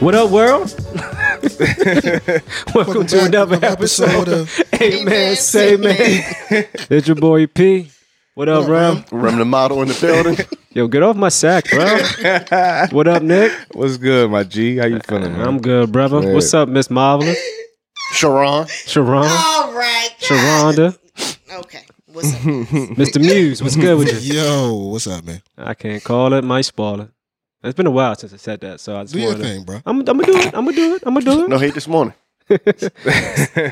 What up, world? Welcome to another back to another episode of Amen, Say Man. It's your boy P. What up, bro? Rem the model in the building. Yo, get off my sack, bro. what up, Nick? What's good, my G? How you feeling, man? I'm good, brother. Yeah. What's up, Miss Marvelous? Sharon. Sharon, All right. Sharonda, Okay. What's up? Mr. Muse. What's good with you? Yo, what's up, man? I can't call it my spoiler. It's been a while since I said that, so I just Do your wanted. thing, bro. I'm, I'm gonna do it. I'm gonna do it. I'm gonna do it. No hate this morning.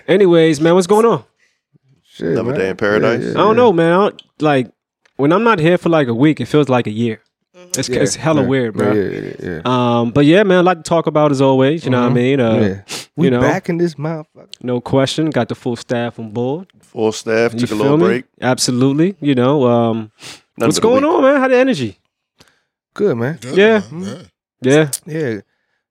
Anyways, man, what's going on? Shit, Another day in paradise. I don't know, man. I don't, like when I'm not here for like a week, it feels like a year. It's, it's hella weird, bro. Yeah, yeah, yeah. Um, but yeah, man, a lot to talk about as always. You know what I mean? Uh, We you know, back in this motherfucker. no question. Got the full staff on board. Full staff. You Took a feel little me? break. Absolutely. You know, um, Nothing what's but a going week. on, man? How the energy? Good man. Good, Yeah. Hmm? man. yeah. Yeah, Yeah.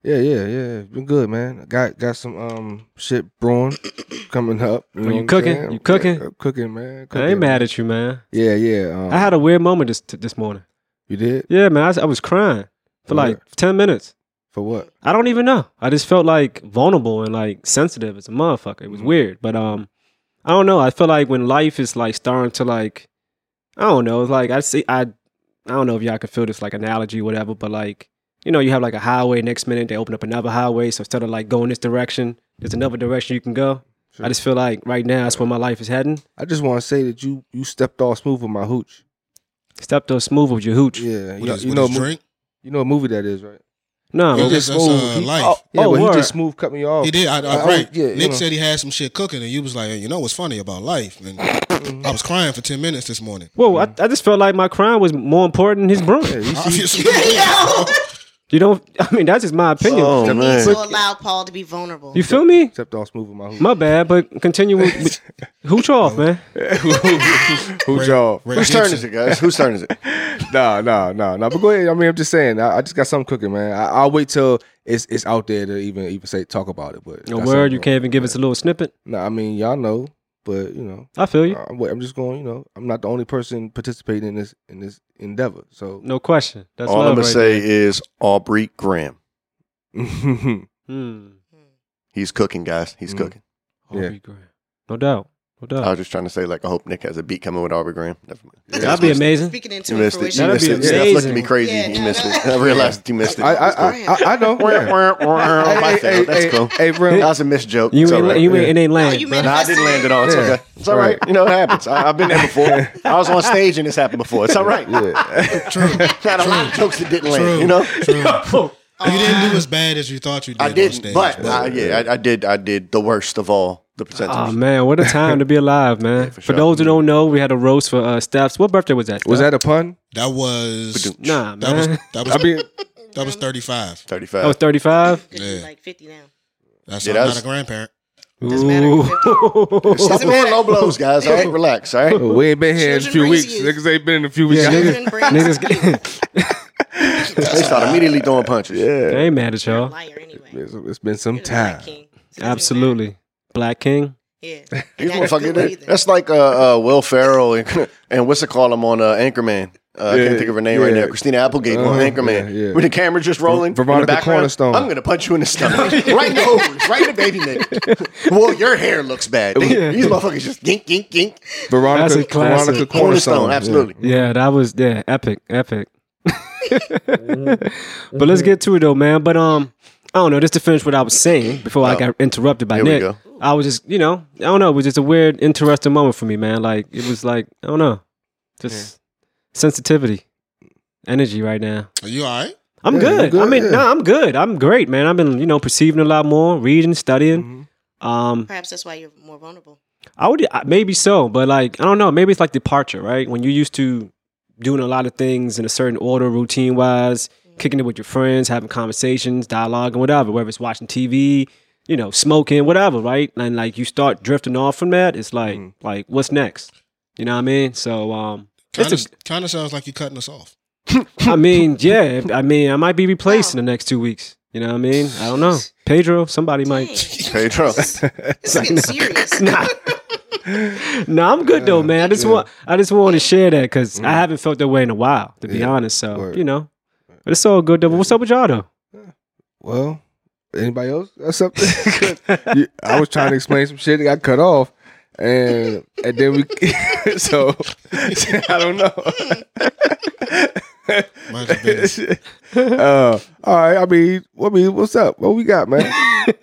Yeah, yeah, yeah. Been good, man. Got got some um shit brewing coming up. You, know you what I'm cooking? saying? You cooking? Yeah, cooking, man. I Cooking. ain't mad at you, man. Yeah, yeah. Um, Uh-huh. I had a weird moment this this morning. You did Yeah, man, I, was- I was crying for like Word. ten minutes. for what? I don't even know. I just felt like vulnerable and like sensitive as a motherfucker. It was Mm-hmm. weird, but um, I don't know. I feel like when life is like starting to like, I don't know. It's like I see, I, I don't know if y'all can feel this like analogy, whatever. But like, you know, you have like a highway. Next minute, they open up another highway. So instead of like going this direction, there's another direction you can go. I just feel like right now that's where my life is heading. I just want to say that you you stepped off smooth with my hooch. Step those smooth with your hooch. Yeah, What you, is- you what know is mo- drink? you know what movie that is, right? No, Yeah, man. that's, that's, uh, he- life. Oh, yeah, Oh, but word. he just smooth cut me off. He did. I, I, I- right. oh. yeah, you Nick know. said he had some shit cooking, and you was like, you know what's funny about life? And Mm-hmm. I was crying for ten minutes this morning. Well, I, I just felt like my crime was more important than his Yeah, broom. you see, Obviously, You don't. I mean, that's just my opinion. Oh man. to allow Paul to be vulnerable. You feel me? stepped off smooth with my hooch. My bad, but continue with, with hooch off, man. Hooch off. Ray Whose turn Gibson. is it, guys? Whose turn is it? Nah, nah, nah, nah. But go ahead. I mean, I'm just saying. I, I just got something cooking, man. I, I'll wait till it's it's out there to even even say talk about it. But No got word, something you can't even give us a little snippet. No, I mean y'all know, but you know, I feel you. I'm, I'm just going. You know, I'm not the only person participating in this in this endeavor. So, No question. That's All love I'm gonna right say is Aubrey Graham. yeah, there. Hmm. He's cooking, guys. He's Mm. Mhm. cooking. Yeah. Aubrey Graham. No doubt. No doubt. I was just trying to say, like, I hope Nick has a beat coming with Aubrey Graham. Never mind. That'd be amazing. Speaking into You missed it. You fruition. That'd missed be it. Steph looked at me amazing. crazy. Yeah, you no, missed no. it. I realized you missed it. I I, I, I, I know. yeah. My fault. That's cool. hey, bro. That was a missed joke. You It's ain't, all right. you ain't, it ain't No, land. you bro. No, I didn't land at all. It's Yeah. okay. It's all right. You know, it happens. I, I've been there before. I was on stage and this happened before. It's all right. True. Not a lot of jokes that didn't land, True. you know? True. you didn't do as bad as you thought you did. I on didn't, stage, but I, yeah, I, I did I did the worst of all the Oh percentages. man, what a time to be alive, man! for sure. those who don't know, we had a roast for uh, Steph's. What birthday was that? Was Steph? that a pun? that was Nah, that man. was that was I mean, that was thirty five. 35. that was thirty-five. Could be like 50 now. That's Yeah, I'm that's- not a grandparent. Doesn't matter. Ooh. Stop doing low blows, guys. All right, relax. All right. we ain't been here in a Children few raise weeks. you. Niggas ain't been in a few weeks. Yeah, niggas- Yeah, Children bring niggas up get- They start immediately throwing punches. Yeah. they ain't mad at a y'all. liar anyway. You're it's, it's been some the Black time. King. So it doesn't matter. Absolutely, Black King. Yeah. These And that's motherfuckers, good they- either. that's like uh, uh, Will Ferrell and, and what's it called? I'm on uh, Anchorman. Uh, I can't Yeah, think of her name right yeah. now. Christina Applegate on Uh-huh, Anchorman. yeah, yeah. With the camera just rolling. in the Veronica background, Cornerstone. I'm going to punch you in the stomach. right in the ovaries, right in the baby neck. well, your hair looks bad. They- These motherfuckers just yink, yink, yink. Veronica, That's a classic. Veronica Cornerstone. Cornerstone, Yeah. absolutely. Yeah, that was yeah, epic, epic. but let's get to it though, man. But um, I don't know. Just to finish what I was saying before I Oh. got interrupted by Here we Nick, go. I was just you know I don't know. It was just a weird, interesting moment for me, man. Like it was like I don't know, just sensitivity, energy right now. Are you all right? I'm Yeah, good. you good? I mean, Yeah. no, I'm good. I'm great, man. I've been you know perceiving a lot more, reading, studying. Mhm. Um, Perhaps that's why you're more vulnerable. I would I- maybe so, but like I don't know. Maybe it's like departure, right? When you're used to doing a lot of things in a certain order, routine wise, kicking it with your friends, having conversations, dialogue, and whatever. Whether it's watching TV, you know, smoking, whatever, right? And like you start drifting off from that, it's like like what's next? You know what I mean? So um, Kind it's of kind of sounds like you're cutting us off. a, I mean, yeah, I mean, I might be replaced in the next two weeks. You know what I mean? I don't know. Pedro, somebody Dang. might. This Pedro. is getting serious. nah. nah, I'm good though, man. I just want I just want to share that because I haven't felt that way in a while, to be honest. So Mm. Word. you know, but it's all good though. But what's up with y'all though? Well, Anybody else? That's something. 'Cause you- I was trying to explain some shit that got cut off, and and then we. so I don't know. Mind your business. uh, all right. I mean, what I mean, what's up? What we got, man?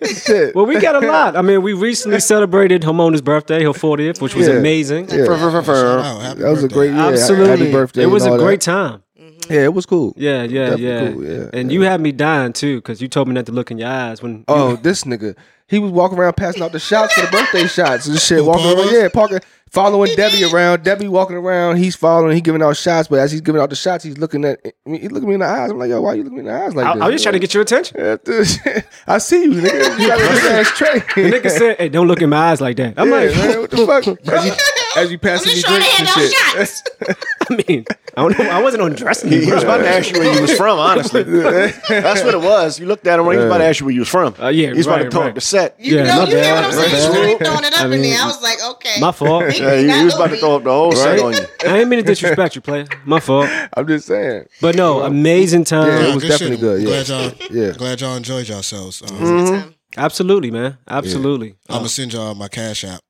Shit. Well, we got a lot. I mean, we recently celebrated Hamona's birthday, her 40th, which was Yeah. amazing. Yeah. Shout out. Happy That was a birthday. great year. Absolutely. Happy birthday. It was and a all that. great time. Yeah, it was cool. Yeah, yeah, yeah. Definitely cool, yeah, And you had me dying too, because you told me not to look in your eyes when. Oh, this nigga. He was walking around passing out the shots for the birthday shots and shit. Who, Walking Paul? around, yeah, Parker following Debbie around. Debbie walking around. He's following. He giving out shots, but as he's giving out the shots, he's looking at. I mean, he looking me in the eyes. I'm like, yo, why you looking me in the eyes like I, this? I was just trying to get your attention. Yeah, dude, I see you, nigga. You got this ass tray. The nigga said, "Hey, don't look in my eyes like that." I'm yeah, like, man, what the fuck? As you, as you I'm passing me just trying to drinks hand and out shit. shots. I mean, I don't know. I wasn't undressing you. He was about to ask you where you was from, honestly. That's what it was. You looked at him, he was about to ask you where you was from. Uh, yeah, he was about right, to talk right. the set. You Yeah, my know, you hear what bad, I'm my saying? You bad. really throwing it up I in mean, there. I was like, okay. My fault. Big Yeah, he, fat he was about to Luffy. throw up the whole set on you. I ain't mean to disrespect you, player. My fault. I'm just saying. But no, amazing time. Yeah, Nah, it was good definitely shit. good, yeah. Glad y'all, Yeah. glad y'all enjoyed yourselves. Um, Mhm. Absolutely, man. Absolutely. Mm-hmm. I'm gonna send y'all my cash app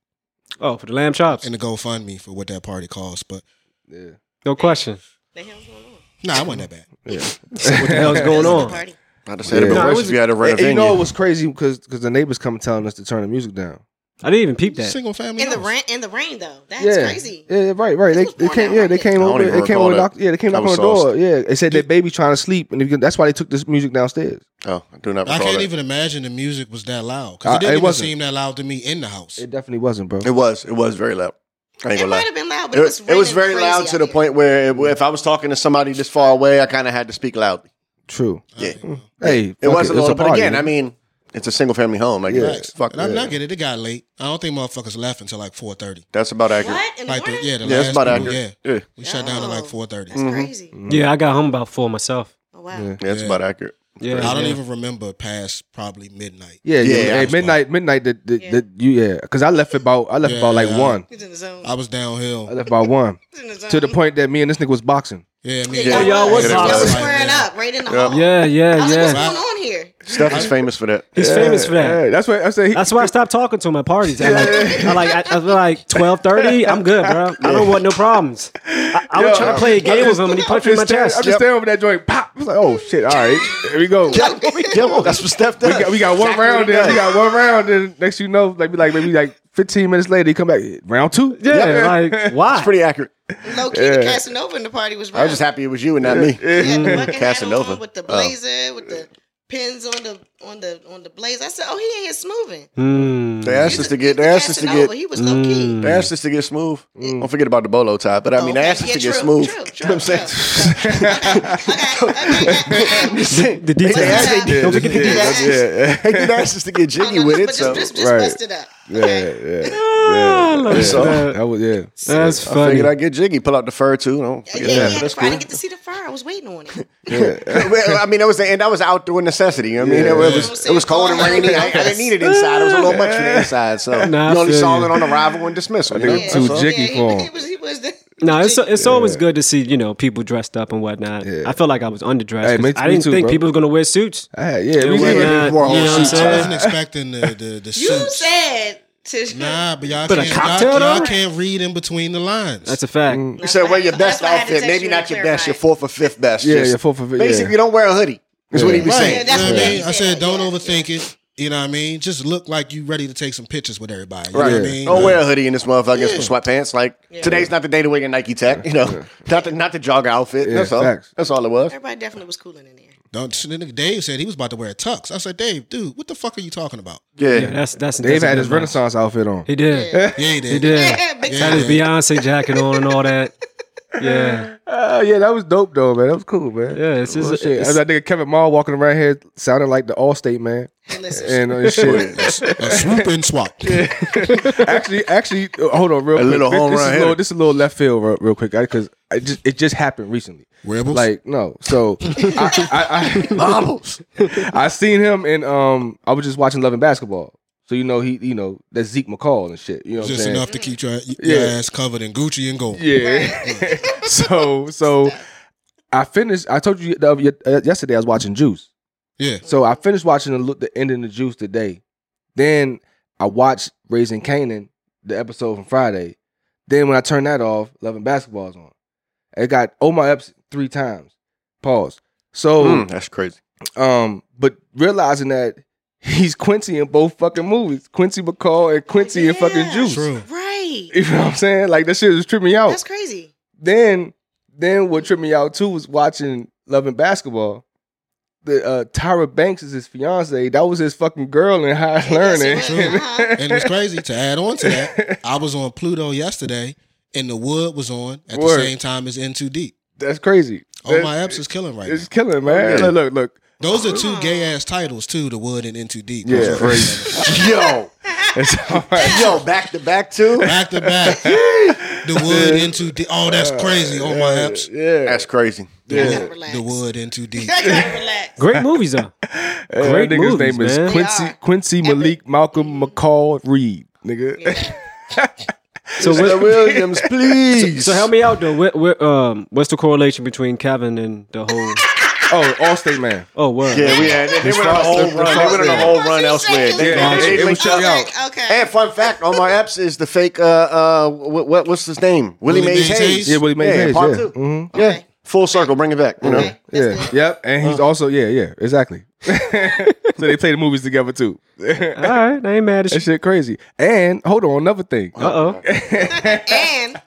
Oh, for the lamb chops. and the GoFundMe for what that party cost. But No question. The hell was going on? nah, it wasn't that bad. What the hell's going It was a on? party. I'd have said it Yeah. would No, worse it was- if you had to rent a And, and you venue. know it was crazy because because the neighbors come telling us to turn the music down. I didn't even peep that. Single family In the house. rain, in the rain though. That's yeah. crazy. Yeah, yeah, right, right. They, This was they born came, out yeah, they right. came I don't over, even they came recall over, the that. knock, yeah, they came I knock on was the sauced. door. Yeah, they said their baby trying to sleep, and they- that's why they took this music downstairs. oh, I do not I recall can't that. even imagine the music was that loud Uh, because it it didn't even wasn't. seem that loud to me in the house. It definitely wasn't, bro. It was. It was very loud. I ain't It gonna might lie. have been loud, but It it was, was, it was raining very crazy loud out to the here. point where it, if I was talking to somebody this far away, I kind of had to speak loudly. True. Yeah. Mm-hmm. Hey, It fuck wasn't it's loud, but party, again, man. I mean, it's a single family home. Like, Yeah. it's- fuck, and I'm yeah. not getting it. It got late. I don't think motherfuckers left until like 4:30. That's about accurate. What in the Like the, morning? yeah, the Yeah, last that's about people, yeah, accurate. Yeah, we shut down at like Oh. 4:30. That's crazy. Yeah, I got home about four myself. Oh wow. Yeah. yeah, that's Yeah. about accurate. Yeah, I don't yeah. even remember past probably midnight. Mm-hmm. Yeah, Yeah, yeah. I Hey, was midnight, midnight. The, the, Yeah. the, you, yeah, because I left about, I left Yeah, about like yeah. one. He's in the zone. I was I downhill. left about one He's in the zone. to the point that me and this nigga was boxing. Yeah, me. Yeah, Oh, y'all was y'all boxing. was Like, squaring yeah. up right in the Yeah. hall. Yeah, yeah, I was like, yeah. what's going on here? Steph is famous for that. He's famous for that. Yeah, that's why I said. He, That's why I stopped talking to him at parties. I like, I like, I, I feel like twelve thirty. I'm good, bro. I don't want no problems. I, I Yo, was trying to play a game with him, and he punched me in my stand- I'm chest. just standing over that joint. Pop. I was like, oh shit. All right, here we go. that's what Steph we does. got, we got one Exactly round what he in. We does. got one round in. Next, you know, like, be like maybe like 15 minutes later, he come back round two. Yeah, like It's why? pretty accurate. Low key, the Casanova in the party was. I was just happy it was you and not me. He had the bucket hat Casanova. on with the Oh. blazer, with the pins on the on the on the blazer. I said, oh, he ain't here smoothing. Mm. They asked us to Hmm. get. They asked us to Casanova, get. Hmm. He was low key. They asked us to get smooth. Don't forget about the bolo tie, but I mean, they Okay, asked us Oh, yeah, to get true, smooth. true, You know what I'm saying? Okay, okay. The details. asked- yeah, Don't yeah, forget to do that. yeah, They did ask us to get jiggy No, no, with it, but so just, just, just Right. bust it up. yeah, Okay. yeah, yeah, Ah, I love yeah. So- that. That was yeah. That's I funny. figured I'd get jiggy, pull out the fur too. Don't Yeah, yeah, forget that. yeah. That's That's I cool. didn't get to see the fur. I was waiting on it. Well, I mean, it was the, and that was outdoor necessity. I mean, it, was it was cold and rainy. I, I didn't need it inside. It was a little much for the inside, so Nah, I you only feel saw you. it on arrival and dismissal. You know? Yeah. Too That's all. jiggy for he, him. he was, he was the, No, it's it's always good to see you know people dressed up and whatnot. I felt like I was underdressed. Hey, me 'cause I too, me didn't too, think bro. people were gonna wear suits. I had, yeah, we And did. whatnot, wore a you whole know Oh, what I'm suit. I saying? wasn't expecting the the, the you suits. said to Nah, but y'all But a can't, cocktail, y'all, y'all though? can't read in between the lines. That's a fact. Mm. You said wear your That's best why I had to outfit, text maybe you to not your best, clarify. your fourth or fifth best. Yeah, Just- your fourth or fifth, Basically, yeah. don't wear a hoodie. Is what he Yeah. was right. saying. that's you know what what I he mean? I said, said, don't yeah. overthink it. You know what I mean? Just look like you ready to take some pictures with everybody. You Right. know what I mean? Don't wear a hoodie in this motherfucker and some sweatpants. Like today's not the day to wear your Nike Tech. You know, not the not the jogger outfit. Yeah, That's all. facts. That's all it was. everybody definitely was cooling in there. Don't shit, nigga, Dave said he was about to wear a tux. I said, Dave, dude, what the fuck are you talking about? Yeah. Yeah, that's that's. Dave that's a had good his one. Renaissance outfit on. He did. Yeah, he did. He did. big Had time. his Beyonce jacket on and all that. Yeah, Oh yeah, that was dope though, man. That was cool, man. Yeah, it's just- Real shit. it's- I, I think Kevin Ma walking around here sounding like the Allstate man, Hey, listen, and, uh, shit. A swoop and swap. actually, actually, uh, hold on, real A quick. little this, home this run is hitter. little, this is a little left field, real, real quick, because it just it just happened recently. Rebels? Like no, so I I, Models. I, I seen him and um I was just watching Love and Basketball, so you know he you know that's Zeke McCall and shit. You know what I'm Just saying? enough to keep your, your Yeah. ass covered in Gucci and gold. Yeah. uh, so so I finished. I told you the other- yesterday I was watching Juice. Yeah. So I finished watching the, lo- the ending of Juice today. Then I watched Raising Canaan, the episode from Friday. Then when I turned that off, Love and Basketball's on. It got Omar Epps three times. Pause. So Hmm. Mm, that's crazy. um, but realizing that he's Quincy in both fucking movies, Quincy McCall and Quincy in fucking Yeah. Juice. True. Right. You know what I'm saying? Like that shit was tripping me out. That's crazy. then, then what tripped me out too was watching Love and Basketball. The uh, Tyra Banks is his fiance. That was his fucking girl in High Learning. Yes, it was. Uh-huh. And it's crazy to add on to that. I was on Pluto yesterday, and The Wood was on at Word. the same time as In Too Deep. That's crazy. All my apps is killing right It's killing, man. Yeah. Look, look, look. now. Those are two gay ass titles too, The Wood and In Too Deep. Yeah. Those are Crazy. Yo, It's all right. yo, back to back too. back to back. The Wood In Too Deep. Oh, that's crazy. On my apps. Yeah. That's crazy. The, Yeah. gotta wood, relax. the Wood In Too Deep. I gotta relax. Great movies though. Yeah, Great that nigga's movies, name is man. Quincy They are. Quincy Malik Malcolm McCall Reed, nigga. So Mr. what, Williams, please. so help me out though. What, what, um, what's the correlation between Kevin and the whole? oh, Allstate man. Oh, word. Yeah, we had. They, they went on a Response- whole run. They went on a whole run elsewhere. They, Yeah, they, they, it was linked shut up. out. Okay. And fun fact, Omar Epps is the fake. Uh, uh, what, what what's his name? Willie, Willie Mays Mays Hayes. Hayes? Yeah, Willie Mays. Yeah, Yeah, part yeah. two. Mhm. Yeah, full circle. Bring it back. You know. Okay. That's Yeah. Yep. And he's also yeah, yeah, exactly. so they play the movies together too. that All right, I ain't mad at you. shit crazy. And hold on, another thing. Uh oh. And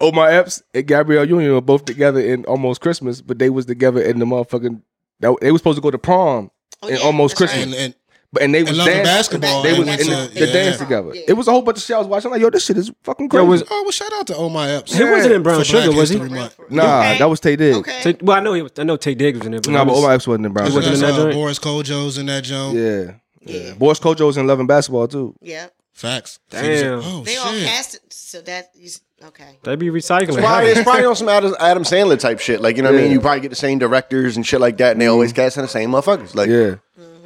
Omar Epps Oh, and Gabrielle Union were both together in Almost Christmas, but they was together in the motherfucking. That, they was supposed to go to prom, oh, And almost that's And, Christmas. and but and they was and love and dancing. basketball. They and was went in to- the, the yeah. dance together. Yeah. It was a whole bunch of shit I was watching. I'm like, yo, this shit is fucking Yo, crazy. was Oh, well, shout out to Oh My Epps. he wasn't in Brown For Sugar, Black was he? History Month. nah, Okay. that was Tay Diggs. Okay. So- well, I know he was, I know Tay Diggs was in it, but Nah, I but was- Omar Epps wasn't in Brown. It wasn't Sugar. in That's, that uh, joint? Boris Kojo's in that joint. Yeah. yeah. Boris Kojo's in Love and Basketball too. Yeah. Facts. Damn. She was in- Oh, They shit. all cast it. So that is okay. they be recycling. Probably, it's probably on some Adam, Adam Sandler type shit. Like you know, what I mean, Yeah. you probably get the same directors and shit like that, and they always cast in the same motherfuckers. Like, Yeah.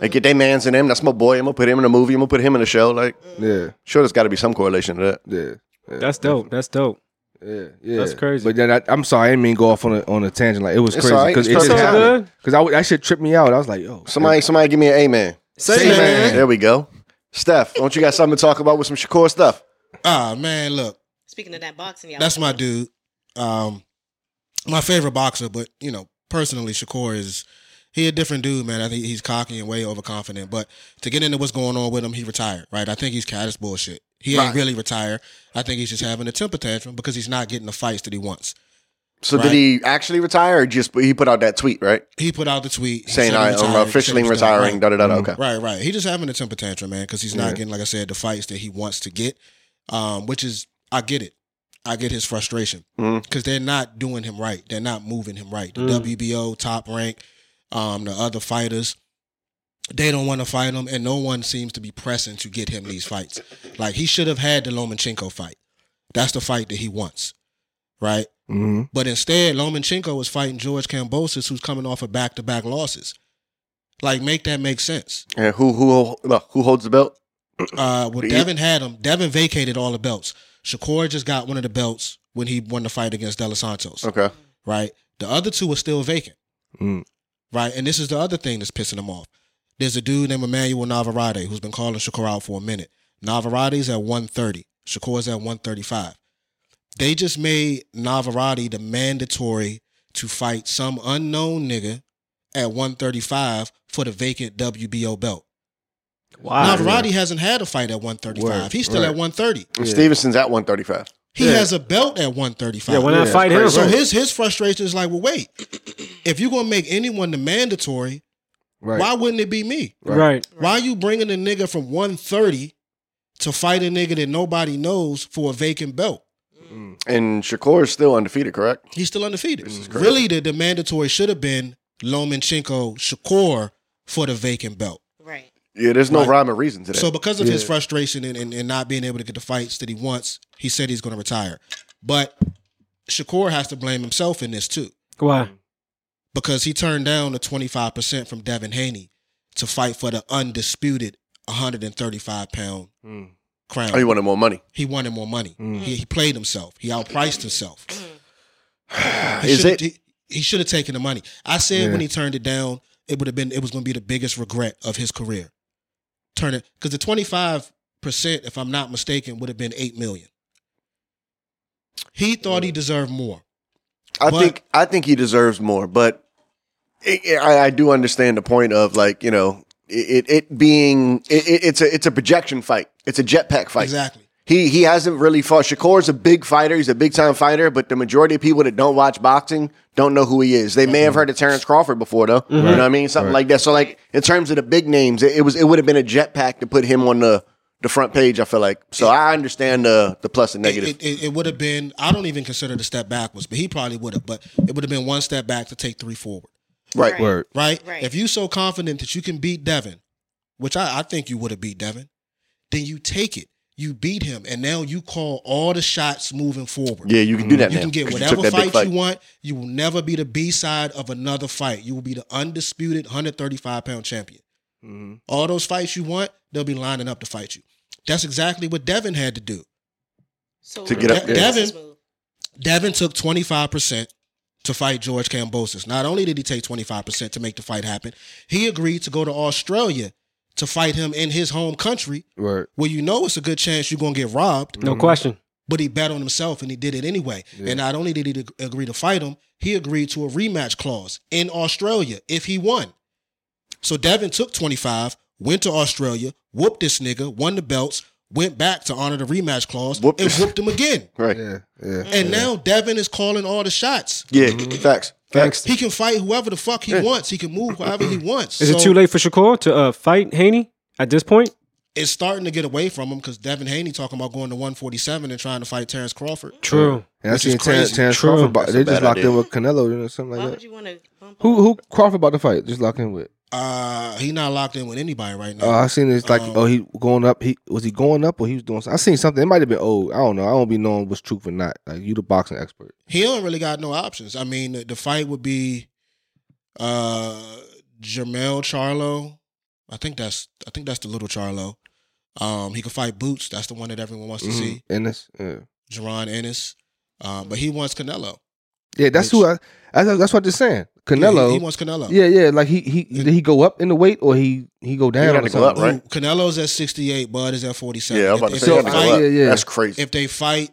like get their man's in them. That's my boy. I'm gonna put him in a movie. I'm gonna put him in a show. Like, Mm. Yeah. sure, there's got to be some correlation to that. Yeah. Yeah. That's dope. That's dope. Yeah, yeah, That's crazy. But then I, I'm sorry, I didn't mean go off on a on a tangent. Like it was It's crazy all right. because It's it just all happened. good. Because I would- that shit tripped me out. I was like, yo, Somebody, somebody, give me an amen. Say, Say, man. man. There we go. Steph, don't you got something to talk about with some Shakur stuff? Ah, man, look. Speaking of that boxing, y'all. That's my dude. Um, my favorite boxer, but you know, personally, Shakur is he a different dude, man. I think he's cocky and way overconfident. But to get into what's going on with him, he retired, right? I think he's cat is bullshit. He ain't Right. really retired. I think he's just having a temper tantrum because he's not getting the fights that he wants. So Right. did he actually retire or just he put out that tweet, right? He put out the tweet he Saying said he I, retired, am officially said he was done." retiring, Right. Mm-hmm. da da da da. Okay. Right, right. He just having a temper tantrum, man, because he's not getting, like I said, the fights that he wants to get. Um, which is, I get it. I get his frustration because Mhm. they're not doing him right. They're not moving him right. The Mm. WBO top rank, um, the other fighters, they don't want to fight him, and no one seems to be pressing to get him these fights. Like he should have had the Lomachenko fight. That's the fight that he wants, right? hmm But instead, Lomachenko is fighting George Cambosis, who's coming off of back-to-back losses. Like, make that make sense. And who who look, who holds the belt? Uh, well, He- Devin had him. Devin vacated all the belts. Shakur just got one of the belts when he won the fight against De Los Santos, Okay. right? The other two are still vacant, Mm. right? And this is the other thing that's pissing him off. There's a dude named Emmanuel Navarrete who's been calling Shakur out for a minute. Navarrete's at 130. Shakur's at 135. They just made Navarrete the mandatory to fight some unknown nigga at 135 for the vacant WBO belt. Wow. Navarrete hasn't had a fight at 135. Word, He's still right. at 130. And Yeah. Stevenson's at 135. He Yeah. has a belt at 135. Yeah, when I Yeah, fight him, it's so crazy. his his frustration is like, well, wait, if you're gonna make anyone the mandatory, Right. why wouldn't it be me? right? Why are you bringing a nigga from 130 to fight a nigga that nobody knows for a vacant belt? Mm. And Shakur is still undefeated, correct? He's still undefeated. This is crazy. Really, the, the mandatory should have been Lomachenko Shakur for the vacant belt. Right. Yeah, there's no Right. rhyme or reason to that. So because of his Yeah. frustration and, and, and not being able to get the fights that he wants, he said he's gonna retire. But Shakur has to blame himself in this too. Why? because he turned down the 25% from Devin Haney to fight for the undisputed 135 pound Mm. crown. oh, you wanted more money. he wanted more money. Mm. He, he played himself. He outpriced himself. He Is should've- it He, he should have taken the money. I said Yeah. when he turned it down it would have been it was going to be the biggest regret of his career. Turn it because the twenty five percent, if I'm not mistaken, would have been eight million. He thought he Mm. deserved more. I But- think I think he deserves more, but it, it- I, I do understand the point of like you know it it, it being it, it, it's a it's a projection fight. It's a jetpack fight. Exactly. He he hasn't really fought. Shakur's a big fighter. He's a big time fighter, but the majority of people that don't watch boxing don't know who he is. They may have heard of Terrence Crawford before, though. You know what I mean? Something like that. So like in terms of the big names, it, it was it would have been a jetpack to put him on the the front page. I feel like so I understand the the plus and negative. It, it, it would have been. I don't even consider the step backwards, but he probably would have. But it would have been one step back to take three forward. right. Word. right? Right. If you so confident that you can beat Devin, which I, I think you would have beat Devin, then you take it. You beat him, and now you call all the shots moving forward. Yeah, you can do that. You now, can get 'cause whatever took that big fight, you want. You will never be the B side of another fight. You will be the undisputed 135 pound champion. Mm-hmm. Mhm. All those fights you want, they'll be lining up to fight you. That's exactly what Devin had to do. So To get up there. Devin- Devin took 25% to fight George Cambosis. Not only did he take 25% to make the fight happen, he agreed to go to Australia to fight him in his home country Word. where you know it's a good chance you're going to get robbed, No question. but he bet on himself and he did it anyway. Yeah. And not only did he ag- agree to fight him, he agreed to a rematch clause in Australia if he won. So Devin took 25, went to Australia, whooped this nigga, won the belts, went back to honor the rematch clause, Whooped and this- whooped him again. Right. Yeah. Yeah. And now Devin is calling all the shots. Yeah, facts. Facts. He can fight whoever the fuck he wants. He can move wherever he wants. Is it So too late for Shakur to uh, fight Haney at this point? It's starting to get away from him because Devin Haney talking about going to 147 and trying to fight Terrence Crawford. True. And I Which is seen Terrence, crazy. Terrence True. Crawford. bo- That's a they just bad locked idea. in with Canelo you know, something Why like would that. you want to bump Who up? who Crawford about to fight? Just lock in with. Uh, he not locked in with anybody right now. Uh, I seen it's like Um, oh he going up. He was he going up or he was doing. Something. I seen something. It might have been old. I don't know. I don't be knowing what's truth or not. Like you the boxing expert. he don't really got no options. I mean, the, the fight would be uh, Jermel Charlo. I think that's I think that's the little Charlo. Um, he could fight Boots. That's the one that everyone wants to Mm-hmm. see. Mm-hmm. And this yeah. Jerron Ennis. Um, but he wants Canelo. Yeah, that's Which- who I. That's, that's what they're saying. Yeah, he- Canelo. he, wants Canelo. Yeah, yeah. Like he he did he go up in the weight or he he go down? had or to go something? up, right? Ooh, Canelo's at 68, Bud is at 47. Yeah, I'm If- about to if, say you they that. have to to fight, go up. Yeah, yeah. That's crazy. if they fight,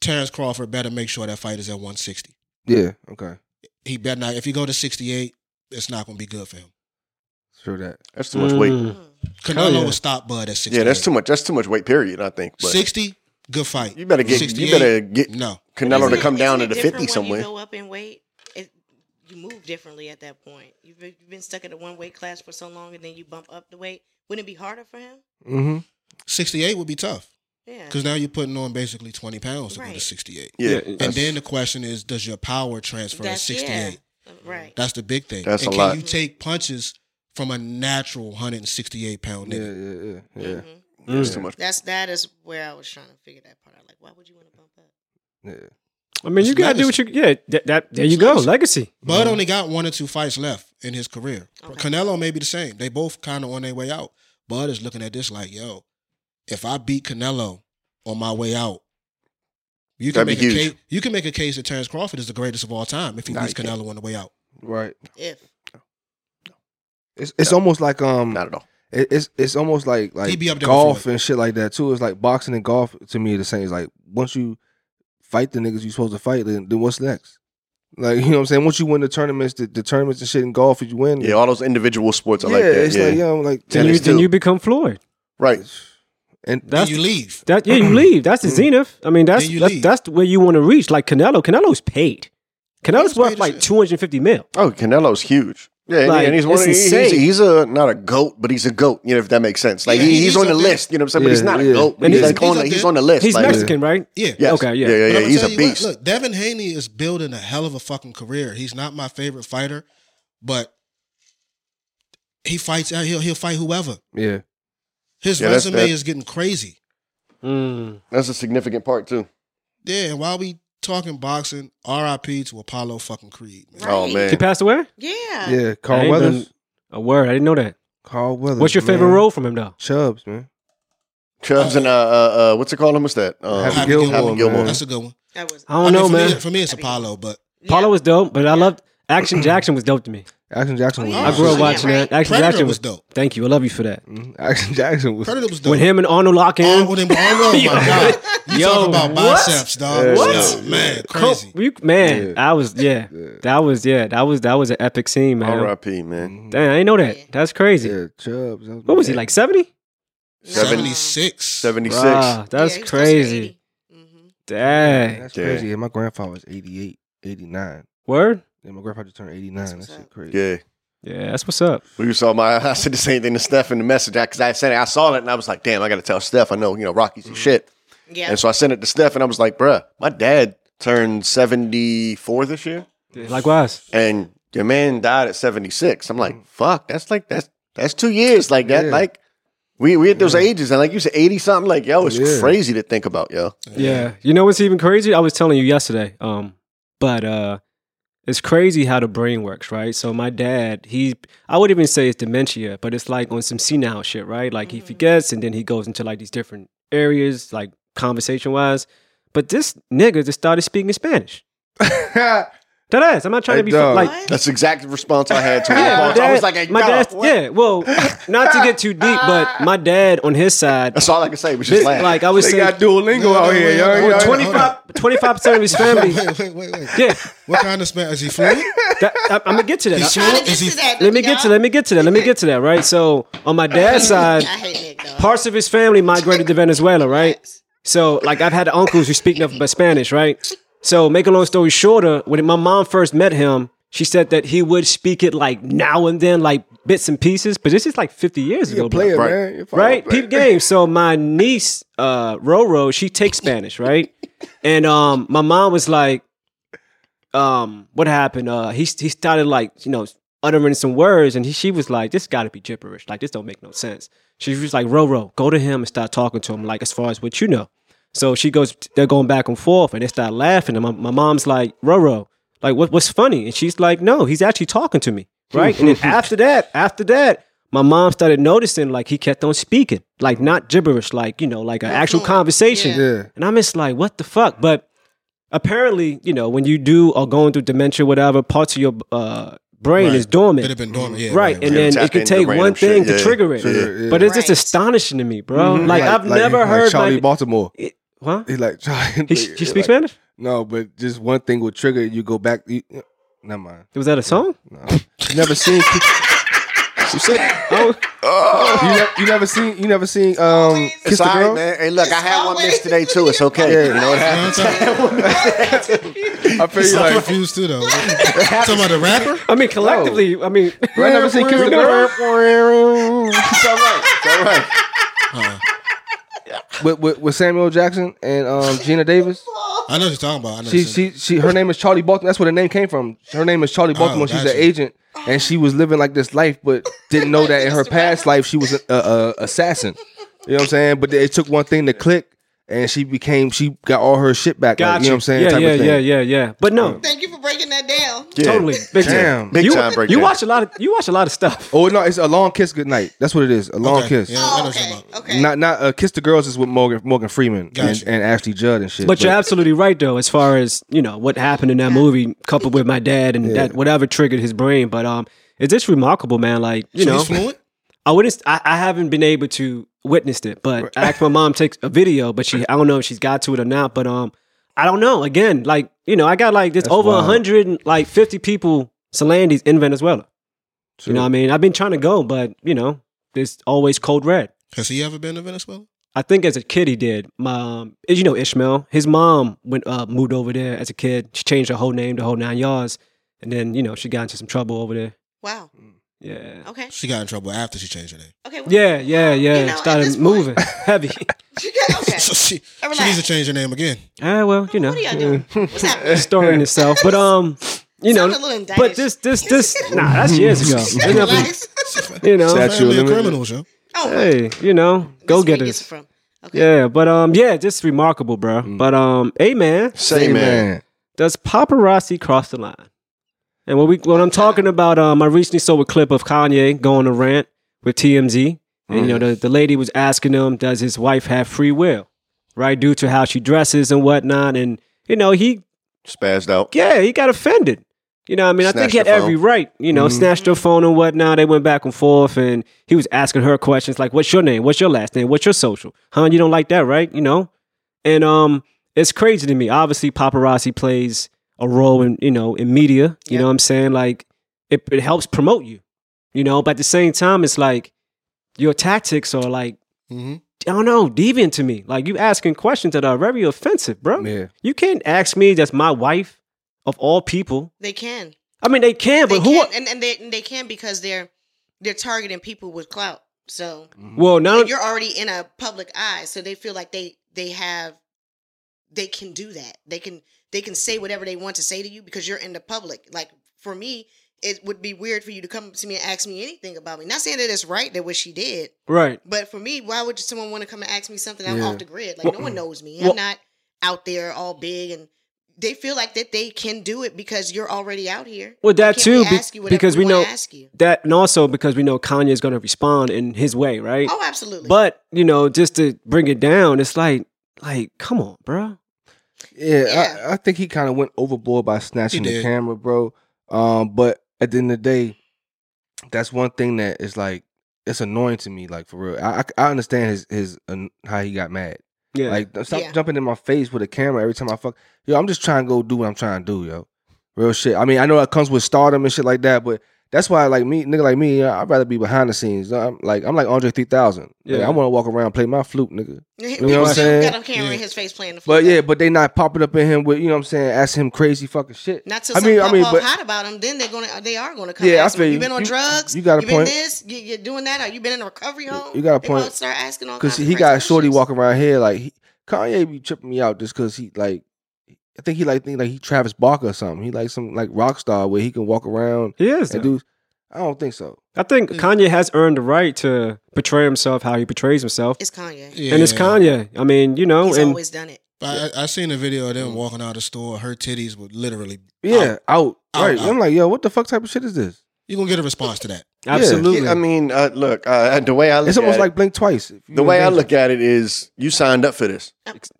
Terrence Crawford better make sure that fight is at 160. Yeah. Okay. He better not. If he go to 68, it's not going to be good for him. Sure that. that's too much weight. Mm. Hell Canelo yeah. will stop Bud at 68. Mm-hmm. Yeah, that's too much. That's too much weight. Period. I think. But 60, good fight. you better get you 68? better get No. Canelo Isn't to it- come down to isn't the it fifty different when somewhere. You go up in weight. It, you move differently at that point. You've been, you've been stuck at a one weight class for so long, and then you bump up the weight. Wouldn't it be harder for him? Mm-hmm. 68 would be tough Yeah. because now you're putting on basically 20 pounds to go to Right. 68. Yeah, And And that's- then the question is, does your power transfer at That's- 68? yeah. Uh, Right. That's the big thing. That's and a can lot. you take punches from a natural 168 pound Yeah, nigga? yeah, yeah, yeah. Mhm. that's Mm. too much. That's that is where I was trying to figure that part out. Like, why would you want to bump up? yeah. I mean, you It's gotta do what you. Yeah, that, that there you go. Legacy. Mm-hmm. Bud only got one or two fights left in his career. Okay. Canelo may be the same. They both kind of on their way out. Bud is looking at this like, yo, if I beat Canelo on my way out, you can That'd make be a huge. case. You can make a case that Terrence Crawford is the greatest of all time if he Nah, beats you can't. Canelo on the way out. Right. If It's it's almost like um Not at all. it- it's it's almost like like He'd be up there golf before and shit like that too. It's like boxing and golf to me are the same. It's like once you fight the niggas you supposed to fight, then, then what's next? Like you know what I'm saying? Once you win the tournaments, the, the tournaments and shit in golf, if you win, Yeah, all those individual sports. I yeah, like that. it's Yeah, like you know, like Then you, Tennis then too. you become Floyd. right. and That's then you leave. that. Yeah, you leave. That's the zenith. I mean, that's Then you that's, leave. that's where you want to reach. Like Canelo. Canelo's paid. Canelo's He's worth paid like as- two hundred and fifty mil. Oh, Canelo's huge. Yeah, and- Like, and he's one. it's Of, he's, insane. he's a not a goat, but he's a goat. You know, if that makes sense. Like Yeah, he, he- he's, he's on the up there. list. You know what I'm saying? but he's Yeah, not yeah. a goat. But And he's, he's- like on he's the, up he's there. on the list. He's like, Mexican, right? Yeah. Yes. Okay, yeah. Yeah, yeah, But yeah. I'ma He's tell a you what, beast. look, Devin Haney is building a hell of a fucking career. He's not my favorite fighter, but he fights. out. He'll he'll fight whoever. yeah, His Yeah, that's- resume that- is getting crazy. Mm. That's a significant part too. Yeah, and while we talking boxing, R.I.P. to Apollo fucking Creed. Man. Oh Right. He man, passed away. yeah, yeah. I Carl ain't Weathers, been- A word. I didn't know that. Carl Weathers. What's your favorite man. role from him though? Chubbs, man. Chubbs and uh, uh, uh, what's it called? What's that? Um, Happy Happy Gilmore, Gilmore, man. Gilmore. That's a good one. that was. I don't mean, know, for man. Me, for me, it's Apollo, but Paula was dope, but I loved Action Jackson was dope to me. Action Jackson. Oh, was yeah. I grew up Yeah, watching right. that. Action Predator Jackson was. was dope. Thank you. I love you for that. Mhm. Action Jackson was. Predator was dope. When him and Arnold lock in, Oh, with him- oh my God. You Yo, talking about what? biceps, dog. Yeah. What? What? man, Come- crazy. you- man, Yeah. I was yeah, that was yeah, that was that was an epic scene, man. R.I.P. Man. Mhm. Damn, I didn't know that. Yeah. That's crazy. Yeah, Chubbs. that What was he bad. like? Seventy? 76. 76. that's crazy. Mm-hmm. Man, Dang. That's Yeah. crazy. Yeah, my grandfather was 88, 89. Word. Yeah, my grandfather just turned 89. That what's shit up. crazy. Yeah. Yeah, that's what's up. We saw my. I said the same thing to Steph in the message because I sent it. I saw it and I was like, "Damn, I got to tell Steph. I know you know Rocky's the shit." Yeah. And so I sent it to Steph and I was like, "Bruh, my dad turned seventy four this year, Likewise. and your man died at seventy six. I'm Mm. like, "Fuck, that's like that's that's two years like that. Yeah. Like we we hit those ages and like you said eighty something. Like yo, it's Yeah. crazy to think about, yo. Yeah. You know what's even crazy? I was telling you yesterday. Um, but uh it's crazy how the brain works, right? So my dad, he I would even say it's dementia, but it's like on some senile shit, right? Like he Mm-hmm. forgets and then he goes into like these different areas, like conversation wise. But this nigga just started speaking Spanish. That ass. I'm not trying Hey, to be dog. like What? That's the exact response I had to Yeah, yeah, my dad, I was like, hey, my dog, dad's, what? yeah, well, not to get too deep, but my dad on his side, That's all I could say was just this, laugh. like I would They say, got Duolingo out here, yo. Well, yo. 25 percent of his family. Wait, wait, wait, wait. Yeah, What kind of span? Is he fluent? that, I, I'm gonna get to He's that. sure? Trying to Is get he- to that, Let me get to y'all. let me get to that. Let me get to that. Right. So on my dad's side, I hate Nick though. parts of his family migrated to Venezuela. Right. Facts. So like I've had uncles who speak nothing but Spanish, right? So make a long story shorter, when my mom first met him, she said that he would speak it like now and then, like bits and pieces. But this is like 50 years You ago, a player, Right. man. You're a right? player. Peep game. So my niece, uh, Roro, she takes Spanish, right? And um, my mom was like, um, what happened? Uh, he he started like you know uttering some words, and he, she was like, this got to be gibberish. Like this don't make no sense. She was like, Roro, go to him and start talking to him, like as far as what you know. So she goes, they're going back and forth, and they start laughing. And my, my mom's like, Roro, like what, what's funny? And she's like, No, he's actually talking to me, right? and then after that, after that, my mom started noticing like he kept on speaking, like not gibberish, like you know, like an actual conversation. Yeah. And I'm just like, what the fuck? But apparently, you know, when you do or going through dementia, whatever, parts of your uh, brain Right. is That dormant. have been dormant. Yeah, Right, and then Tap it could into take random one thing shit, to yeah. trigger it, Trigger, yeah. but it's just Right. astonishing to me, bro. Like, I've never Mm-hmm. like heard Charlie my, Baltimore. Huh? He like Charlie. He, he he speaks like- Spanish? No, but just one thing will trigger it. you. Go back. You, never mind. Was that a song? No. You never seen. You said, oh, You, ne- you never seen. You never seen. Um, It's kiss all the right, girl. man. Hey, look, I had one always- miss today too. It's okay. Yeah. You know what You know happened? what I'm saying? I feel you I'm like. confused too, though. Talking about the rapper? I mean, collectively, I mean, I never seen kiss the girl. It's all right. It's all right. with, with with Samuel Jackson and um, Gina Davis. I know what you're talking about. I know She what you're- she she. Her name is Charlie Baltimore. That's where the name came from. Her name is Charlie Baltimore. She's gotcha. an agent, and she was living like this life, but didn't know that in her past life she was a, a, a assassin. You know what I'm saying? But it took one thing to click, and she became. She got all her shit back. like, Gotcha. you know what I'm saying? Yeah, type yeah, of thing. yeah, yeah, yeah. But no, Thank you for breaking that down. Yeah. totally. Big Damn. time. Big you, time break You down. watch a lot of you watch a lot of stuff. Oh no, it's a long kiss. Good night. That's what it is. A long Okay. kiss. Yeah, I know Oh, what you're okay. talking about. Okay. Not not uh, kiss the girls is with Morgan Morgan Freeman and, Gotcha. and Ashley Judd and shit. But you're absolutely right though, as far as you know what happened in that movie, coupled with my dad and that whatever triggered his brain. But um, it's just remarkable, man. Like you So know, he's fluent? I wouldn't. I, I haven't been able to witness it, but I asked my mom to take a video, but she. I don't know if she's got to it or not. But um, I don't know. Again, like you know, I got like this over a wild. hundred and like fifty people, Solandis in Venezuela. You know, what I mean, I've been trying to go, but you know, it's always cold red. Has he ever been to Venezuela? I think as a kid he did. My, um, as you know, Ishmael. His mom went uh, moved over there as a kid. She changed her whole name, the whole nine yards, and then you know she got into some trouble over there. Wow. Yeah, Okay. She got in trouble after she changed her name. Okay. well, yeah, yeah, yeah. You know, at this Started point- moving heavy. okay. So she, she Relax. needs to change her name again. Ah, well, you know, What are y'all doing? What's happening? story in itself. But um, you know, Sound a little indicted. but this, this, this. Nah, that's years ago. There's nothing, Relax. you know, Statue of Family of limit- criminals, yo. Oh, this hey, you know, go where get you us. From. Okay. Yeah, but um, yeah, just remarkable, bro. But um, hey, man, Say, man. does paparazzi cross the line? And when we when I'm talking about, um, I recently saw a clip of Kanye going to rant with TMZ, and you know the, the lady was asking him, does his wife have free will, right, due to how she dresses and whatnot, and you know he Spazzed out. yeah, he got offended. You know, what I mean, I think Snatched he had her every phone. Mm-hmm. right. You know, Mhm. snatched her phone and whatnot. They went back and forth, and he was asking her questions like, "What's your name? What's your last name? What's your social? Huh? You don't like that, right? You know." And um, it's crazy to me. Obviously, paparazzi plays a role in you know in media. You Yeah. know what I'm saying? Like, it it helps promote you. You know, but at the same time, it's like your tactics are like Mm-hmm. I don't know, deviant to me. Like you asking questions that are very offensive, bro. Yeah. You can't ask me that's my wife of all people. They can. I mean, they can, They but who? can, and, and they and they can because they're they're targeting people with clout. So well, now and you're already in a public eye, so they feel like they they have they can do that. They can they can say whatever they want to say to you because you're in the public. Like for me, it would be weird for you to come up to me and ask me anything about me. Not saying that it's right that what she did, right. but for me, why would someone want to come and ask me something? I'm Yeah. off the grid. Like Well- no one knows me. well- I'm not out there all big and they feel like that they can do it because you're already out here. Well, that Can't too, we be- ask you whatever because we wanna know ask you. that, and also because we know Kanye is going to respond in his way, right? Oh, absolutely. But you know, just to bring it down, it's like, like, come on, bro. Yeah, Yeah. I, I think he kind of went overboard by snatching He the did. camera, bro. Um, but at the end of the day, that's one thing that is like it's annoying to me. Like for real, I I, I understand his his um, how he got mad. Yeah, Like stop Yeah. jumping in my face with a camera every time I fuck. Yo, I'm just trying to go do what I'm trying to do, yo. Real shit. I mean, I know that comes with stardom and shit like that, but that's why like me, nigga like me, uh, I'd rather be behind the scenes. Uh, I'm like I'm like Andre 3000. Yeah, Yeah. I want to walk around and play my flute, nigga. You know what I'm saying? Got a camera in Yeah. his face playing the flute. But yeah, but they not popping up in him with you know what I'm saying, asking him crazy fucking shit. not till I I mean, mean, I pop mean, off but- hot about him. Then they're gonna, they are gonna come. Yeah, I ask feel him, you. you. Been on You- drugs. you got a been point. This, you, you're doing that. Or you been in a recovery home. You got a They point. gonna Start asking all Cause kinds of he crazy got shorty questions. walking around here like he, Kanye be tripping me out just cause he like I think he like think like he Travis Barker or something. He like some like rock star where he can walk around he is. and though. do. I don't think so. I think Mm. Kanye has earned the right to portray himself how he portrays himself, It's Kanye. Yeah. and it's Kanye. I mean, you know, He's and always done it. But I, I seen a video of them walking out of the store. Her titties were literally. Yeah, out, Out, right. out. I'm like, yo, what the fuck type of shit is this? You gonna get a response to that? absolutely. Yeah, I mean, uh, look, uh, the way I look It's almost at like Blink Twice. if it, you the way I imagine. look at it is you signed up for this.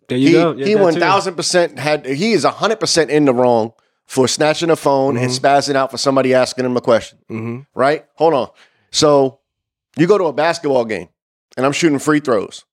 there you he go. Yeah, he that too. one thousand percent had he is hundred percent in the wrong for snatching a phone and Mm-hmm. spazzing out for somebody asking him a question. Mhm. Right? Hold on. So you go to a basketball game and I'm shooting free throws.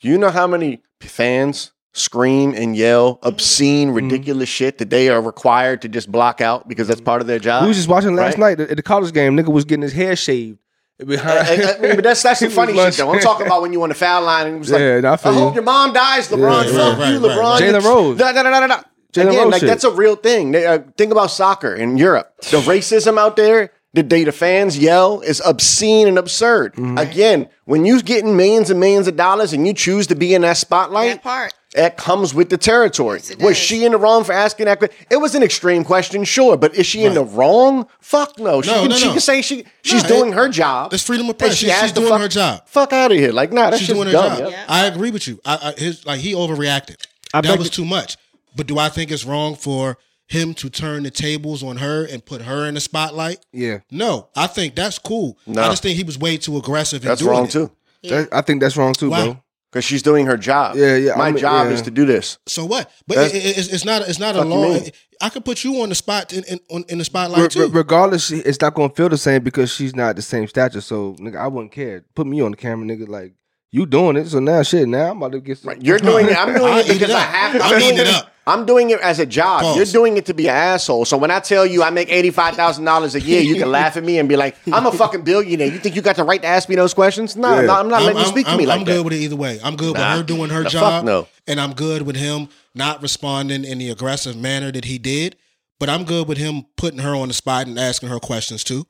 You know how many fans scream and yell Mm-hmm. obscene, ridiculous shit that they are required to just block out because Mm-hmm. that's part of their job. we was just watching last right? night at the college game. Nigga was getting his hair shaved I, behind. I- I mean, but that's that's the funny shit Lunch. though. I'm talking about when you on the foul line and it was like, Yeah, nah, I I, feel hope you. your mom dies, LeBron. Yeah, fuck right, you, right, LeBron. right. Jalen Rose. Da, da, da, da, da, da. Jalen Again, Rose like shit. that's a real thing. They, uh, think about soccer in Europe. The racism out there, the day the fans yell is obscene and absurd. Mm-hmm. Again, when you getting millions and millions of dollars and you choose to be in that That spotlight, part. that comes with the territory. Yes, it was does. she in the wrong for asking that question? It was an extreme question, sure, but is she in the wrong? Fuck no. She, No, can, no, she no. can say she she's it- doing her job. That's freedom of And press. She- asked she's the doing fuck- her job. Fuck out of here. Like, nah, that's She's just doing her dumb. job. yeah. I agree with you. I, I his, like he overreacted. I that beg was to- too much. But do I think it's wrong for him to turn the tables on her and put her in the spotlight? yeah, No, I think that's cool. No. I just think he was way too aggressive. In That's doing wrong it. too. Yeah. That- I think that's wrong too, Why? bro. Because she's doing her job. Yeah, yeah, My I mean, job yeah. is to do this. So what? But That's- it, it, it's- it's not. It's not a Fuck you law. mean. I could put you on the spot in, in, on- in the Re- spotlight re- too. regardless, she- it's not gonna feel the same because she's not the same stature. So, nigga, I wouldn't care. Put me on the camera, nigga. Like you doing it, so now shit. Now I'm about to get some. Right. You're doing it. I'm doing I'll it eat it because I up. have to. I'll I'm doing eat it it. up. I'm doing it as a job. Pause. You're doing it to be an asshole. So when I tell you I make eighty five thousand dollars a year, you can laugh at me and be like, "I'm a fucking billionaire." You think you got the right to ask me those questions? No, Yeah. no I'm not letting you speak to I'm, me like I'm that. good with it either way. I'm good Nah. with her doing her The fuck job. no. And I'm good with him not responding in the aggressive manner that he did. But I'm good with him putting her on the spot and asking her questions too.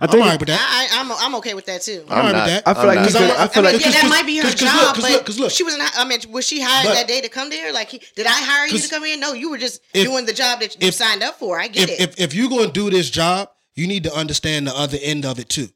I I'm think all right with that. I, I, I'm, I'm okay with that too. I'm all right not. with I that. feel like I'm he's. not- Gonna, I feel I mean, like yeah, that Cause- might be her 'cause- 'cause job, look, 'cause but look, 'cause look. she was not. I mean, was she hired But- that day to come there? Like, he, did I hire you to 'Cause- come here? No, you were just If- doing the job that you if- signed up for. I get If, it. if if you're gonna do this job, you need to understand the other end of it too.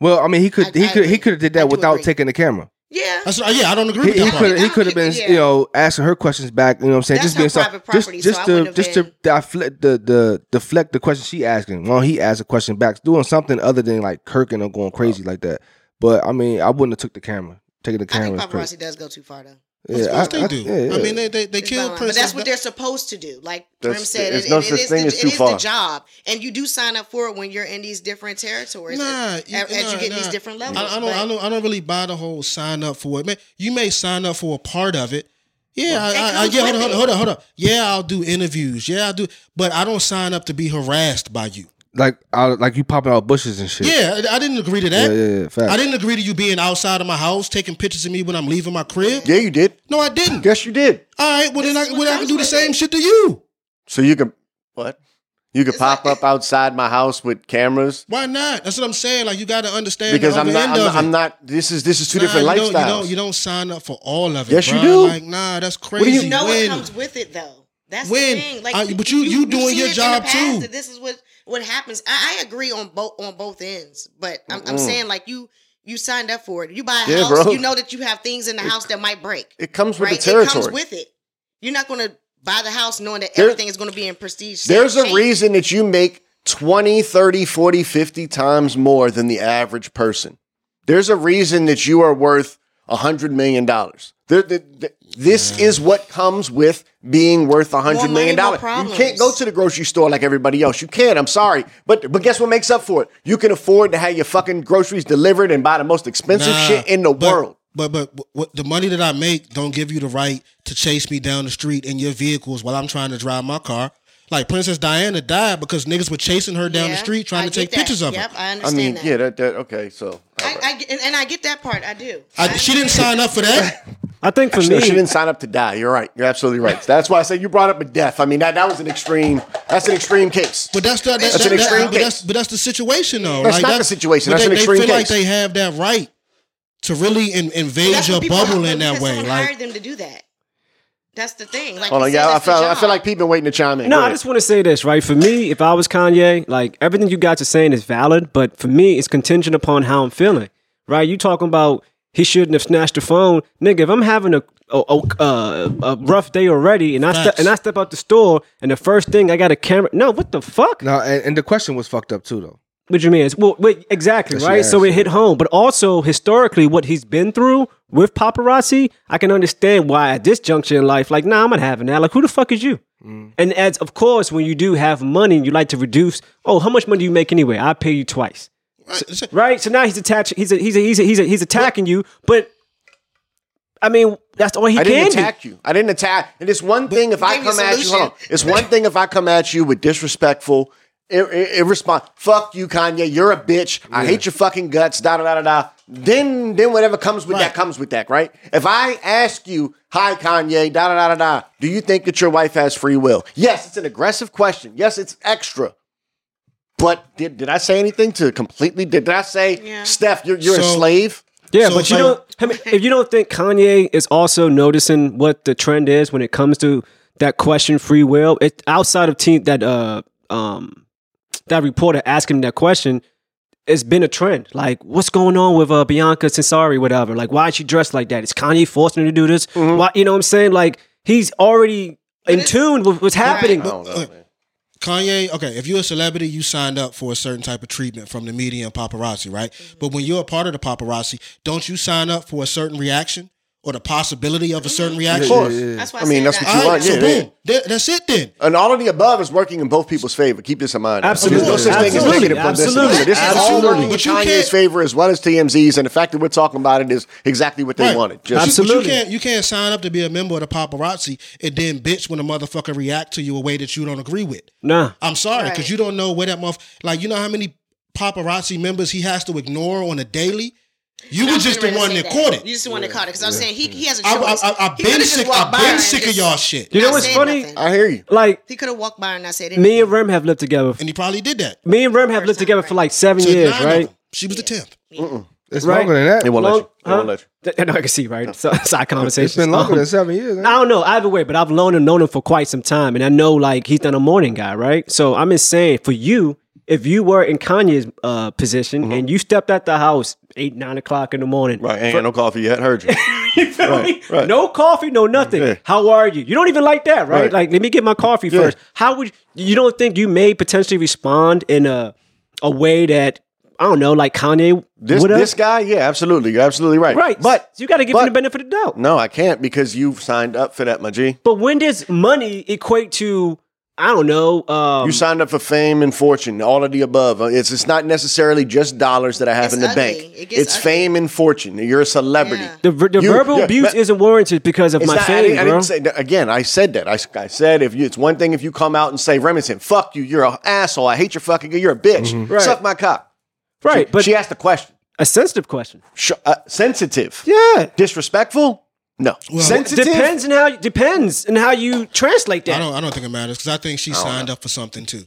well, I mean, he could. I- He I could. He agree. could have did I that do without agree. taking the camera. yeah, That's yeah. I don't agree He, with he that part. could. He I could have don't been. think- You know, asking her questions back. You know what I'm saying? That's just being her so- private property, Just, just so I to wouldn't just have to deflect the the deflect the question she asking. Well, he asked a question back, doing something other than like kirking or going crazy like that. But I mean, I wouldn't have took the camera. Taking the Oh. I camera think is crazy. paparazzi does go too far though. Of Yeah, course I- they I- do. yeah, yeah. I mean, they they, they It's kill not lying, but Princess. that's what they're supposed to do. Like Grim That's- said, it's it, no it, such is, thing the, as too it is far. the job, and you do sign up for it when you're in these different territories. Nah, as, you- as nah, you get nah. these different levels. I, I don't. but- I don't. I don't really buy the whole sign up for it. Man, you may sign up for a part of it. Yeah, I, That I, I comes yeah. Hold on, with hold on, it. hold on, hold on. Yeah, I'll do interviews. Yeah, I'll do. But I don't sign up to be harassed by you. Like, I, like you popping out bushes and shit. Yeah, I, I didn't agree to yeah, that. yeah. yeah fact. I didn't agree to you being outside of my house taking pictures of me when I'm leaving my crib. Yeah, you did. No, I didn't. Yes, you did. All right, well then, I, is what well, I can comes do the with same it. shit to you. So you could what? You could It's pop like- up outside my house with cameras Why not? That's what I'm saying. Like you got to understand because the I'm other not. end of I'm, I'm it. not. This is this is two Nah, different you lifestyles. Don't, you don't. You don't sign up for all of it. Yes, you bruh. do. Like nah, that's do crazy. you you know when? what comes with it though. That's When? the thing. Like, I- but you- you doing see your it in job, the past too. that This is what what happens. I, I agree on both on both ends, but I'm, I'm Mm-mm. saying like you you signed up for it. You buy a Yeah, house, bro. you know that you have things in the house that might break. It comes with right, the territory. it comes with it. You're not going to buy the house knowing that There- everything is going to be in prestige. There's a shape. reason that you make 20, 30, 40, 50 times more than the average person. There's a reason that you are worth $100 million. There- there- there- this is what comes with being worth $100 million. More money, more dollars. you problems. can't go to the grocery store like everybody else. You can't. I'm sorry. But, but guess what makes up for it? You can afford to have your fucking groceries delivered and buy the most expensive Nah, shit in the but- world. But but what- what, the money that I make don't give you the right to chase me down the street in your vehicles while I'm trying to drive my car. Like Princess Diana died because niggas were chasing her down the Yeah, street trying I to get take that. pictures of Yep, her. I I understand mean, that. yeah, that, that, okay, so. I, I get- and, and I get that part. I do. I, she didn't sign up for that. I think for No, me, she didn't sign up to die. You're right. You're absolutely right. That's why I said you brought up a death. I mean, that, that was an extreme. That's an extreme case. But that's the, that, That's that- an that- extreme but that's case. but that's the situation though. That's Like, not that- the situation. but That's they, an extreme they feel like case. they have that right to really in, invade That's your what people- bubble in because that way. Someone Like hired them to do that. That's the thing. Like, Hold you on, said, yeah, I that's the feel, I feel job. like people been waiting to chime in. no, Go I ahead. just want to say this, right? For me, if I was Kanye, like everything you guys are saying is valid, but for me, it's contingent upon how I'm feeling, right? You talking about he shouldn't have snatched the phone, nigga. If I'm having a a, a, uh, a rough day already, and I step Facts. and I step out the store, and the first thing I got a camera. No, what the fuck? No, and, and the question was fucked up too, though. What you mean? It's- Well, wait, exactly, That's your right? So ass. it hit home, but also historically, what he's been through with paparazzi, I can understand why at this juncture in life, like, nah, I'm not having that. Like, who the fuck is you? Mm. And as of course, when you do have money, you like to reduce. Oh, how much money do you make anyway? I pay you twice, right? So now he's attaching. He's a, he's a, he's a, he's, a, he's attacking you, but I mean, that's all he I can didn't attack you. I didn't attack. And it's one thing if I Give me a come at you. Hold solution. on. It's one thing if I come at you with disrespectful, ir- ir- irresponsible. Fuck you, Kanye. You're a bitch. I hate your fucking guts. Da da da da da. Then then whatever comes with that comes with that, right? If I ask you, hi Kanye, da da da da da. Do you think that your wife has free will? Yes, it's an aggressive question. Yes, it's extra. But did, did I say anything to completely? Did I say, Yeah. Steph, you're, you're a So- slave? do. Yeah, So but it's you like- don't. I mean, if you don't think Kanye is also noticing what the trend is when it comes to that question, free will, it outside of team that uh um that reporter asked him that question. It's been a trend. Like, what's going on with uh, Bianca Cesari, whatever? Like, why is she dressed like that? Is Kanye forcing her to do this? Mm-hmm. Why, you know what I'm saying? Like, he's already in it's- tune with what's happening. I don't know, man. Kanye, okay, if you're a celebrity, you signed up for a certain type of treatment from the media and paparazzi, right? Mm-hmm. But when you're a part of the paparazzi, don't you sign up for a certain reaction or the possibility of a certain reaction? course. That's why I mean, said that's that. what you All right, want, so yeah, yeah. boom, That- that's it then. And all of the above is working in both people's favor. Keep this in mind. Absolutely. There's no such thing as Absolutely. negative publicity. Absolutely. This is all Absolutely. working in But you Kanye's can't- favor as well as TMZ's, and the fact that we're talking about it is exactly what they Right. wanted. But you- Just but Absolutely. You, can't you can't sign up to be a member of the paparazzi and then bitch when a motherfucker react to you a way that you don't agree with. Nah. I'm sorry, because Right. you don't know where that motherfucker. Like you know how many paparazzi members he has to ignore on a daily. You I were was just the getting one ready that to say caught that. it. You just the one that caught it because I was saying he, he has a I, choice. I, I, I've He been could've just sick. walked I've by been and sick of just y'all shit, You know not what's said funny? nothing. I hear you. Like, He could have walked by and not said anything. me and Rem have lived together. and he probably did that. Me and Rem have lived First time, together for right. like seven So years, nine of right? them. She was the tenth. It's Right. longer than that. They won't let you. They Huh? won't let you. Th- No, I can see, right? So, side conversation. it's been longer than seven years. I don't know either way, but I've known him, known him for quite some time, and I know like he's not a morning guy, right? So I'm just saying for you, if you were in Kanye's uh, position and you stepped out the house eight nine o'clock in the morning, Mm-hmm. Right. Ain't got no coffee yet. Heard you. You feel me? right. No coffee, no nothing. Yeah. How are you? You don't even like that, right? Right. Like, let me get my coffee Yeah. first. How would you don't think you may potentially respond in a a way that I don't know, like Kanye This would have. this guy, yeah, absolutely. You're absolutely right. right. But you got to give but- him the benefit of the doubt. no, I can't because you've signed up for that, my G. But when does money equate to I don't know? Um, You signed up for fame and fortune, all of the above. Uh, It's it's not necessarily just dollars that I have It's in the ugly. bank. It gets it's ugly. fame and fortune. You're a celebrity. Yeah. the ver- the you- verbal yeah, abuse but- isn't warranted because of It's my not- I fame, didn't- I bro. didn't say that. Again, I said that. I, s- I said if you, it's one thing if you come out and say Remington, fuck you, you're an asshole. I hate your fucking. You're a bitch. Right. Suck my cock. right, but she asked a question. a sensitive question. Sh- uh, sensitive. Yeah, Disrespectful. No. Well- sensitive. depends on how depends on how you translate I that. don't. I don't think it matters because I think she signed up for something too.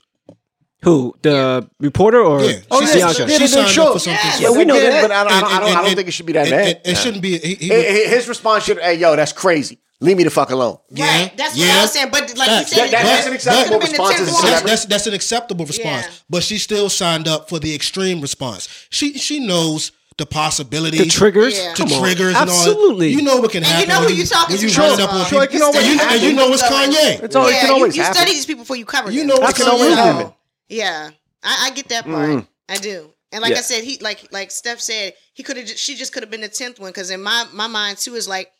Who the reporter or Yeah. oh, She yeah, signed- Bianca? she signed up for something. Yeah, we know that, but I don't, And- I don't, and- I don't and- think it should be that it- bad. It, it shouldn't be. He, he, Hey, hey, His response should, hey, yo, that's crazy. Leave me the fuck alone. Yeah, Right. That's yeah. what I was saying. But like Facts. you said, That- that's it- an it acceptable could've been the tenth response as a one. that's, celebrity. that's that's an acceptable response, Yeah. but she still signed up for the extreme response. She she knows the possibility. the triggers. Yeah. to Come on. triggers Absolutely. and all that. You know what can And you happen. know who when you talking when you to, run Troy. up on Troy, people. it can always and, you, and you happen. know it's Kanye. It's always, yeah, it can always you, you happen. study these people before you cover them. You know So, it can always happen. Oh. Yeah, I, I get that part. I do. And like Yeah. I said, he like like Steph said, he could have. She just could have been the tenth one. Because in my my mind too is like,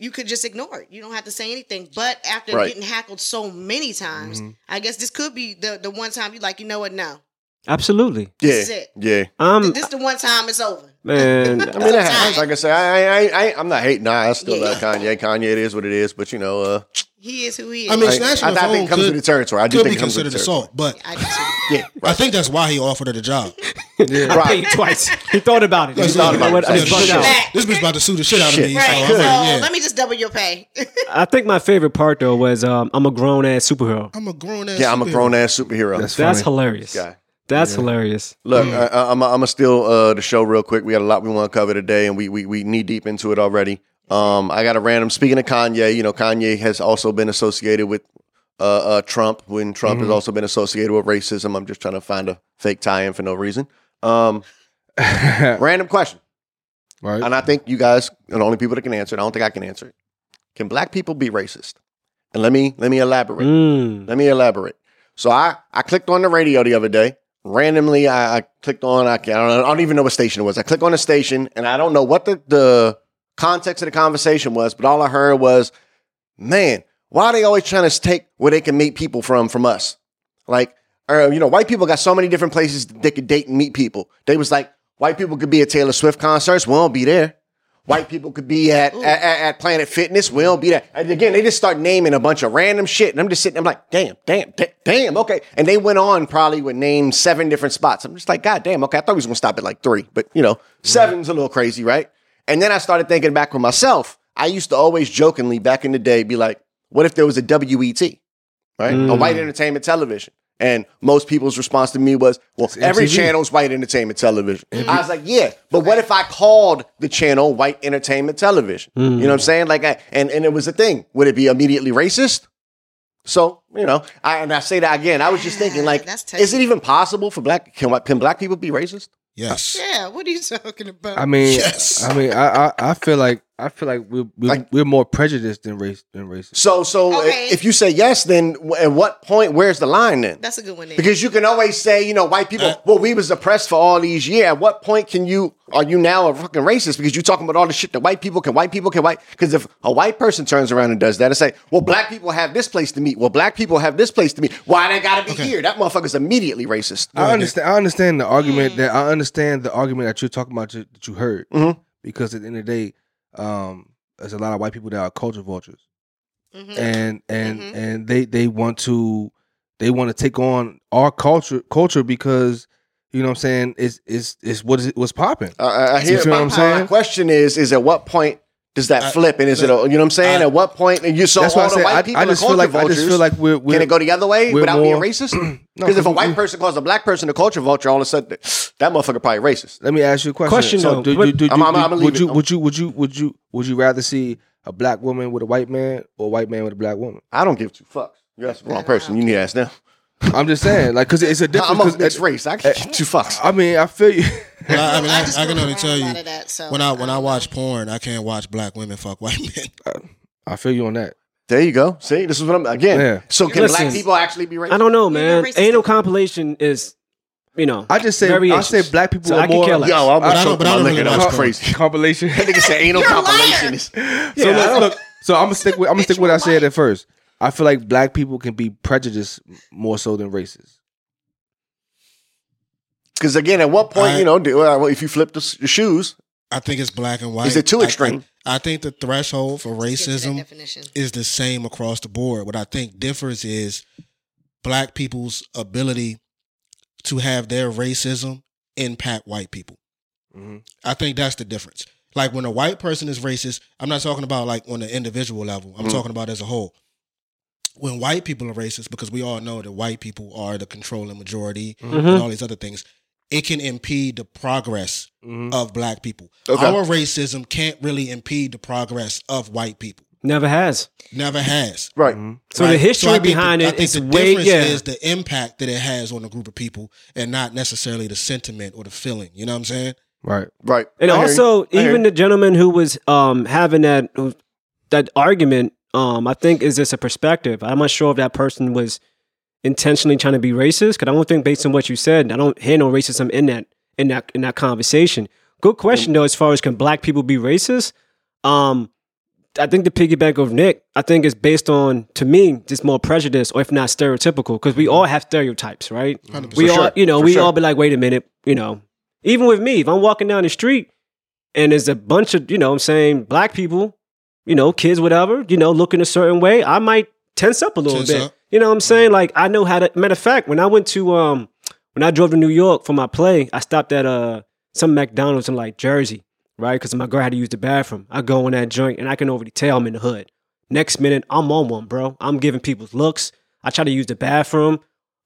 you could just ignore it. You don't have to say anything. But after Right. getting hackled so many times, I guess this could be the the one time you like, you know what? No, Absolutely. This is Yeah, it. yeah. Um, this is the one time it's over. man, I mean, that Sometimes. happens. Like I say, I, I, I, I'm not hating. Nah, I still Yeah. love Kanye. Kanye, it is what it is. But you know, uh, He is who he is. I mean, I, snatching I- the I think phone it comes could, with the territory. I do could think be it comes with the considered territory. assault, but I do too. Yeah, I think that's why he offered her the job. I paid twice. He thought about it. He That's thought what- about it. yeah, I That's bugged shit. out. out. This bitch about to sue the shit out of Shit. me. so Right. I'm So like, yeah. let me just double your pay. I think my favorite part though was um, I'm a grown ass superhero. I'm a grown ass. yeah. I'm a superhero. grown ass superhero. That's That's funny. hilarious. Guy. That's hilarious. Look, I, I, I'm gonna steal uh, the show real quick. We got a lot we want to cover today, and we we we knee deep into it already. Um, I got a random. Speaking of Kanye, you know, Kanye has also been associated with uh, uh Trump. When Trump has also been associated with racism, I'm just trying to find a fake tie-in for no reason. Um, random question, right. and I think you guys are the only people that can answer it. I don't think I can answer it. Can black people be racist? And let me let me elaborate. Mm. Let me elaborate. So I, I clicked on the radio the other day. Randomly, I, I clicked on, I, can't, I, don't, I don't even know what station it was. I clicked on a station and I don't know what the, the context of the conversation was, but all I heard was, man, why are they always trying to take where they can meet people from from us? Like, or, you know, white people got so many different places they could date and meet people. They was like, white people could be at Taylor Swift concerts, we won't be there. White people could be at, at, at- at Planet Fitness, we don't be there. And again, they just start naming a bunch of random shit. And I'm just sitting, I'm like, damn, damn, da- damn, okay. And they went on probably would name seven different spots. I'm just like, God damn, okay. I thought we was gonna stop at like three, but you know, seven's a little crazy, right? And then I started thinking back with myself. I used to always jokingly back in the day be like, what if there was a E WET? right? A white entertainment television. And most people's response to me was, well, every MTV. channel's white entertainment television. I was like, yeah, but what if I called the channel white entertainment television? You know what I'm saying? Like, I, and, and it was a thing. Would it be immediately racist? So, you know, I, and I say that again. I was just thinking, like, Ah, That's tough. is it even possible for black, can, white- can black people be racist? Yes. yeah, what are you talking about? I mean, Yes. I mean, I, I, I feel like I feel like we're we're, Like- we're more prejudiced than race than racist. So, so Okay. if you say yes, then w- at what point, where's the line then? That's a good one. Then. Because you can always say, you know, white people, Uh, well, we was oppressed for all these years. At what point can you are you now a fucking racist? Because you're talking about all the shit that white people can white people can white because if a white person turns around and does that and say, Well, black people have this place to meet, well, black people have this place to meet, why they gotta be here? That motherfucker's immediately racist. I understand. I understand the argument that I understand the argument that you're talking about ju- that you heard Mhm. because at the end of the day, um, there's a lot of white people that are culture vultures Mhm. and and Mhm. and they they want to they want to take on our culture culture because you know what I'm saying it's it's it's what is what's popping. I- I, Uh, I You hear feel what my- I'm my saying? question is, is at what point does that I- flip? And is it a, you know what I'm saying? I- at what point and you so That's all why I the said white I, people I just are feel like culture I just feel vultures? like we're, we're Can it go the other way we're without more- being racist? No, Because if a we- white we- person calls a black person a culture vulture, all of a sudden that motherfucker probably racist. Let me ask you a question. Question, so though. do, What- do, do, do, I'm- I'm- I'm gonna would leave you it. would you would you would you would you rather see a black woman with a white man or a white man with a black woman? I don't give two fucks. You're asking the wrong person. You need to ask them. I'm just saying, like, because it's a different. I'm of 'cause uh, mixed at- race. I can give two fucks. I mean, I feel you. Well, I, I mean, I, just I, can grew up only around tell a you lot of that, so when I when I don't watch porn, I can't watch black women fuck white men. I feel you on that. There you go. See, this is what I'm again. Yeah. So can Listen, black people actually be racist? I don't know, You're man. racist. Anal compilation is you know, I just said I variations. said black people So are I can more care less. Yo, I'm I gonna don't- choke but I my don't liquor. really That watch was crazy. compilation. That nigga said anal You're a liar. compilation is so I look, don't- look, so I'm gonna stick with I'm gonna stick with what I said at first. I feel like black people can be prejudiced more so than racist. because again, at what point I- you know, do, uh, if you flip the, s- the shoes, I think it's black and white. Is it too I- I- extreme? I, think the threshold for Let's get to that racism definition. is the same across the board. What I think differs is black people's ability to have their racism impact white people. Mhm. I think that's the difference. Like when a white person is racist, I'm not talking about like on the individual level. I'm Mhm. talking about as a whole. When white people are racist, because we all know that white people are the controlling majority and Mhm. all these other things, it can impede the progress Mhm. of black people. Okay. Our racism can't really impede the progress of white people. never has. Never has. right? So right? the history I think behind the, I it think is the way difference yeah. is the impact that it has on a group of people, and not necessarily the sentiment or the feeling. You know what I'm saying? Right. Right. And I hear also, you. I hear even you. the gentleman who was um, having that who- that argument, um, I think is just a perspective. I'm not sure if that person was intentionally trying to be racist, because I don't think, based on what you said, I don't hear no racism in that in that in that conversation. Good question though, as far as can black people be racist? Um, I think the piggyback of Nick, I think is based on to me just more prejudice, or if not stereotypical, because we all have stereotypes, right? 100%. we For all sure. you know For we sure. all be like wait a minute you know even with me if i'm walking down the street and there's a bunch of you know what i'm saying black people you know kids whatever you know looking a certain way i might tense up a little Tense bit up. Mm-hmm. you know what i'm saying like i know how to matter of fact when i went to um when i drove to new york for my play i stopped at uh some mcdonald's in like jersey right because my girl had to use the bathroom i go in that joint and i can already tell i'm in the hood next minute i'm on one bro i'm giving people looks i try to use the bathroom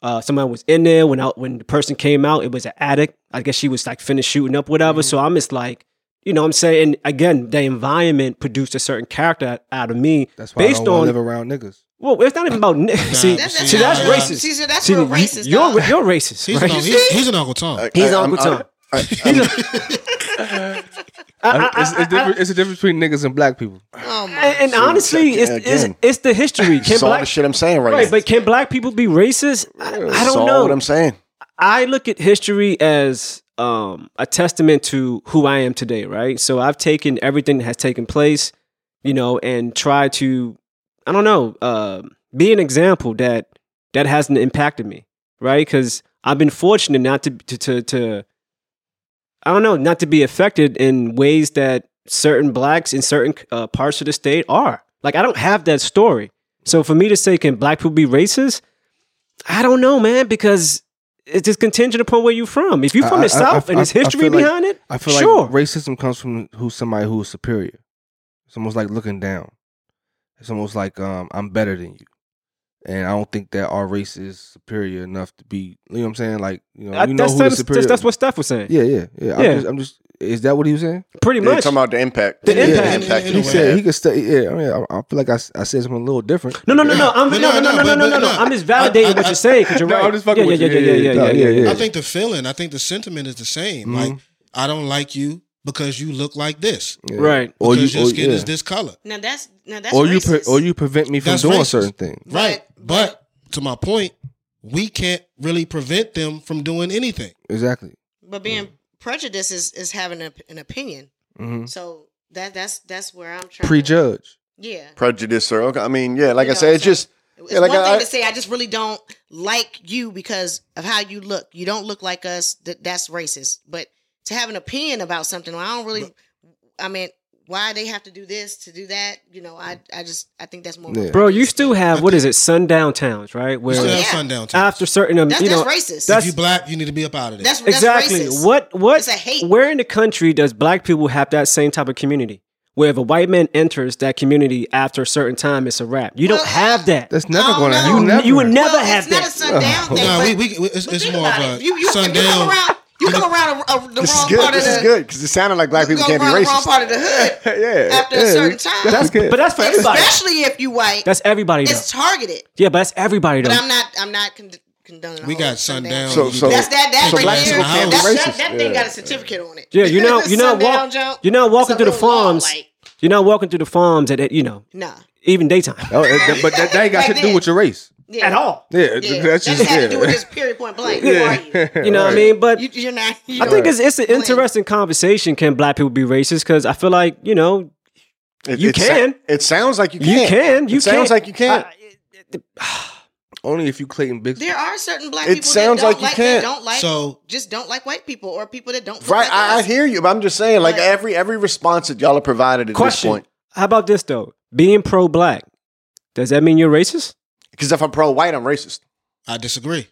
uh, someone was in there when I, when the person came out. It was an addict. I guess she was like finished shooting up, whatever. So I'm just like, you know, what I'm saying. And again, the environment produced a certain character out of me That's why I based don't wanna on. live around niggas. well, it's not even about ni- see, That's- see, that's nah, nah. racist. See, so that's See, real you- racist. You're dog. you're racist. He's, right? an, he's, he's an Uncle Tom. He's I- Uncle I'm- Tom. I- I- I- I- it's, I- it's, different, it's a difference between niggas and black people. Oh my. and, and So, honestly, it's, again, it's it's the history. Can Saw the black shit I'm saying right, right? now. But can black people be racist? I, I don't Saw know. what I'm saying. I look at history as um, a testament to who I am today, right? So I've taken everything that has taken place, you know, and try to, I don't know, uh, be an example that that hasn't impacted me, right? Because I've been fortunate not to, to to to, I don't know, not to be affected in ways that certain blacks in certain uh, parts of the state are. Like I don't have that story, so for me to say, can black people be racist? I don't know, man, because it's just contingent upon where you're from. If you're from I- I- the South I- and there's I- I history feel like- behind it, I feel Sure. like racism comes from who's somebody who is superior. It's almost like looking down. It's almost like um, I'm better than you, and I don't think that our race is superior enough to be. You know what I'm saying? Like you know, I- you know Uh, that's, who is that's, superior. that's, that's what Steph was saying. Yeah, yeah, yeah. I'm, Yeah. just, I'm just. Is that what he was saying? Pretty They're much. talking about the impact. The Yeah, impact. In a He way. said he could stay. Yeah, I mean, I, I feel like I, s- I said something a little different. no, no, no, no. I'm, No, no, no, no, no, no, no, but- no, no, but- I'm just I- validating I- what I- you're saying because you're No, right. I'm just fucking yeah, with yeah, you. Yeah, yeah, yeah, yeah, yeah, yeah, I think the feeling, I think the sentiment is the same. Mm-hmm. Like I don't like you because you look like this, Yeah. Right. Or you, because your or, skin yeah. is this color, Now that's now that's or you, racist. pre- or you prevent me from That's doing racist. certain things. right? But- But to my point, we can't really prevent them from doing anything. Exactly. Mm-hmm. But being Mm-hmm. prejudiced is is having a, an opinion. hmm So that that's that's where I'm trying. Prejudge. To, yeah. Prejudice or okay. I mean, yeah, like You I know, said, it's so- just It's Yeah, like one I- thing I- to say I just really don't like you because of how you look. You don't look like us. That that's racist. But to have an opinion about something, I don't really. I mean, why they have to do this to do that? You know, I I just I think that's more. Yeah. Bro, you still have, what is it, sundown towns, right? You still Where have Yeah. sundown time. after certain, um, That's, you know, that's racist. that's- if you black, you need to be up out of there. that's, that's exactly. racist. What, what, It's a hate. where in the country does black people have that same type of community? Where if a white man enters that community after a certain time, it's a wrap. You Well, don't have that. That's never Oh, going to no. happen. You- never. you would never Well, have it's not that. a sundown thing. no, but, we, we, it's, but it's think more of about a it. You, you, if you come sundown. around. You come around a, a, the this wrong is good. part of This the. is good because it sounded like black people go can't be around the wrong racist. part of the hood, yeah. After a yeah, certain time. That's good. but that's for everybody. especially if you white. That's everybody though. It's targeted. Yeah, but that's everybody though. But I'm not. I'm not con- condoning. a We whole got sundown. sundown. you So- so- need That's to- that. That So right black there. people can't be That's, that, racist. that thing Yeah. got a certificate on it. Yeah, you're not- you're not Sundown walk- jump. you're not walking It's through a the little law, farms. like, You're not walking through the farms at, at you know nah, even daytime. Oh, that- but that, that ain't got shit to do with your race. yeah. at all. Yeah, Yeah. that's just had yeah. to do with just period point blank. Who are you? yeah. You know what I Right. mean? But you you're not. You're I think it's it's an interesting conversation. Can black people be racist? Because I feel like you know It, You it sa- can. it sounds like you you can. can. You it sounds can. like you can. I- Only if you Clayton Bixby. There are certain black It people sounds that like don't you like, they can't. don't like So- just don't like white people or people that don't look right. like I, I us. hear you, but I'm just saying, like But- every every response that y'all are provided at Question. this point. How about this though? Being pro black, does that mean you're racist? Because if I'm pro white, I'm racist. I disagree.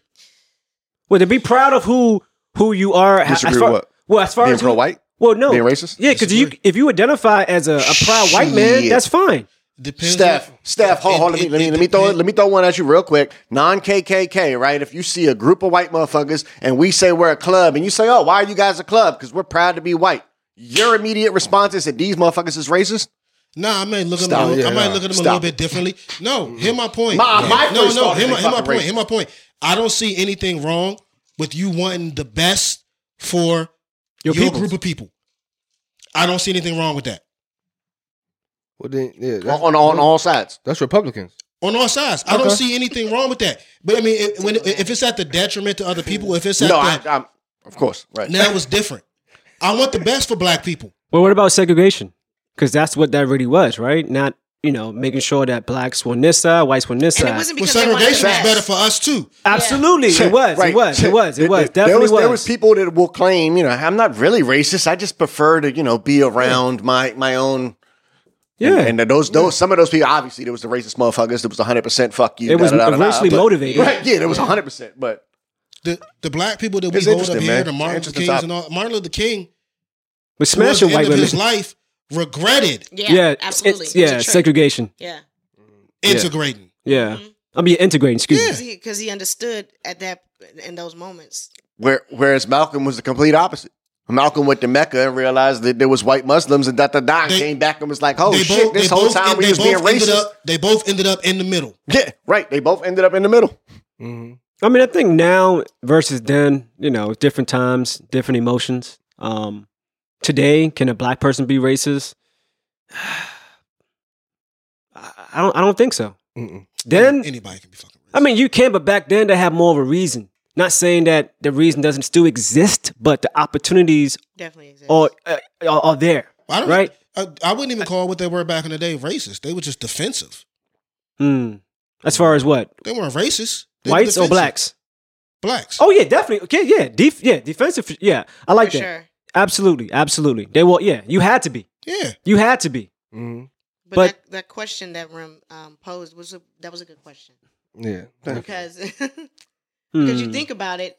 Well, to be proud of who who you are. ha- Disagree as far, with what? Well, as far Being as who- pro white? Well, no, Being racist? Yeah, because you Disagree. if you identify as a, a proud white man, Shit. that's fine. Depends Staff, on- staff, hold, hold, let me, it- let me, it let me throw, depend- let me throw one at you real quick. Non KKK, right? If you see a group of white motherfuckers and we say we're a club, and you say, "Oh, why are you guys a club?" Because we're proud to be white. Your immediate response is that these motherfuckers is racist. Nah, I might look at him. Stop a little- it. I might look at him Stop a little it. Mm-hmm. bit differently. No, hear my point. My- my no, first no, thought hear my, is hear my fucking point. racist. Hear my point. I don't see anything wrong with you wanting the best for your, people. group of people. I don't see anything wrong with that well, then, yeah, that's, on on all sides. that's Republicans. on all sides. I don't see anything wrong with that. But I mean, it, when if it's at the detriment to other people, if it's at No, I, the, I'm, of course, right. now it's different. I want the best for black people. Well, what about segregation? Because that's what that really was, right? Not you know making sure that blacks were on this side, whites were on this And it side. wasn't Well, because they wanted segregation the is best. better for us too. Absolutely, it was, Right. it was, it was, it was, There- definitely there was, was. There was people that will claim, you know, I'm not really racist. I just prefer to, you know, be around my my own. yeah, And, and those those some of those people obviously there was the racist motherfuckers. There was 100 percent fuck you. it was da-da-da-da-da, racially but- motivated. Right? Yeah, there was 100. percent But The the black people that we It's hold up interesting, here, man. the Martin Luther Interesting Kings topic. and all, Martin Luther King, But towards smash the your end white of women. his life, regretted Yeah, absolutely. it's- It was a yeah, trick. segregation. Yeah, integrating. Yeah, Mm-hmm. I mean integrating. Excuse me. because he understood at that in those moments. where, whereas Malcolm was the complete opposite. Malcolm went to Mecca and realized that there was white Muslims and da da da. and They- Came back and was like, "Oh they shit! both, this they whole both, time we they was being both ended racist." Up, they both ended up in the middle. yeah, right. They both ended up in the middle. Mm-hmm. I mean, I think now versus then, you know, different times, different emotions. Um, today, can a black person be racist? I I don't. I don't think so. Mm-mm. Then, anybody can be fucking racist. I mean, you can, but back then they had more of a reason. Not saying that the reason doesn't still exist, but the opportunities Definitely exists. Oh, are uh, are, are there. I don't, right? I, I wouldn't even call what they were back in the day racist. They were just defensive. Hmm. As far as what They weren't racist. They were whites or defensive. blacks? Blacks. Oh yeah, definitely. Okay, yeah, Def- yeah, defensive. Yeah, I like for that. sure. Absolutely, absolutely. They were. Yeah, you had to be. yeah. You had to be. Mm-hmm. But, But- that, that question that Rim um, posed was a, that was a good question Yeah. because because Hmm. you think about it,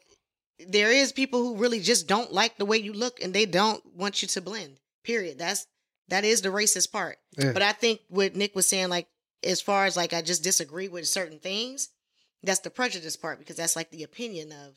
there is people who really just don't like the way you look and they don't want you to blend. Period. That's that is the racist part. Yeah. But I think what Nick was saying, like as far as like I just disagree with certain things, that's the prejudice part because that's like the opinion of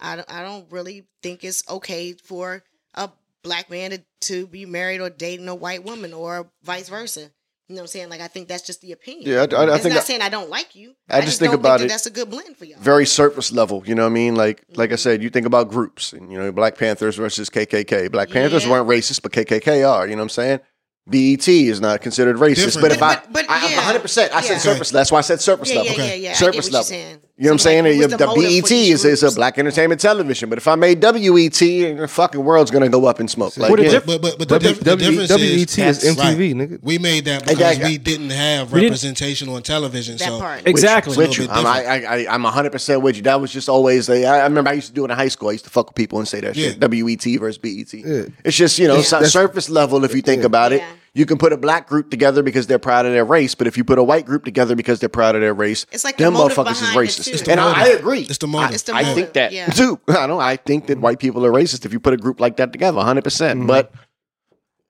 I don't I don't really think it's okay for a black man to, to be married or dating a white woman or vice versa. You know what I'm saying? Like I think that's just the opinion. Yeah, I- I, I it's think not I- saying I don't like you. I just think don't about that it That's a good blend for y'all. very surface level. You know what I mean? Like like I Mm-hmm. said, you think about groups and you know Black Panthers versus KKK. Black Panthers Yeah. weren't racist, but KKK are. You know what I'm saying? BET is not considered racist, Different. but if But- I, but- but I, am yeah. 100, percent I Yeah. said surface. That's why I said surface yeah, yeah, level. yeah, yeah. I get Surface what level. You're saying. You know what I'm So, like, saying? what's the the motive for each BET is, is a group? black entertainment television, but if I made WET, the fucking world's gonna go up in smoke. Like, What a yeah. diff- E But but but the, W- diff- the W- difference is WET is That's MTV, right. nigga. We made that Hey, because that- we didn't have didn't- representation on television. That so part. With you. Exactly. With It's a you. little I'm, bit I, I, I- I'm 100% with you. That was just always, the, I I remember I used to do it in high school. I used to fuck with people and say that Yeah. shit. WET versus BET. Yeah. It's just, you know, Yeah. sur- surface level if you think about it. Yeah. You can put a black group together because they're proud of their race, but if you put a white group together because they're proud of their race, It's like the them motive motherfuckers is behind it, too. It's racist. the And I, I motive. agree. It's the motive. I, It's the I motive, think that yeah. too. I don't. I think that white people are racist if you put a group like that together, 100%. Mm-hmm. percent But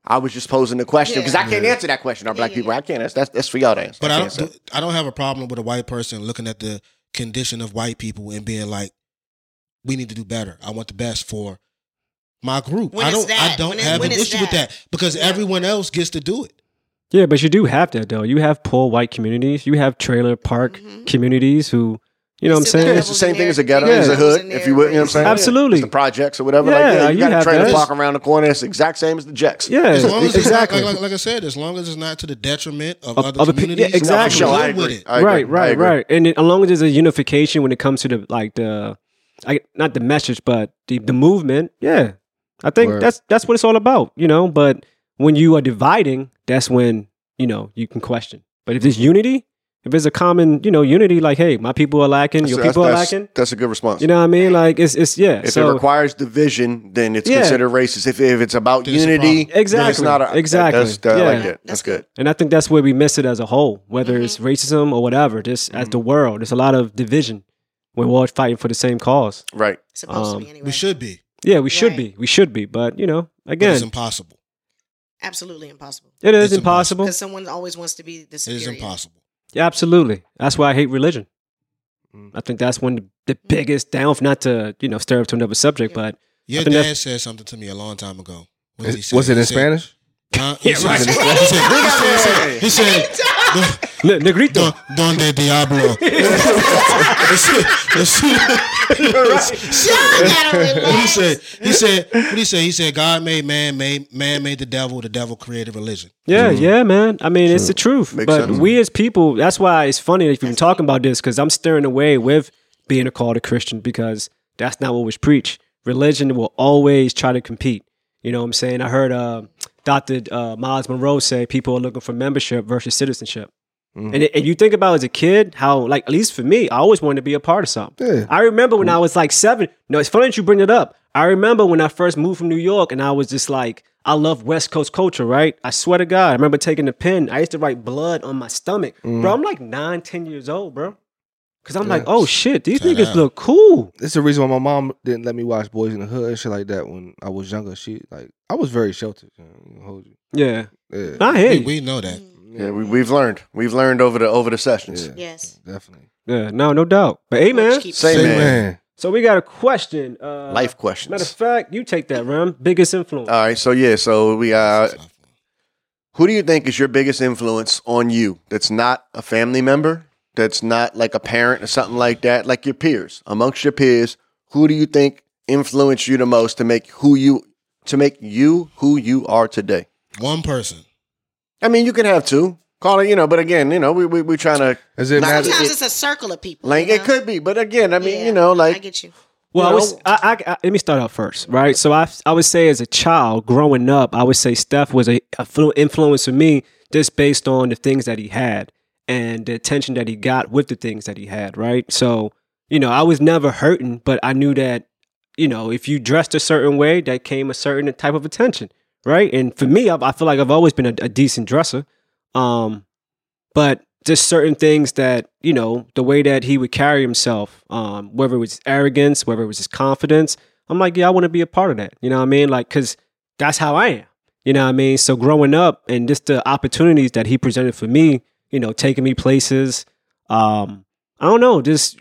I was just posing the question because I can't answer that question. Are black yeah, people? I can't answer. That's, that's for y'all to answer. But I can't don't. answer. do- I don't have a problem with a white person looking at the condition of white people and being like, "We need to do better. I want the best for my group." When I it's don't. I that, don't when it- have when an it's issue with that. that because everyone else gets to do it. Yeah, but you do have that though. You have poor white communities. You have trailer park communities who You know what I'm Mm-hmm. Still got saying? it's the same thing as a ghetto, levels Yeah. as a in there, hood, if you would. You know what I'm saying? Absolutely. It's the projects or whatever. like, Yeah, yeah, you, you got a have trailer that. park around the corner. It's the exact same as the Jets. Yeah, As long as exactly. it's not, like, like, like I said, as long as it's not to the detriment of Of other, other pe- yeah, communities, I'm No, for exactly. sure. good I agree. with it. I agree. right, I right, agree. right. And it, as long as there's a unification when it comes to the like the, I, not the message, but the the movement. Yeah, I think Word. that's that's what it's all about, you know. But when you are dividing, that's when you know you can question. But if there's unity, if there's a common, you know, unity, like hey, my people are lacking, That's- your that's- people are that's- lacking. That's a good response. You know what I mean? Like it's it's yeah. If so it requires division, then it's Yeah. considered racist. If, if it's about There's a unity, problem. then it's Exactly. not a, Exactly. That, that's, that, I Yeah. like that. That's That's good. and I think that's where we miss it as a whole, whether it's racism or whatever. Just as Mm-hmm. the world, there's a lot of division when we're all fighting for the same cause. Right. It's supposed to Um, be anyway. We should be. Yeah, we should Right. be. We should be. But you know, But it's again, impossible. Absolutely impossible. it is it's impossible. impossible. Because someone always wants to be It the is superior. impossible. Yeah, absolutely. That's why I hate religion. Mm. I think that's one of the Mm. biggest down. Not to you know stir up to another subject, but Your think dad that's- said something to me a long time ago. What did he Is- say? Was it He in said- Spanish? Huh? He Yeah, said- right. he said- he said- He said, "Don- Ne- negrito. don- Donde Diablo. Y'all gotta What he relax. said, he said, what he said, he said, God made man, made man made the devil, the devil created religion. Yeah, yeah, man. I mean, it's the truth. Makes but sense. we as people, that's why it's funny that you've been talking about this because I'm staring away with being a called a Christian because that's not what was preached. Religion will always try to compete. You know what I'm saying? I heard uh, Dr. Uh, Miles Monroe say people are looking for membership versus citizenship. And, it- and you think about as a kid how, like, at least for me, I always wanted to be a part of something. Yeah. I remember when I was like seven. No, it's funny that you bring it up. I remember when I first moved from New York and I was just like, I love West Coast culture, right? I swear to God, I remember taking the pen. I used to write blood on my stomach. Bro, I'm like nine, ten years old, bro. Cause I'm like, oh shit, these Turn niggas out. look cool. That's the reason why my mom didn't let me watch Boys in the Hood and shit like that when I was younger. She like I was very sheltered. You know, I ain't gonna hold you. Yeah. Yeah, I hear We, you. we know that. Yeah, we, we've learned. We've learned over the over the sessions. Yeah. Yes. definitely. Yeah, no, no doubt. But hey, man. Porch keeper. Say, Say, man. man. So we got a question. Uh, Life Matter of questions. fact, you take that, Ram. Biggest influence. All right. So yeah. So we uh, who do you think is your biggest influence on you? That's not a family member. That's not like a parent or something like that. Like your peers, amongst your peers, who do you think influenced you the most to make who you to make you who you are today? One person. I mean, you can have two. Call it, you know, but again, you know, we we we trying to Is it Nah, matter? Sometimes it- it's a circle of people. like you it know? could be, but again, I mean, Yeah, you know, I like get you. Well, I You was, know? I, I, I, let me start out first, right? So I, I would say as a child growing up, I would say Steph was a, a flu- influence for me just based on the things that he had and the attention that he got with the things that he had, right? So, you know, I was never hurting, but I knew that, you know, if you dressed a certain way, that came a certain type of attention, right? And for me, I, I feel like I've always been a, a decent dresser. Um, but just certain things that you know the way that he would carry himself um whether it was arrogance whether it was his confidence i'm like yeah i want to be a part of that you know what i mean like because that's how i am you know what i mean so growing up and just the opportunities that he presented for me you know taking me places um i don't know just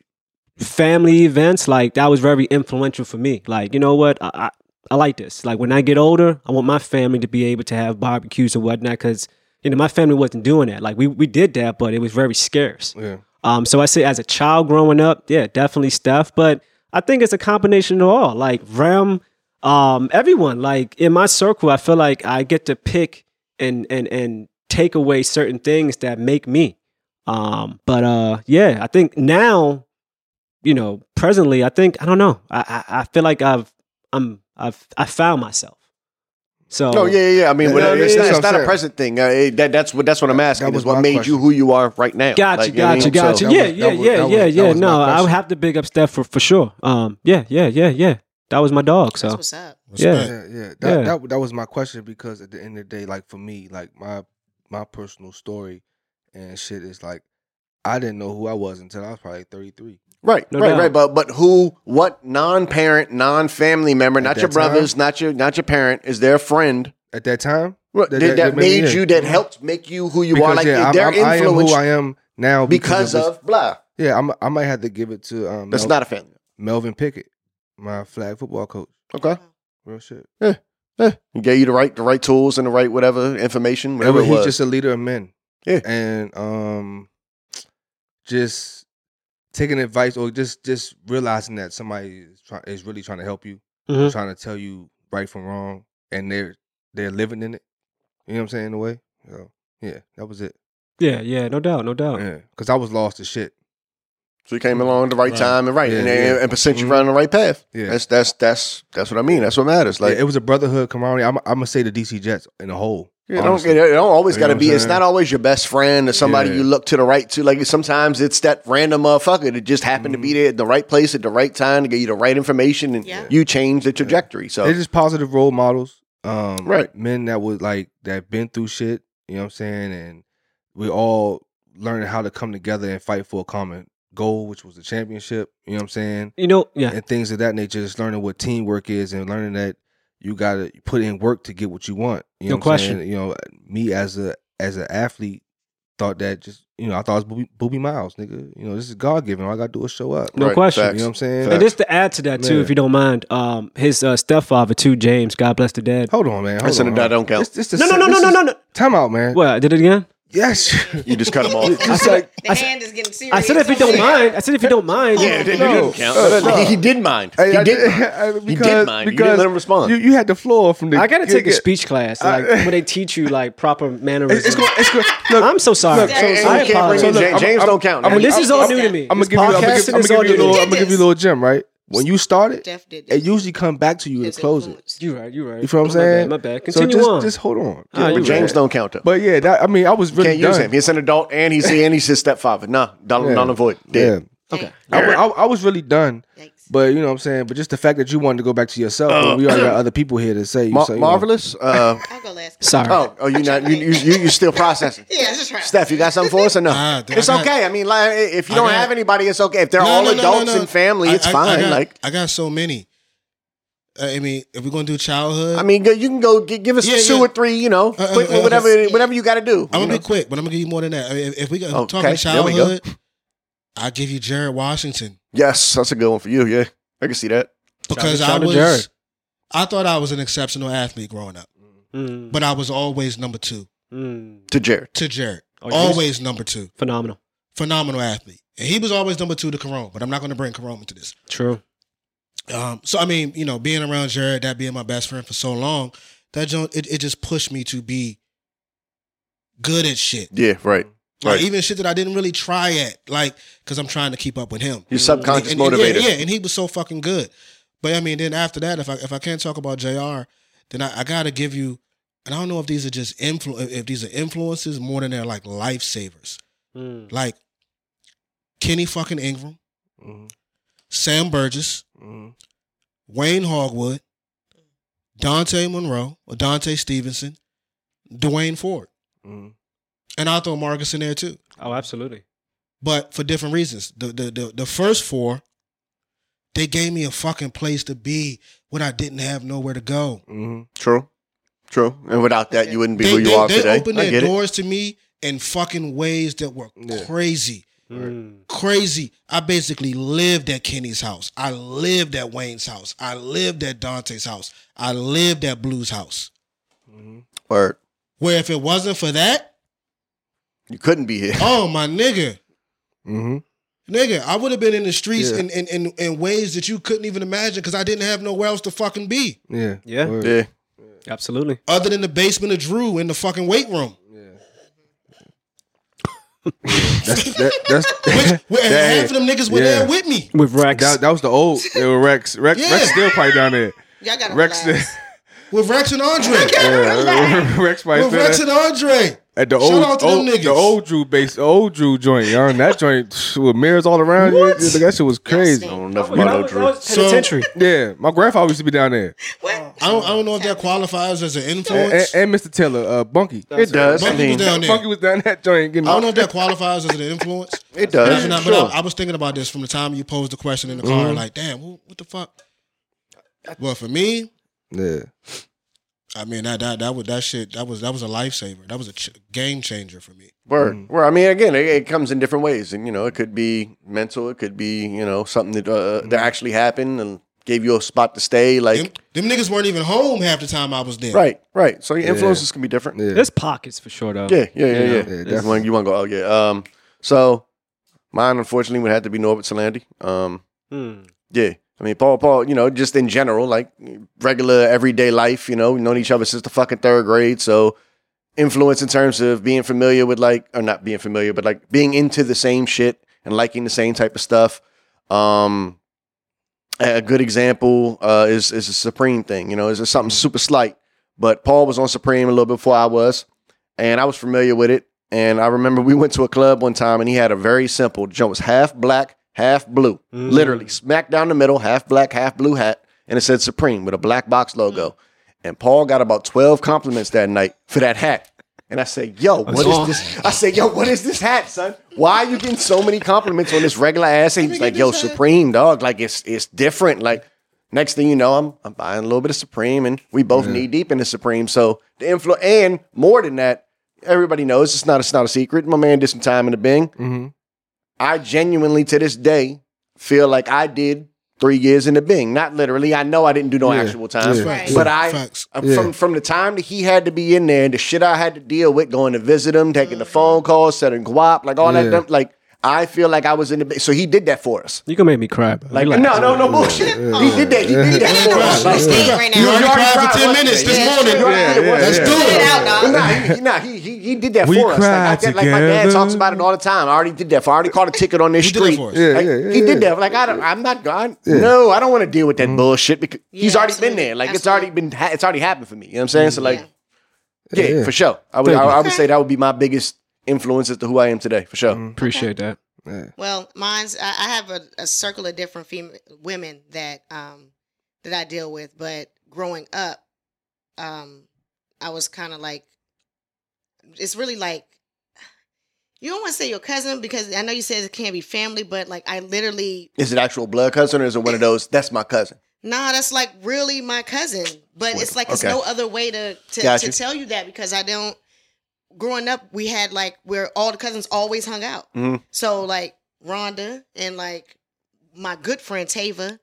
family events like that was very influential for me like you know what i, I I like this. Like when I get older, I want my family to be able to have barbecues or whatnot because you know my family wasn't doing that. Like we we did that, but it was very scarce. Yeah. Um, so I say as a child growing up, yeah, definitely Steph. But I think it's a combination of all, like Rem, um, everyone. Like in my circle, I feel like I get to pick and and and take away certain things that make me. Um, but uh, yeah, I think now, you know, presently, I think I don't know. I I, I feel like I've I'm I've I found myself. So Oh yeah, yeah, yeah. I mean, Yeah, but no, I mean, it's, not, that's what it's I'm not a saying. present thing. Uh, it- that, that's what that's what I'm asking. was is what my made you question. who you are right now? Gotcha, Like, you know what I gotcha, mean? gotcha. So- yeah, That was- yeah, that was- yeah, that yeah, was- that yeah. was my No, I question. would have to big up Steph for, for sure. Um, yeah, yeah, yeah, yeah. That was my dog. That's So what's up. Respect. yeah, yeah. That, Yeah. that that was my question because at the end of the day, like for me, like my my personal story and shit is like I didn't know who I was until I was probably thirty three. Right, No right, doubt. right. But but who? What non-parent, non-family member, not that your brothers, time? not your not your parent, is their friend At that time, that, that, me made you, here. that helped make you who you Because, are. Like yeah, they're I'm, I'm, I am influenced who I am now because this- of blah. yeah. I'm, I might have to give it to um, That's Mel- not a family. Melvin Pickett, my flag football coach. Okay, Real shit. he gave you the right the right tools and the right whatever information, whatever it he's was. just a leader of men. Yeah. And um just taking advice or just just realizing that somebody is trying is really trying to help you, Mm-hmm. Mhm. trying to tell you right from wrong, and they're they're living in it. You know what I'm saying? In a way, so yeah, that was it. Yeah, yeah, no doubt, no doubt. Yeah, because I was lost as shit. So you came along at the right, Right. time and right, Yeah, and, yeah. and since you Mhm. run on the right path, Yeah. that's that's that's that's what I mean. That's what matters. Like Like it was a brotherhood camaraderie. I'm, I'm gonna say the DC Jets in a whole. Yeah, don't, honestly. it it don't always You got to know what be. I'm It's saying? not always your best friend or somebody Yeah. you look to the right to. Like sometimes it's that random motherfucker that just happened to be Mm-hmm. there at the right place at the right time to get you the right information, and Yeah. you change the trajectory. So They're just positive role models. Um, Right. Men that was like that been through shit. You know what I'm saying? And we all learning how to come together and fight for a common goal, which was the championship. You know what I'm saying? You know, yeah, And things of that nature. Just learning what teamwork is and learning that you gotta put in work to get what you want. You No know what I'm question. saying? You know, me as a as an athlete thought that just you know I thought it was Booby, Booby Miles, nigga. You know this is God given. All I gotta do is show up. no Right, question. facts. You know what I'm saying? And just to add to that too, Yeah. if you don't mind, um, his uh, stepfather too, James. God bless the dead. Hold on, man. Hold Listen, on, that hold on. don't count. This- this the No, no, se- no, no, this no, is- no, no. Time out, man. What I did it again? Yes. you just cut them off. I said, The hand is getting serious. I said if you don't over mind. I said if you don't mind. yeah, it didn't- No. it didn't count. Uh, no. He, he did mind. hey, he I did. did- mind. I- because, he did mind. You didn't let him respond. You, you had the floor from the. I gotta you- take a you- speech class, like I- where they teach you like proper mannerisms. It's, it's going. It's going. Look, I'm so sorry. Look, so- Hey, hey, so- I you can't bring in apologize. So look, James- James don't count. I'm, and this I'm, is all I'm- new to me. I'm gonna give you. I'm gonna give, Podcasting I'm is gonna all give you new to a little. me. I'm gonna give you a little gem. Right when you start it, Def did this. it usually come back to you to His close it. influence. You're right. You're right. You feel what My I'm saying? bad, My bad. So Continue just, on. Just hold on. Ah, you But James right. don't count though. But yeah, that, I mean, I was really Can't use done. him. He's an adult and he's and he's his stepfather. No, Donald, Yeah. Donald Void. Yeah. Dead. Okay. I, wa- I, I was really done. Yikes. But you know what I'm saying. But just the fact that you wanted to go back to yourself, when we already got other people here to say, Uh, Ma- so, you know. marvelous. Uh, I'll go last. Sorry. oh, oh, you not you you you you still processing. Yeah, just try. Steph, you got something for us or no? Nah, dude, I it's got- okay. I mean, like, if you I don't got- have anybody, it's okay. If they're No, all no, no, no, adults no. and family, I- it's I- I fine. got- like, I got so many. Uh, I mean, if we're gonna do childhood, I mean, go- you can go gi- give us Yeah, two yeah. or three. You know, uh, quick, uh, whatever, just- whatever you got to do. I'm you gonna know? be quick, but I'm gonna give you more than that. I mean, if, if we go Okay, talking there we go. childhood, I give you Jared Washington Yes, that's a good one for you. Yeah, I can see that. because shout I out to was. Jared. I thought I was an exceptional athlete growing up, Mm, but I was always number two mm. To Jared, to Jared. Oh, you was- always number two. Phenomenal. Phenomenal athlete. And he was always number two to Carone, but I'm not gonna bring Carone into this. True. Um, so I mean, you know, being around Jared, that being my best friend for so long, that joint, it, it just pushed me to be good at shit. yeah, right. Like Right. even shit that I didn't really try at, like, cause I'm trying to keep up with him. Your subconscious And- and- and- motivator. Yeah, yeah, and he was so fucking good. But I mean, then after that, if I if I can't talk about Jr., then I, I gotta give you. And I don't know if these are just influ- if these are influences more than they're like lifesavers. Mm. Like Kenny fucking Ingram, Mhm, Sam Burgess, mhm. Wayne Hogwood, Dante Monroe, or Dante Stevenson, Dwayne Ford, Mhm. and I'll throw Marcus in there too. Oh, absolutely. but for different reasons. The the the, the first four, they gave me a fucking place to be when I didn't have nowhere to go. Mm-hmm. True, true. And without that, you wouldn't be They, who you they, are they today. opened I their get it. doors to me in fucking ways that were Yeah. crazy. Mm. Crazy. I basically lived at Kenny's house. I lived at Wayne's house. I lived at Dante's house. I lived at Blue's house. Word. Where if it wasn't for that, You couldn't be here. oh my nigga. Mm-hmm. Nigga, I would have been in the streets Yeah. in, in, in, in ways that you couldn't even imagine because I didn't have nowhere else to fucking be. Yeah. Yeah. Word. Yeah, Absolutely. other than the basement of Drew in the fucking weight room. That's that, that's Which, where, and Dang. half of them niggas were Yeah. there with me. With Rex. that, that was the old it was Rex. Rex, Yeah. Rex still probably down there. Y'all got to Rex, relax. still, With Rex and Andre. yeah, Rex probably With still Rex there. and Andre. at the Shout old, out to them old niggas. the old Drew base, the old Drew joint. Y'all, and that joint with mirrors all around you. What? That shit was I crazy. Oh. don't know if You know, I know that Drew. was penitentiary. Yeah, my grandfather used to be down there, What? I don't, I don't know if that qualifies as an and, and, influence. and Mr. Taylor, uh, Bunky. It does. I Bunky was mean, down there. Bunky was down that joint. Getting I don't know if that qualifies as an influence. But it does. I- but Sure. Mm-hmm. I, I was thinking about this from the time you posed the question in the car, like, damn, who, what the fuck? Well, for me, Yeah, I mean that that that was that shit. That was that was a lifesaver. That was a ch- game changer for me. Word. Word. I mean, again, it, it comes in different ways, and you know, it could be mental. It could be you know something that uh, that actually happened and gave you a spot to stay. Like, Them, them niggas weren't even home half the time I was there. right, right. So your influences can be different. yeah. There's pockets for sure though. Yeah, yeah, yeah, yeah. Yeah, That's definitely. one you want to go. Oh yeah. Um. So Mine, unfortunately, would have to be Norbert Solandi. Um, Hmm. yeah. I mean, Paul, Paul, you know, just in general, like regular everyday life, you know, we've known each other since the fucking third grade. So, influence in terms of being familiar with like, or not being familiar, but like being into the same shit and liking the same type of stuff. Um, a good example uh, is is the Supreme thing. You know, is something super slight, but Paul was on Supreme a little before I was, and I was familiar with it. And I remember we went to a club one time, and he had a very simple. The joint was half black, half blue, literally smack down the middle, half black, half blue hat, and it said Supreme with a black box logo. And Paul got about twelve compliments that night for that hat. And I said, "Yo, what saw- is this?" I said, "Yo, what is this hat, son? Why are you getting so many compliments on this regular ass?" And he's like, "Yo, Supreme, dog. Like it's it's different. Like next thing you know, I'm I'm buying a little bit of Supreme, and we both knee deep in the Supreme. So the influ and more than that, everybody knows it's not it's not a secret. My man did some time in the Bing. Mhm. I genuinely to this day feel like I did three years in the Bing. Not literally. I know I didn't do no Yeah. actual time, Yeah. Right. but Yeah, I facts. uh, Yeah. from from the time that he had to be in there and the shit I had to deal with, going to visit him, taking the phone calls, setting guap, like all Yeah. that dump, like I feel like I was in the Bing. So he did that for us. You can make me cry. Bro. Like, Relax. no, no, no bullshit. He did that. He did that for us. Yeah. Like, Yeah. Stay right now. You already You already cried for cried 10 once. minutes this Yeah, morning. yeah, yeah, Let's yeah. do Let it it. out, dog. Nah, he, nah, he, he, he did that We for us. Like, I cried did, like my dad together. talks about it all the time. I already did that for. I already caught a ticket on this He did that street. for us. Yeah, Like, yeah, yeah, he yeah. did that. Like I don't, I'm not. I, No, I don't want to deal with that bullshit because he's Yeah, already been absolutely. there. Like Absolutely. it's already been. ha- It's already happened for me. You know what I'm saying? So like, yeah, Yeah. for sure. I would. Thank I, you. I would say that would be my biggest influence as to who I am today. For sure. Mm. Mm-hmm. Appreciate that. Well, mine's I, I have a, a circle of different fem- women that um that I deal with, but growing up, um, I was kind of like, it's really like, you don't want to say your cousin because I know you said it can't be family, but like I literally, Is it actual blood cousin or is it one of those? That's my cousin. nah, that's like really my cousin, but it's like it's Okay. no other way to to, Got to you. tell you that because I don't. Growing up, we had like where all the cousins always hung out. Mhm. So like Rhonda and like my good friend Tava,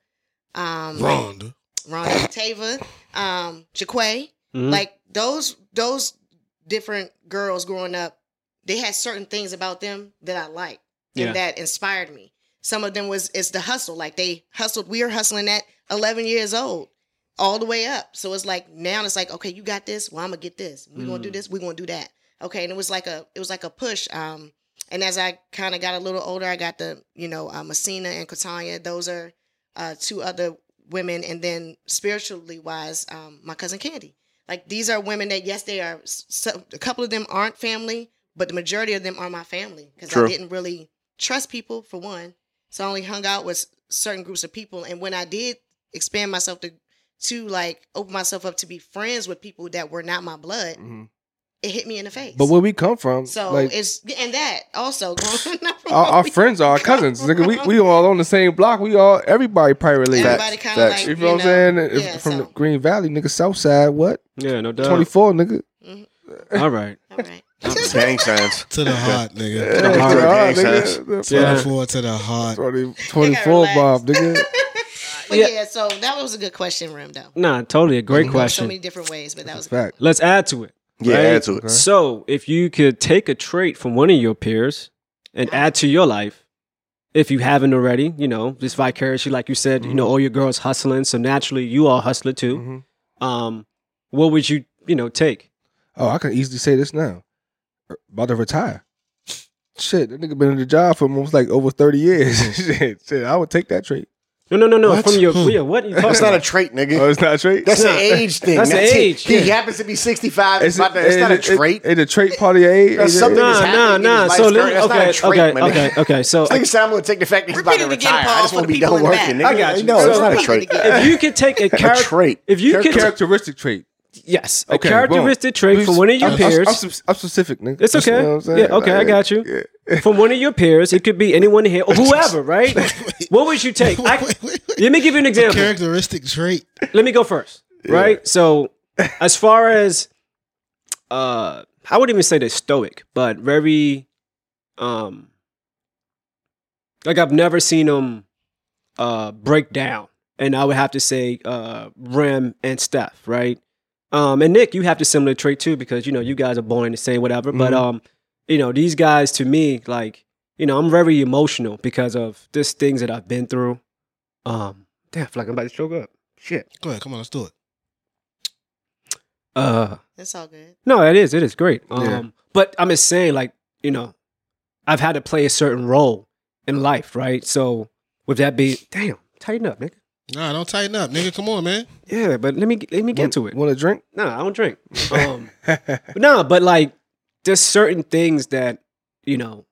um, Rhonda. Rhonda Tava, um, Jaquay, Mhm. like those those different girls growing up, they had certain things about them that I liked and Yeah. that inspired me. Some of them was it's the hustle, like they hustled. We were hustling at 11 years old, all the way up. So it's like now it's like okay, you got this. Well, I'm gonna get this. We are gonna do this. We are gonna do that. Okay, and it was like a it was like a push. Um, and as I kind of got a little older, I got the you know uh, Messina and Catania. Those are uh, two other women, and then spiritually wise, um, my cousin Candy. Like these are women that yes, they are. s- So, a couple of them aren't family, but the majority of them are my family because I True. didn't really trust people for one. So I only hung out with s- certain groups of people, and when I did expand myself to to like open myself up to be friends with people that were not my blood, Mhm. it hit me in the face. But where we come from, So like it's and that also growing up from our, where our we friends are our come cousins. Nigga, we, from. we all on the same block. We all everybody probably related. Facts. everybody kind of like Facts. You feel what I'm know, saying? If- yeah, From so, the Green Valley, nigga, South Side, what? Yeah, no doubt. 24, nigga. All right. all right. Gang signs. To the heart, nigga. Yeah, hard nigga, gang nigga. Yeah. 24 to the heart. 20, Nigga, 24, relax. Bob, nigga. But Yeah. yeah. so that was a good question, Rim. Though Nah, totally a great so many question. different ways, but that was Fact. Let's add to it. Yeah, right? add to it. So, if you could take a trait from one of your peers and add to your life, if you haven't already, you know, just vicariously, like you said, Mm-hmm. you know, all your girls hustling, so naturally you are a hustler too. Mm-hmm. Um, what would you, you know, take? Oh, I can easily say this now. Er, About to retire. Shit, that nigga been in the job for almost like over 30 years. shit, shit, I would take that trait. No, no, no, no. What? From your, Hmm. yeah, what? You That's talking not a about? trait, nigga. Oh, it's not a trait? That's an not- age thing. that's an it. age, He yeah. happens to be 65. It's, about to, it's it- not a it- trait. It, it a trait part of your age? That's Is it- something that's happening. Nah, nah, in nah. his life So current. let, That's not okay, a trait, okay, my nigga. okay, okay. So This nigga said I'm gonna take the fact that he's about Repeat to it again, retire. I Paul, just for want to the be people done in the back. working. Nigga. I got you. No, it's not a So- trait. if you could take a, charac- trait. if you could, a characteristic trait. yes, Okay, a boom. characteristic trait from one of your I'm, peers. I'm, I'm, sp- I'm specific, nigga. It's That's- okay. know what I'm saying? yeah, okay, I Like, got you. yeah. From one of your peers, it could be anyone here or whoever, right? what would you take? I, Wait, wait, wait. let me give you an example. Characteristic trait. Let me go first, right? So, as far as uh, I wouldn't even say they're stoic, but very, um, like I've never seen them uh break down, and I would have to say uh Rem and Steph, right? Um, and Nick, you have the similar trait too because you know you guys are born the same, whatever. But um, you know these guys to me, like you know, I'm very emotional because of just things that I've been through. Um, damn, I feel like I'm about to choke up. Shit. Go ahead, come on, let's do it. Uh, That's all good. no, it is. It is great. Um, Yeah. but I'm just saying, like, you know, I've had to play a certain role in life, right? So with that being, damn, tighten up, nigga. Nah, don't tighten up, nigga. Come on, man. Yeah, but let me let me get to it. Want a drink? No, I don't drink. Um, no, but like there's certain things that you know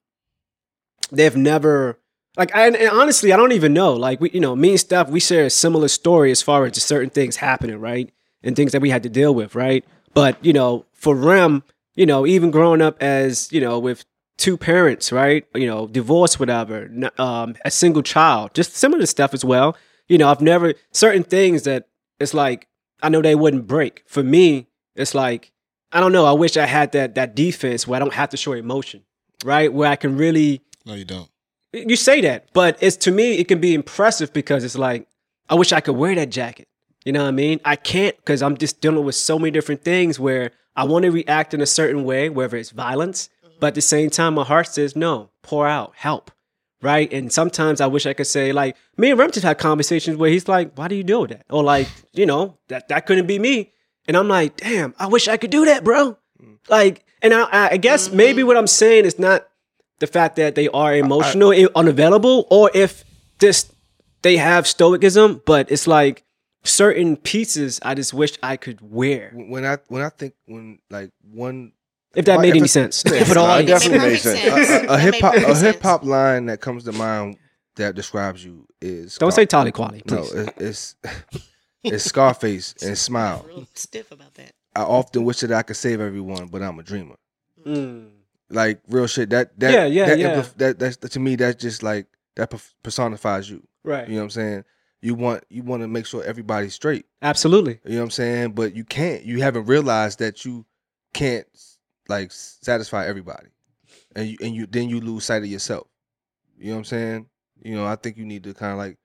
they've never like I, and honestly I don't even know like we you know me and stuff we share a similar story as far as just certain things happening right and things that we had to deal with right but you know for Rem you know even growing up as you know with two parents right you know divorce whatever n- um, a single child just similar stuff as well you know I've never certain things that it's like I know they wouldn't break for me it's like I don't know. I wish I had that that defense where I don't have to show emotion, right? Where I can really No, you don't. you say that, but it's to me it can be impressive because it's like I wish I could wear that jacket. You know what I mean? I can't because I'm just dealing with so many different things where I want to react in a certain way, whether it's violence, but at the same time my heart says no, pour out, help, right? And sometimes I wish I could say like me and Remington had conversations where he's like, "Why do you deal with that?" Or like, you know, that that couldn't be me, and I'm like, "Damn, I wish I could do that, bro." Like, and I- I, I guess Mm-hmm. maybe what I'm saying is not the fact that they are emotional, and unavailable, or if just they have stoicism, but it's like certain pieces I just wish I could wear. When I when I think when like one If that Like, made if any it- sense Yeah, for the no, I audience. Definitely Makes made perfect a- sense. a That hip made hop a perfect hip sense. hop line that comes to mind that describes you is Don't say Scar- Tolly Quality, no. please. it- It's it's Scarface and Smile. Real stiff about that. I often wish that I could save everyone, but I'm a dreamer. Mm. Like real shit. That that Yeah, yeah, that, yeah. impl- that that's to me that's just like that perf- personifies you. Right. You know what I'm saying? You want you want to make sure everybody's straight. Absolutely. You know what I'm saying? But you can't. You haven't realized that you can't like satisfy everybody, and you and you then you lose sight of yourself. You know what I'm saying? You know, I think you need to kind of like,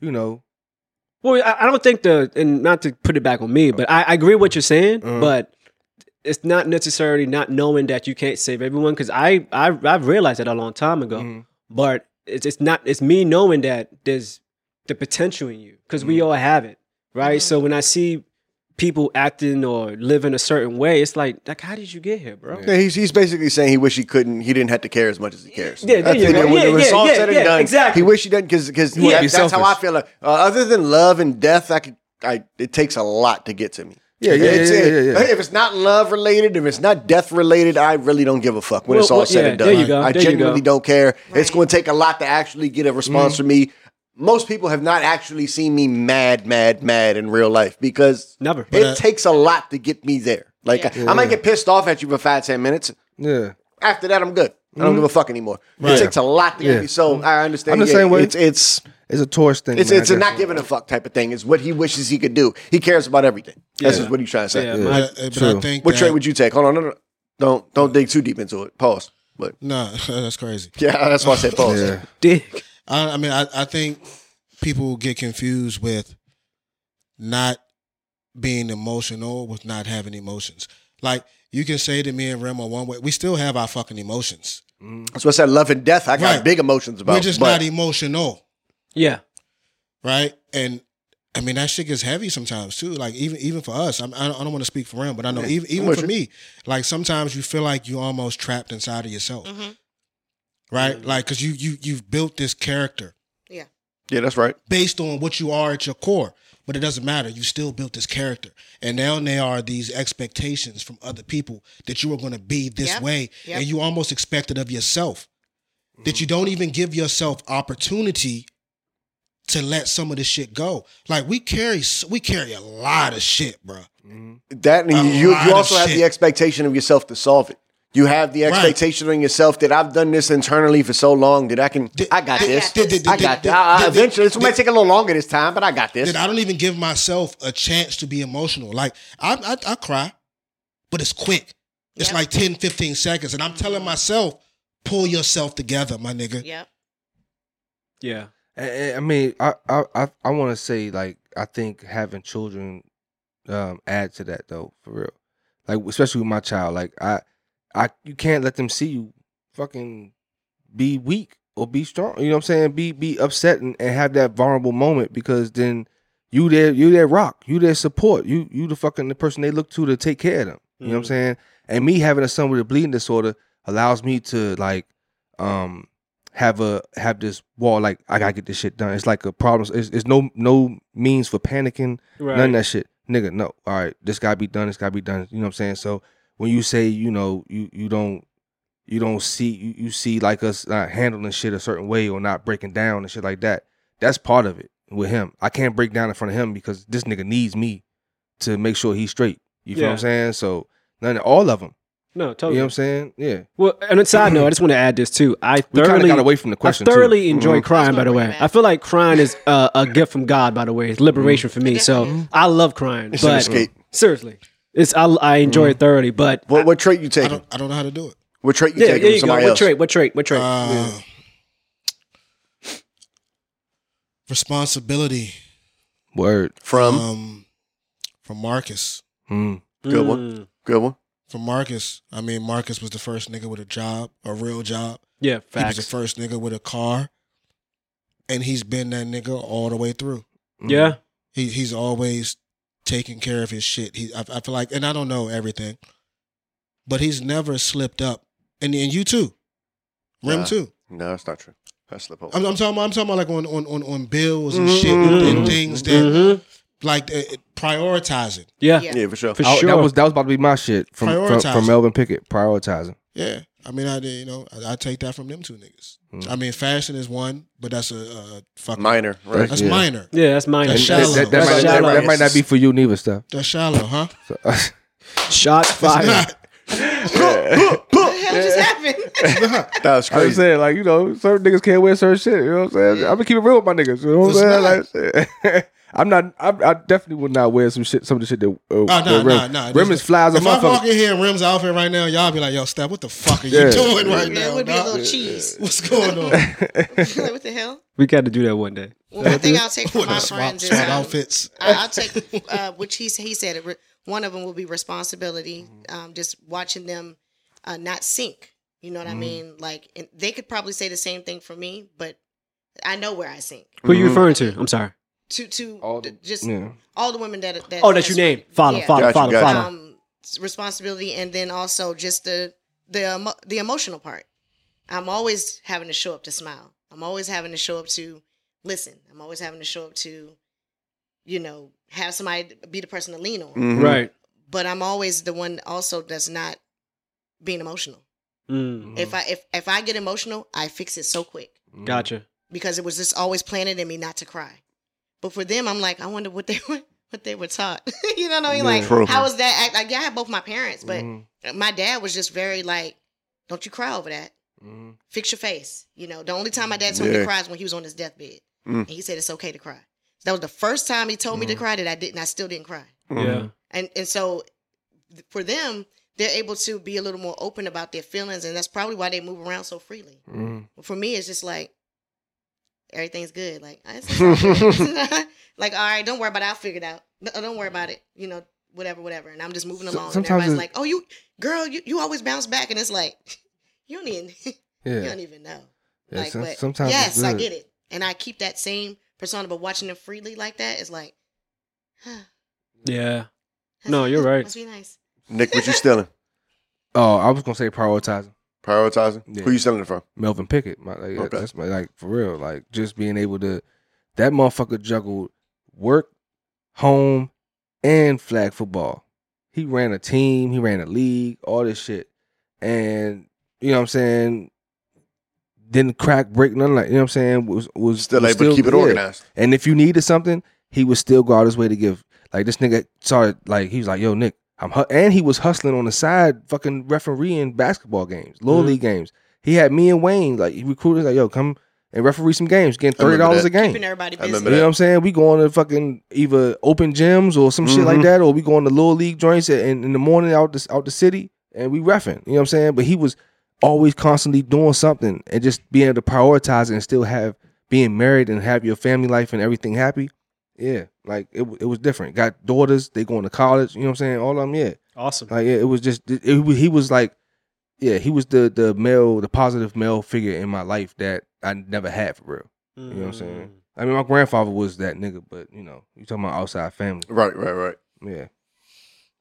you know, Well, I, I don't think the and not to put it back on me, but I, I agree what you're saying, Uh-huh. but it's not necessarily not knowing that you can't save everyone because I, I I've realized that a long time ago. mhm, but it's, it's not it's me knowing that there's the potential in you because Mm-hmm. we all have it right so when i see people acting or living a certain way it's like like how did you get here bro Yeah. Yeah, he's, he's basically saying he wish he couldn't, he didn't have to care as much as he cares. Yeah, there you it. go. When, Yeah, when it's yeah, all yeah, said and yeah, done, exactly. he wish he didn't because because Yeah. Be that's how I selfish. feel. Uh, other than love and death, I could, I it takes a lot to get to me. Yeah, yeah, It's- yeah, yeah, it- yeah, yeah. If it's not love related, if it's not death related, I really don't give a fuck when Well, it's all well, said yeah, and done. there you go, I there you genuinely go. don't care. It's going to take a lot to actually get a Mm-hmm. response from me. Most people have not actually seen me mad, mad, mad in real life because never it uh, takes a lot to get me there. Like Yeah. I might get pissed off at you for five, ten minutes. yeah. After that, I'm good. I Mm-hmm. don't give a fuck anymore. It takes a lot to Yeah. get me. So I understand. I'm the yeah, same way. It's it's It's a tourist thing. it's, man, I it's a guess. not giving a fuck type of thing. It's what he wishes he could do. He cares about everything. That's Yeah. just what he's trying to say. yeah, Yeah. my- But, uh, but I True. think What that, trade would you take? Hold on, no, no, no. don't don't dig too deep into it. Pause. But Nah, that's crazy. yeah, that's why I said pause. Yeah, dick I, I mean, I, I think people get confused with not being emotional with not having emotions. Like you can say to me and Rem are one way, we still have our fucking emotions. That's what I said. Love and death. I got Right. big emotions about. We're just but not emotional, yeah right? And I mean that shit gets heavy sometimes too. Like even even for us, I'm, I don't, I don't want to speak for Rem, but I know even even with for you. me, like sometimes you feel like you're almost trapped inside of yourself, right? Mm-hmm. Like because you you you've built this character. yeah, that's right. based on what you are at your core. But it doesn't matter. You still built this character. And now there are these expectations from other people that you are going to be this Yep. way. Yep. And you almost expect it of yourself. That you don't even give yourself opportunity to let some of this shit go. Like we carry s- we carry a lot of shit, bro. That and A you, lot you of also have shit. the expectation of yourself to solve it. You have the Right. expectation on yourself that I've done this internally for so long that I can. Did- I got did- this. did- did- I did- got did- this. I- I- did- Eventually, this did- might take a little longer this time, but I got this. That I don't even give myself a chance to be emotional. Like I I, I cry, but it's quick. It's Yep. like 10, 15 seconds. And I'm telling myself, pull yourself together, my nigga. Yep. yeah And- and I mean, I I I, I want to say like I think having children um add to that though for real. Like especially with my child, like I I you can't let them see you fucking be weak or be strong. You know what I'm saying? Be be upset and, and have that vulnerable moment because then you their you their rock, you their support, you you the fucking the person they look to to take care of them. You know what I'm Mhm. saying? And me having a son with a bleeding disorder allows me to like um have a have this wall like I gotta get this shit done. It's like a problem. It's, it's no no means for panicking. Right. None of that shit. Nigga, no. All right, this gotta be done, this gotta be done. You know what I'm saying? So when you say, you know, you you don't you don't see you, you see like us not handling shit a certain way or not breaking down and shit like that. That's part of it with him. I can't break down in front of him because this nigga needs me to make sure he's straight. You feel what I'm Yeah. saying? So none of all of them. no, totally. You know what I'm saying? Yeah. well, and a side note, I just want to add this too. I We kind thoroughly of got away from the question. I thoroughly too. enjoy Mhm. crying, by the That's my way. way back. I feel like crying is uh, a gift from God, by the way. It's liberation for me. So Mhm. Mm-hmm. I love crying. It's an but escape. seriously, it's I, I enjoy Mm-hmm. it thoroughly. But What what trait you I taking? don't I don't know how to do it. What trait you yeah, taking there you from go. somebody What else? trait? What trait? What trait? Yeah. Ah, Uh, Responsibility Word. From um, from Marcus. Mm. good one. Mm. good one. From Marcus. I mean, Marcus was the first nigga with a job, a real job. Yeah, He was facts. the first nigga with a car, and he's been that nigga all the way through. Mm. yeah, He he's always taking care of his shit. He I, I feel like, and I don't know everything, but he's never slipped up. And and you too, Rim Nah. too. No, that's not true. That's slip over. I'm, I'm talking. About, I'm talking about like on on on, on bills and Mhm, shit mhm, and things that hmm like uh, prioritizing. yeah, Yeah. yeah, for sure. for I- sure. Oh, That was that was about to be my shit from from, Prioritizing. from Melvin Pickett. Prioritizing. Yeah, I mean, I did. You know, I, I take that from them two niggas. Mm. I mean, fashion is one, but that's a, a fucking Minor, right? That's Yeah. minor. yeah, that's mine. That's That's That, shallow. shallow. that- that might, That's that- shallow. that might not be for you neither, Steph. That's shallow, huh? So, Shots That's fired. not. What the hell just happened? That was I was crazy. saying, like, you know, certain niggas can't wear certain shit. You know what I'm saying? I'm gonna keep it real with my niggas. You know what I'm It's saying? Like, shit. I'm not. I, I definitely would not wear some shit. Some of the shit that. Uh, Oh, that nah, Rim, nah, nah. Rim is flies a If I walk motherfucker. in here in Rim's outfit right now, y'all be like, yo, Steph, what the fuck are you Yeah. doing right Yeah, it now? would be a dog? little cheese. What's going on? like, what the hell? We got to do that one day. Well, one thing I'll take from What my a swap, friends is swap um, outfits. I, I'll take uh, which he he said it, re- one of them will be responsibility. Mm-hmm. Um, just watching them uh, not sink. You know what Mm-hmm. I mean? Like and they could probably say the same thing for me, but I know where I sink. Who are Mm-hmm. you Mhm. referring to? I'm sorry. To to All the- d- just Yeah. all the women that that Oh, that you named. Follow, Yeah. follow, Gotcha, follow, gotcha. follow. um, s- responsibility, and then also just the the emo- the emotional part. I'm always having to show up to smile. I'm always having to show up to listen. I'm always having to show up to, you know, have somebody be the person to lean on. Mm-hmm. Mhm. Right. But I'm always the one also that's not being emotional. Mm. Mm-hmm. If I if if I get emotional, I fix it so quick Mm-hmm. Gotcha. because it was just always planted in me not to cry. But for them, I'm like, I wonder what they were what they were taught. you know what I mean? Like, True. how is that? Act? Like, yeah, I had both my parents, but Mhm. my dad was just very like, "Don't you cry over that. Mhm. Fix your face." You know, the only time my dad told me Yeah. to cry is when he was on his deathbed, Mm. Mm-hmm. and he said it's okay to cry. That was the first time he told me to Mhm. cry that I didn't. I still didn't cry, Mm-hmm. Yeah. and and so th- for them, they're able to be a little more open about their feelings, and that's probably why they move around so freely Mhm. for me it's just like everything's good like I it's okay. like all right don't worry about it i'll figure it out No, don't worry about it you know whatever whatever and i'm just moving So- along and sometimes everybody's it- like oh you girl you, you always bounce back and it's like you don't even you Yeah. don't even know Yeah, like some- but sometimes it's yes i good. get it and i keep that same persona but watching them freely like that is like Yeah. No, you're right. must be nice Nick, what you stealing? Oh, I was gonna say prioritizing Prioritizing. Yeah. Who you stealing it from? Melvin Pickett. My, like, Okay. That's my like for real. Like just being able to that motherfucker juggled work, home, and flag football. He ran a team, he ran a league, all this shit. And you know what I'm saying? Didn't crack, break, nothing like you know what I'm saying? Was was Still was able to keep it yeah. organized. And if you needed something, he would still go out his way to give. Like this nigga started like he was like, "Yo, Nick, I'm," hu-, and he was hustling on the side, fucking refereeing basketball games, little Mm-hmm. Mhm. league games. He had me and Wayne like he recruited like, "Yo, come and referee some games, getting I thirty remember dollars that. a game." keeping everybody I busy You remember know what I'm saying? We going to fucking either open gyms or some shit like Mhm. that, or we going to little league joints in, in the morning out the out the city and we refing. You know what I'm saying? But he was always constantly doing something and just being able to prioritize and still have being married and have your family life and everything happy. Yeah, like it wa- it was different. Got daughters, they going to college. You know what I'm saying? All of them, yeah. Awesome. Like yeah, it was just it, it, was- he was like yeah, he was the the male, the positive male figure in my life that I never had for real. You know Mm. what I'm saying? I mean, my grandfather was that nigga, but you know, you talking about outside family. Right, right, right. Yeah,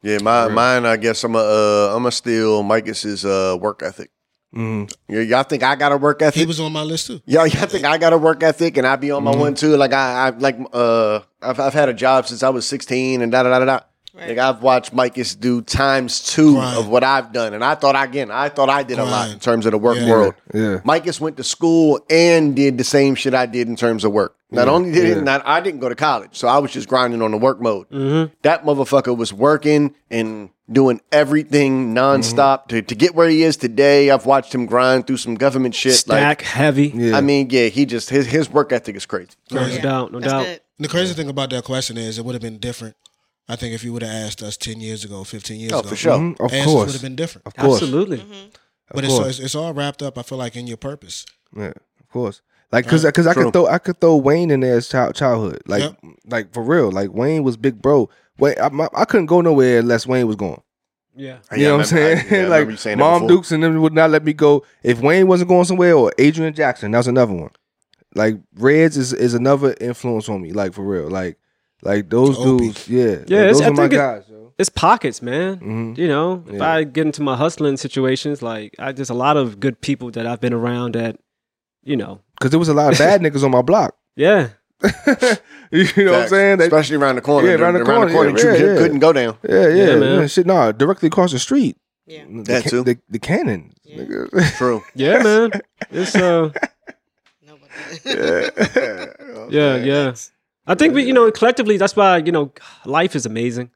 Yeah, my, Right. mine. I guess I'm a. Uh, I'm a steal Micus's uh, work ethic. hmm Y- y'all think I got a work ethic? He was on my list too. Y'all, y'all think I got a work ethic and I be on my Mhm. one too? Like I, I like uh, I've, I've had a job since I was sixteen and da da da da. da. Right. Like I've watched Micus do times two Grind. of what I've done, and I thought again, I thought I did a lot Grind. in terms of the work Yeah. world. yeah. Micus went to school and did the same shit I did in terms of work. Not Yeah, only did yeah. it, not I didn't go to college, so I was just grinding on the work mode. Mm-hmm. That motherfucker was working and doing everything Mm-hmm. nonstop to, to get where he is today. I've watched him grind through some government shit. Stack heavy. Yeah. I mean, yeah, he just his his work ethic is crazy. No Yeah. doubt. No That's doubt. good. And the crazy thing about that question is it would have been different. I think if you would have asked us ten years ago, fifteen years Oh, ago, for sure. Mhm, of answers would course, have been different. of course, Absolutely. Mm-hmm. Of but it's, course. it's it's all wrapped up. I feel like in your purpose. Yeah, of course. Like, cause, Right. 'cause I True. could throw, I could throw Wayne in there as child, childhood. Like, Yep. like for real. Like Wayne was big bro. Wayne, I, my, I couldn't go nowhere unless Wayne was going. Yeah. You know what I'm saying? like, Mom Duke. Dukes and them would not let me go if Wayne wasn't going somewhere or Adrian Jackson. That's another one. Like Reds is is another influence on me. Like for real. Like, like those Opie. dudes. Yeah, like, Yeah, it's- those I are my think it- guys. Yo. It's pockets, man. Mhm. You know, if Yeah. I get into my hustling situations, like I there's a lot of good people that I've been around that, you know, Cause there was a lot of bad niggas on my block. yeah. you know what I'm saying? That- Especially around the corner. Yeah, around the corner, yeah, you yeah, yeah. couldn't go down. yeah, yeah, Yeah, man. yeah, shit. Nah, directly across the street. Yeah. The That ca- too. The, the cannon. Yeah. nigga. True. Yeah, man. It's uh No, but- yeah, yeah. I think we, you know, collectively that's why, you know, life is amazing.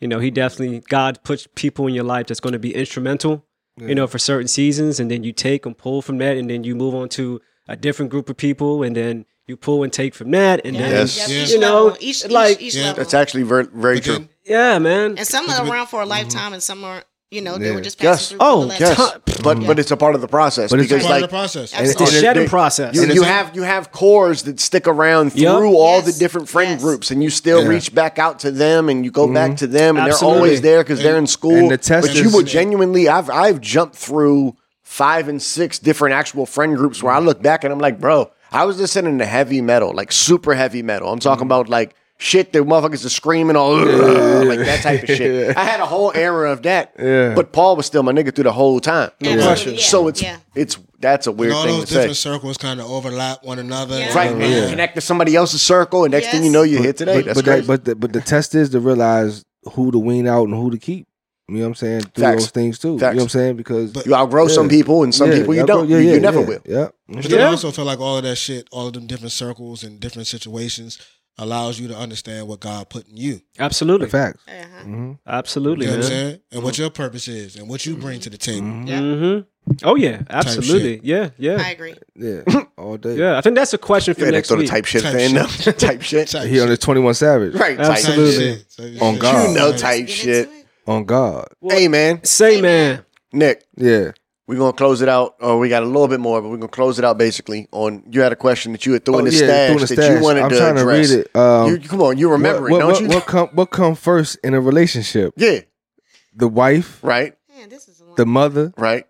You know, he definitely God puts people in your life that's going to be instrumental, Yeah. you know, for certain seasons and then you take and pull from that and then you move on to a different group of people and then you pull and take from that and then Yes. Yes. Yeah. Each You know, level, each, each, like- each Yeah. level. That's actually very, very But true. then, yeah, man. and some are around for a lifetime, and some are, you know, they Yeah. were just Yes. passing through. for Oh, the Yes, lifetime. but Yeah. but it's a part of the process But it's a it's because part like of the process. And It's the Oh, they- shedding process. you, And you it's- have you have cores that stick around Yep. through all Yes. the different friend Yes. groups, and you still Yeah. Mm-hmm. reach back out to them, and you go back to them, and Absolutely. they're always there because they're in school. and the test but you is- will genuinely, I've I've jumped through five and six different actual friend groups where I look back and I'm like, bro, I was listening to heavy metal, like super heavy metal. I'm talking Mm-hmm. about like. Shit, the motherfuckers are screaming all like that type of shit. I had a whole era of that, Yeah. but Paul was still my nigga through the whole time. No Yeah. question. So it's Yeah. it's that's a weird all thing those to say. different circles kind of overlap one another. Yeah. Right, Oh, and yeah. you connect to somebody else's circle, and next thing you Yes. know, you're here today. But, That's but, crazy. that, but, the, but the test is to realize who to wean out and who to keep. You know what I'm saying? Through Facts. those things too. You Facts. know what I'm saying? Because But- you outgrow some Yeah. people, and some yeah, people you y'all don't. go- you, you yeah, never yeah, will. Yeah. But then Yeah. I also feel like all of that shit, all of them different circles and different situations, allows you to understand what God put in you. The Absolutely. facts. Uh-huh. Mhm. Absolutely, You know what I'm man. saying? And what your purpose is and what you bring to the table. Mhm. Yeah. Mm-hmm. Oh yeah, absolutely. Yeah, I yeah, agree. Yeah. All day. yeah. I think that's a question for Yeah, that next sort of week. type shit Type thing. no? shit. type shit. Type He on shit. his 21 Savage. Right. Type Absolutely. shit. Absolutely. Type shit. On Type God. shit. You know, Right. type Get shit. into it. On God. Hey, man, Say man. Nick, Yeah. we're gonna close it out. Or we got a little bit more, but we're gonna close it out. Basically, on you had a question that you had thrown Oh, in the stash doing the that you wanted I'm to trying address. to read it. Um, you, come on, you remember what, it, what, don't What come, what come first in a relationship? you? yeah. The wife, Right. Man, this is a long the mother, Right.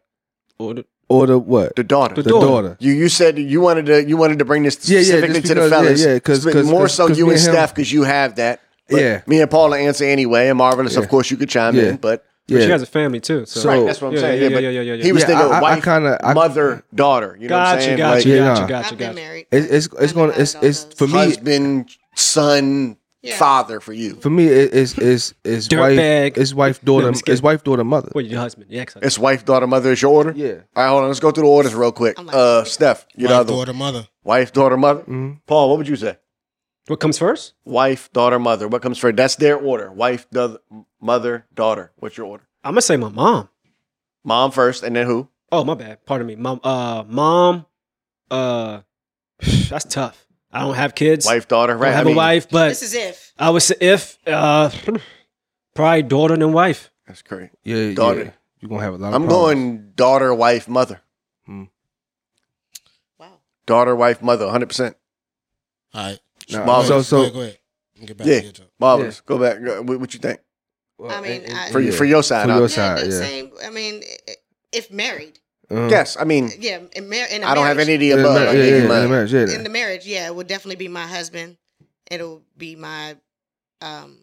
Or the- or the what? The daughter. The The daughter. daughter. You you said that you wanted to you wanted to bring this Yeah, yeah, specifically just to the because- fellas. yeah, yeah, 'cause- But 'cause- more 'cause- so 'cause you me and and him- Steph because you have that. But Yeah. Me and Paula answer anyway, and marvelous. Of Yeah. course, you could chime Yeah. in, but But Yeah. she has a family too. So, So- right, that's what I'm yeah, saying. yeah, Yeah, yeah, but yeah, yeah, yeah, he was Yeah, thinking I- I- wife, I kinda- I- mother, daughter. You know what I'm Gotcha, saying? gotcha, Like, Yeah, nah. gotcha, I've gotcha, been gotcha. married. It's it's it's going to it's it's for me husband, son, Yeah. father for you. for me it- it's it's it's wife Dirtbag. it's wife No, daughter I'm just kidding. it's wife daughter mother. Wait, your husband? Yeah, exactly. It's wife, daughter, mother is your order. Yeah. All right, hold on. Let's go through the orders real quick. I'm like- Uh, Steph, you know, Wife, the daughter, mother. wife, daughter, mother. Mhm. Paul, what would you say? What comes first? Wife, daughter, mother. What comes first? That's their order. Wife, do- mother, daughter. What's your order? I'm gonna say my mom. Mom first, and then who? Oh, my bad. Pardon me. Mom. Uh, mom. Uh, that's tough. I don't have kids. Wife, daughter, I right? don't have I a mean, wife, This but is if. I would say if uh, probably daughter and wife. That's great. Yeah, Daughter. yeah. You're going to have a lot of I'm problems. going daughter, wife, mother. Wow. Daughter, wife, mother. 100. percent All right. Nah, Mom. so Go so ahead, go ahead. You can Get back Yeah, to your job. marvelous. Go back. Go- What, what you think well, I mean, and- I- for yeah. for your side? For huh? your Yeah, side, the yeah. same. I mean, it, if married. Uh-huh. Yes, I mean, Yeah, in, mar- in a I don't have marriage- any of Yeah, the above. mar- I yeah, gave yeah, you yeah, mine. marriage, yeah. in the marriage, yeah, it would definitely be my husband. It'll be my um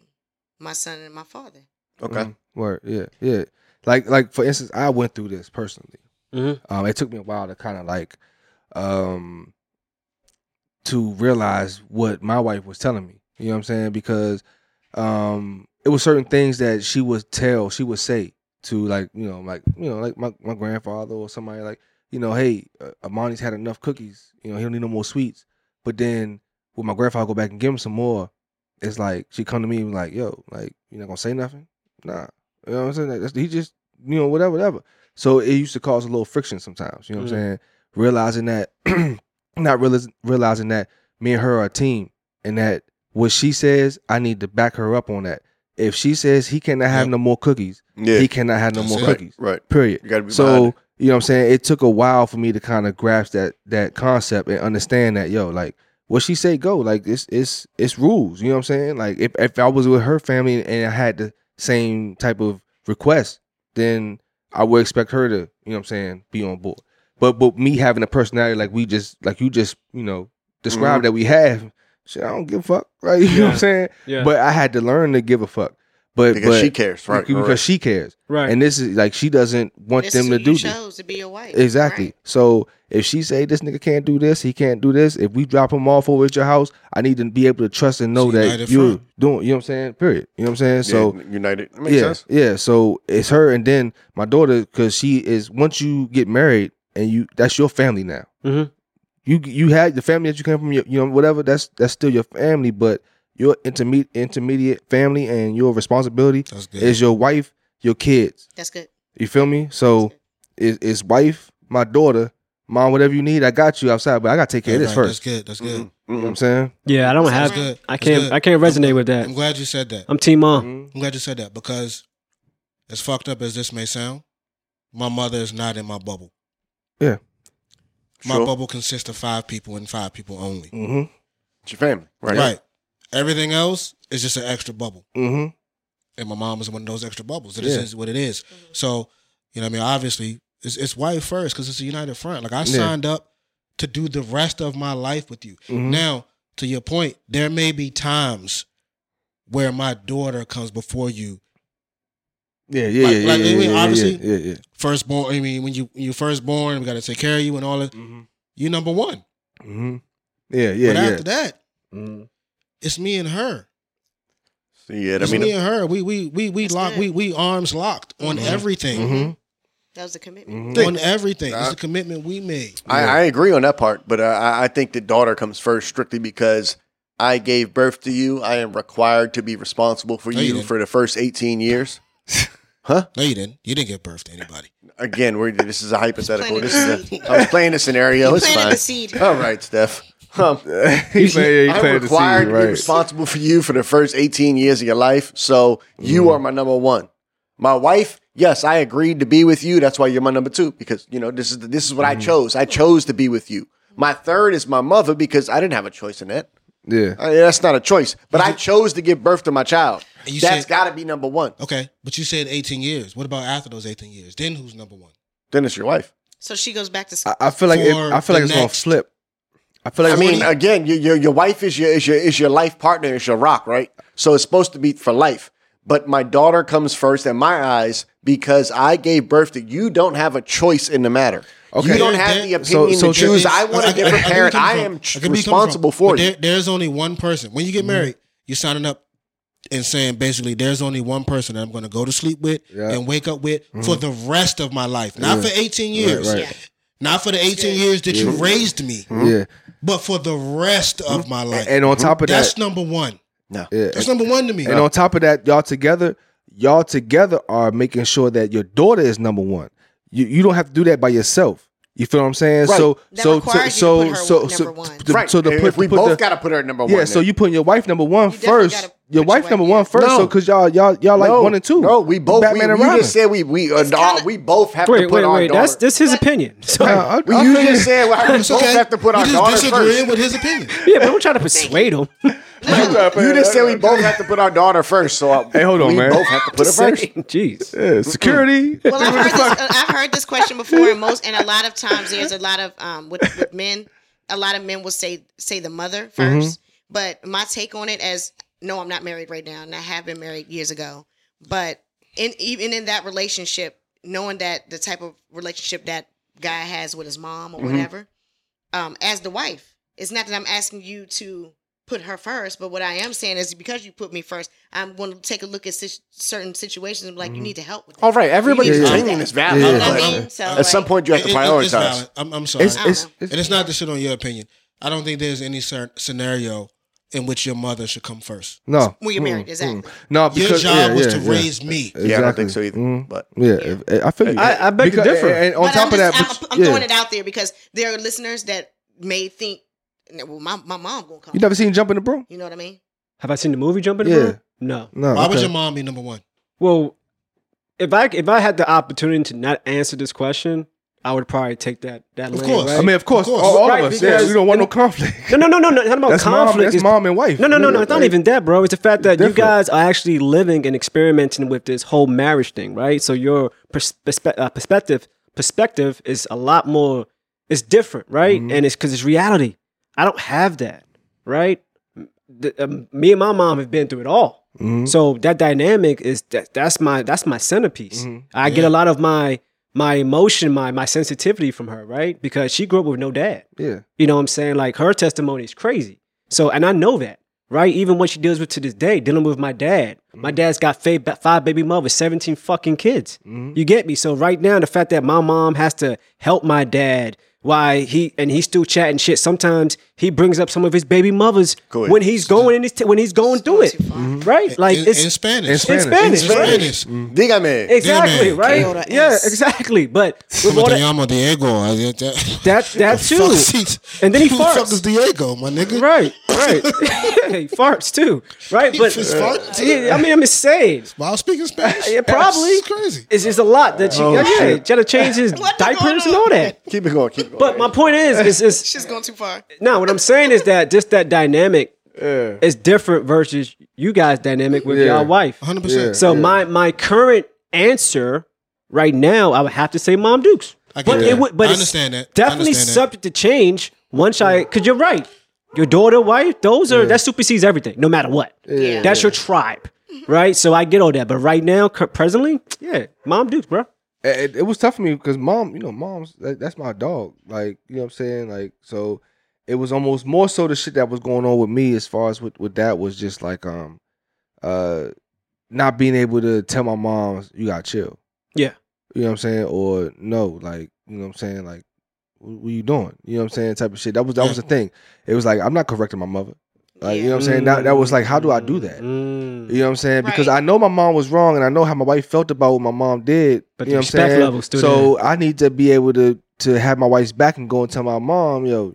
my son and my father. Okay. Mhm. Word. Yeah. Yeah. Like like for instance, I went through this personally. Mhm. Um, it took me a while to kind of like um to realize what my wife was telling me. You know what I'm saying? Because um it was certain things that she would tell, she would say to like, you know, like, you know, like my, my grandfather or somebody like, you know, hey, uh, Amani's had enough cookies, you know, he don't need no more sweets. But then when my grandfather go back and give him some more, it's like she come to me and like, yo, like, you're not gonna say nothing? Nah. You know what I'm saying? Like, that's, he just, you know, whatever, whatever. So it used to cause a little friction sometimes. You know what Mm. I'm saying? Realizing that, not realiz- realizing that me and her are a team and that what she says, I need to back her up on that. If she says he cannot have Yep. no more cookies, Yeah. he cannot have no That's more it. cookies. right. Period. You got to be So so. you know what I'm saying? It took a while for me to kind of grasp that that concept and understand that yo, like what she say go, like it's it's it's rules. You know what I'm saying? Like if if I was with her family and I had the same type of request, then I would expect her to you know what I'm saying be on board. But but me having a personality like we just like you just you know Mm-hmm. described that we have, shit, I don't give a fuck. Like you know what Yeah. I'm saying? Yeah. But I had to learn to give a fuck. But Because but she cares, right? because right. she cares. right. And this is like she doesn't want This is them who to do you this. chose to be your wife. Exactly. right? So if she say this nigga can't do this, he can't do this. If we drop him off over at your house, I need to be able to trust and know It's a that united you're front. doing. You know what I'm saying? Period. You know what I'm saying? Yeah, So united. That makes yeah, sense. yeah. So it's her and then my daughter because she is once you get married and you that's your family now. Mm-hmm. Mhm. You you had the family that you came from. You you know whatever that's that's still your family, but your intermediate intermediate family and your responsibility That's good. is your wife, your kids. That's good. You feel me? So it's, it's wife, my daughter, mom, whatever you need, I got you outside, but I gotta take care of this Right, first. That's good. That's good. Mhm. You know what I'm Mhm. saying? Yeah, I don't That's have. right. good. I That's can't. good. I can't resonate with I'm that. glad you said that. I'm team Mm. mom. Mhm. I'm glad you said that because, as fucked up as this may sound, my mother is not in my bubble. My Sure. bubble consists of five people and five people only. Mhm. It's your family, right? Right. Everything else is just an extra bubble. Mhm. And my mom is one of those extra bubbles. It Yeah. is what it is. So, you know what I mean? Obviously, it's, it's wife first because it's a united front. Like, I Yeah. signed up to do the rest of my life with you. Mhm. Now, to your point, there may be times where my daughter comes before you Yeah, yeah, Like- yeah, like, yeah, I yeah, mean, yeah, obviously- yeah, yeah, yeah. firstborn. I mean, when you when you firstborn, we got to take care of you and all that. Mhm. You number one. Mhm. Yeah, yeah, but yeah. after that, Mhm. it's me and her. So, yeah, I It's mean, me and her. We we we we That's lock. good. We we arms locked on Mhm. everything. Mhm. That was a commitment. Mhm. On everything. Uh, it's the commitment we made. I, Yeah. I agree on that part, but I, I think the daughter comes first strictly because I gave birth to you. I am required to be responsible for No, you you didn't. for the first 18 years. No, you didn't. You didn't give birth to anybody. Again, we're, this is a hypothetical. Planted This the is seed. a, I was playing a scenario. It's planted fine. the seed. All right, Steph. Um, He played- he I'm played the required scene, to be responsible for you for the first 18 years of your life. So you Mm-hmm. are my number one. My wife, yes, I agreed to be with you. That's why you're my number two because you know this is this is what Mm-hmm. I chose. I chose to be with you. My third is my mother because I didn't have a choice in that. Yeah. I mean, that's not a choice, but I chose to give birth to my child. You That's said- got to be number one. Okay, but you said 18 years. What about after those 18 years? Then who's number one? Then it's your wife. So she goes back to school. I, I feel like it, For I feel like the it's gonna next- flip. I feel like I it's mean, gonna- again, your, your your wife is your is your is your life partner, is your rock, right? So it's supposed to be for life. But my daughter comes first in my eyes because I gave birth to you. Don't have a choice in the matter. Okay. You don't There- have there- the so- opinion so to choose. there I is- want a get different where parent. you're I coming am from. tr- I get where you're coming from. responsible for But you. Mm-hmm. there- there's only one person. When you get married, you're signing up and saying basically, there's only one person that I'm going to go to sleep with Yeah. and wake up with for Mm-hmm. the rest of my life. Not for 18 years. right. Yeah. Not for the 18 years that you raised me, Mm-hmm. yeah. but for the rest of my life. And on top of Mm-hmm. That's that, number one. yeah. That's number one to me. And on top of that, y'all together, y'all together are making sure that your daughter is number one. You you don't have to do that by yourself. You feel what I'm saying? Right. So That so requires you to so put her so number so, one. to- right. so to If put, we to put both the- got to put her at number yeah. one. So then. you putting your wife number one definitely gotta first. put Your your wife wife number in. one first. No. So because y'all y'all y'all like no, one and two. No, we both. We, Batman and we Robin. just said we we uh, kinda- we both have Wait, to put wait, our wait. daughter. That's this his opinion. Sorry. Uh, I- Well, I you feel just said well, we It's both okay. have to put You our just daughter disagreeing first. with his opinion. yeah, but I'm trying to persuade him. You just said we both have to put our daughter first, so I, Hey, hold on, we man. both have to put her first. Jeez. Yeah, security. Well, I've heard, this, I've heard this question before, and most and a lot of times there's a lot of um with, with men, a lot of men will say say the mother 1st But my take on it as no, I'm not married right now, and I have been married years ago. But in even in that relationship, knowing that the type of relationship that guy has with his mom or whatever, um, as the wife, it's not that I'm asking you to put her first, but what I am saying is because you put me first, I'm going to take a look at sit- certain situations. and be Like you need to help with. That. All right, everybody's You need to do opinion that. is valid. You know what but I mean? So At some point, you have to It- it- it's prioritize. valid. I'm, I'm sorry. It's, it's, it's, and it's not to shit on your opinion. I don't think there's any cer- scenario in which your mother should come first. no. when you're married, exactly. No, Your because job yeah, was yeah, to yeah. raise me. Exactly. Yeah, I don't think so either. Mhm. But Yeah, I- I feel you. I- I beg to Because- differ. And on But top I'm of that, just, but- I'm, I'm yeah. throwing it out there because there are listeners that may think, well, my, my mom gonna come. You never seen Jump in the Broom? You know what I mean? Have I seen the movie Jumping Yeah. yeah. No. No. Why would okay. your mom be number one? Well, if I if I had the opportunity to not answer this question, I would probably take that that Of lane, course. right? I mean, of course, Of course. all, all Right, of us. Yeah, because- you don't want no conflict. no, no, no, no, no. It's not about That's conflict. mom. That's It's- mom and wife. No, no, no, no. It's not Like, even that, bro. It's the fact that you Different. guys are actually living and experimenting with this whole marriage thing, right? So your pers- perspe- uh, perspective perspective is a lot more. It's different, right? Mm-hmm. And it's because it's reality. I don't have that, right? The- um, me and my mom have been through it all. Mm-hmm. So that dynamic is that, that's my that's my centerpiece. Mm-hmm. I get a lot of my my emotion, my my sensitivity from her, right? Because she grew up with no dad. Yeah. You know what I'm saying? Like her testimony is crazy. So, and I know that, right? Even what she deals with to this day, dealing with my dad. Mm-hmm. My dad's got five, five baby mothers, 17 fucking kids. Mm-hmm. You get me? So, right now, the fact that my mom has to help my dad, why he, and he's still chatting shit. Sometimes he brings up some of his baby mothers Good. when he's going in his, t- when he's going through it, right? Like, Mm-hmm. in, it's in Spanish. In in Spanish. Spanish, In right? Spanish. Mm-hmm. Dígame. Exactly, Dígame. right? Quiero Yeah, es. exactly. But with Como all te that, llamo Diego. I get That, that, that Who the fuck too. is- And then he Who the fuck farts. is Diego, my nigga? Right, right. yeah, he farts too, right? But uh, Just farts? yeah, I mean, I'm insane. While speaking Spanish? Yeah, probably. It's crazy. Oh, It's just a lot that you yeah, yeah, you gotta change his What the diapers and going all on? that. Keep it going. Keep it going. But my point is, is is She's going too far. now what I'm saying is that just that dynamic is different versus you guys' dynamic with Yeah. y'all wife. 100%. So my my current answer right now, I would have to say Mom Dukes. I get But that. it would, but I it's understand that. I Definitely understand that. subject to change once I, because you're right. Your daughter, wife, those are that supersedes everything, no matter what. Yeah. That's your tribe, right? So I get all that, but right now, cur- presently, yeah, Mom Dukes, bro. it, it was tough for me because mom, you know, mom's that, that's my dog. Like, you know what I'm saying? Like, so it was almost more so the shit that was going on with me as far as with, with that was just like um uh not being able to tell my mom you gotta chill. Yeah. You know what I'm saying? Or no, like, you know what I'm saying, like what, what you doing? You know what I'm saying? Type of shit. That was that was the thing. It was like I'm not correcting my mother. Like, you know what I'm saying? That that was like, how do I do that? Mm. You know what I'm saying? Because Right. I know my mom was wrong, and I know how my wife felt about what my mom did. But you the know what I'm respect saying? level's still so I need to be able to to have my wife's back and go and tell my mom, yo,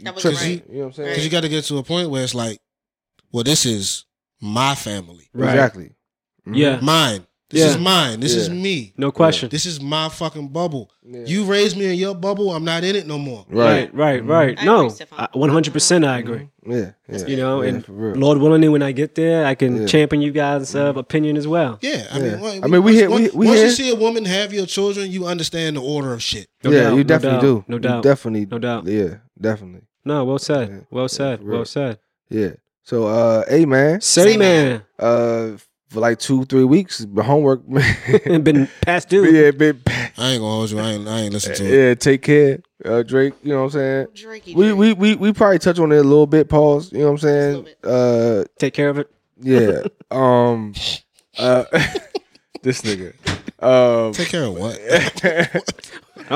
That was trip- Because right. you know what I'm saying? Because you got to get to a point where it's like, well, this is my family. Right. Exactly. Mhm. Yeah, Mine. This Yeah. is mine. This is Yeah. me. no question. This is my fucking bubble. Yeah. You raised me in your bubble. I'm not in it no more. Right. Right, right, right. I No, agree, Stefan. I- 100%. I agree. Mm-hmm. Yeah. yeah. You know, Yeah, and for real. Lord willing, when I get there, I can Yeah. Mm-hmm. champion you guys' uh, opinion as well. Yeah, I Yeah. mean, why- I mean, we hear- once, we- we once hear- you see a woman have your children, you understand the order of shit. No yeah, doubt, you no definitely doubt, do. no You doubt, definitely. no doubt. Yeah, definitely. No, well said. Yeah. Well said. for real. well said. Yeah. So, uh, hey man, Say, man, uh, for like two, three weeks, the homework. yeah, been past due. been, I ain't gonna hold you. I ain't. I ain't listen to it. yeah. Take care, uh, Drake. You know what I'm saying? Drakey we, Drake. we we we probably touch on it a little bit, pause. You know what I'm saying? Uh Take care of it. yeah. um uh this nigga. Um Take care of what? I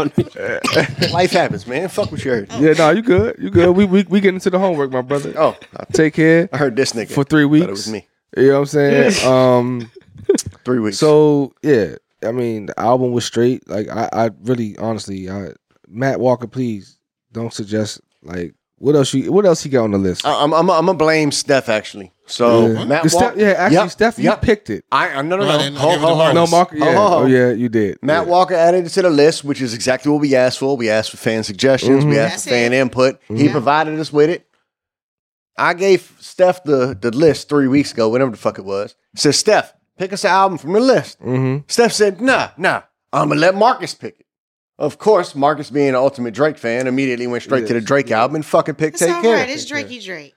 don't- Life happens, man. Fuck what you heard. Oh. Yeah, nah, you good. You good. We we we getting into the homework, my brother. Oh, I- Take care I heard this nigga. for three Thought weeks. it was me. You know what I'm saying? um Three weeks. so yeah. I mean the album was straight. Like I, I really honestly I Matt Walker, please don't suggest like what else you what else he got on the list? I- I'm, I'm, I'm gonna blame Steph actually. So yeah. Matt Steph- Walker, yeah, actually Steph, you yep. picked it. I, I no no No, no. I didn't. I Ho, gave it ho, to ho. Marcus. No, Mark. Yeah. Oh, Oh, oh. yeah, you did. Matt yeah. Walker added it to the list, which is exactly what Mm-hmm. we asked for. We asked for fan suggestions. We asked for That's fan it. input. He provided us with it. I gave Steph the the list three weeks ago, whatever the fuck it was. Said Steph, pick us an album from the list. Mm-hmm. Steph said, Nah, nah, I'm gonna let Marcus pick it. Of course, Marcus being an ultimate Drake fan, immediately went straight to the Yes. Drake album and fucking picked It's Take all Care. right. It's Drakey Drake.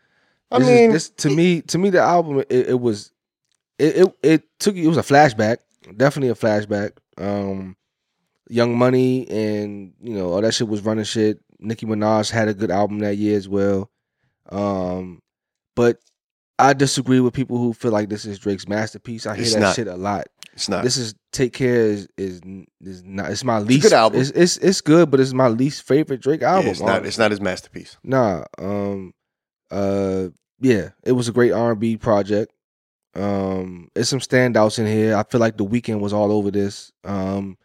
I This is- mean, this, to me, to me, the album it, it was, it, it it took it was a flashback, definitely a flashback. Um, Young Money and you know all that shit was running shit. Nicki Minaj had a good album that year as well. Um, but I disagree with people who feel like this is Drake's masterpiece. I hear It's that not. shit a lot. it's not. This is Take Care is is is not. It's my least good album. It's, it's it's good, but it's my least favorite Drake Yeah, album. it's not. honestly. It's not his masterpiece. Nah, um, uh, yeah, it was a great R and B project. Um, it's some standouts in here. I feel like the weekend was all over this. Um,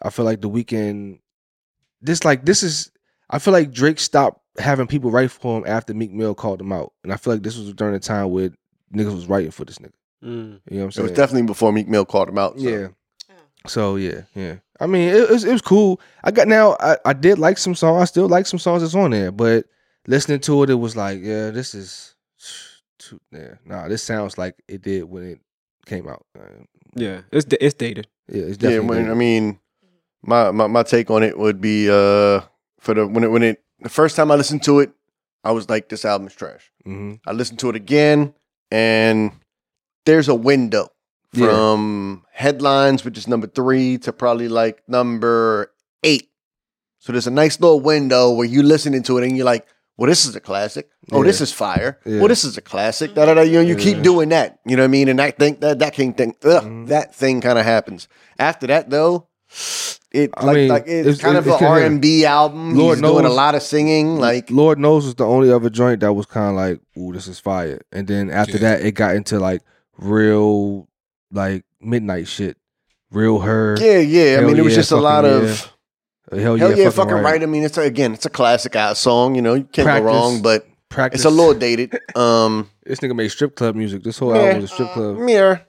I feel like the weekend, this like this is. I feel like Drake stopped having people write for him after Meek Mill called him out, and I feel like this was during the time where niggas was writing for this nigga. Mm. You know what I'm It saying? was definitely before Meek Mill called him out. so. Yeah. Oh. So yeah, yeah. I mean, it, was it was cool. I got now. I, I did like some songs. I still like some songs that's on there, but listening to it, it was like, yeah, this is too. Yeah, nah, this sounds like it did when it came out. Uh, Yeah, it's da- it's dated. Yeah, it's Yeah, definitely. when, good. I mean, my, my my take on it would be uh for the when it when it the first time I listened to it, I was like, this album is trash. Mhm. I listened to it again, and there's a window Yeah. from headlines, which is number three, to probably like number eight. So there's a nice little window where you listening to it and you're like, well, this is a classic. Oh, Yeah. this is fire. Yeah. Well, this is a classic. Da, da, da. You know, you keep Yeah. doing that. You know what I mean? And I think that that king thing, ugh, Mhm. that thing kind of happens. After that, though, it I like mean, like it's, it's- kind it- of it's an good R hearing. and B album. Lord He's doing a knows- lot of singing. Like Lord knows was the only other joint that was kind of like, ooh, this is fire. And then after Yeah. that, it got into like real, like midnight shit, real her. yeah, yeah. I Hell mean, it was yeah, just a fucking lot yeah. of. Hell yeah, Hell yeah, fucking, right. right. I mean, it's a, again, it's a classic ass song. You know, you can't Practice. go wrong, but Practice. it's a little dated. Um, This nigga made strip club music. This whole Yeah. album was a strip club. mirror.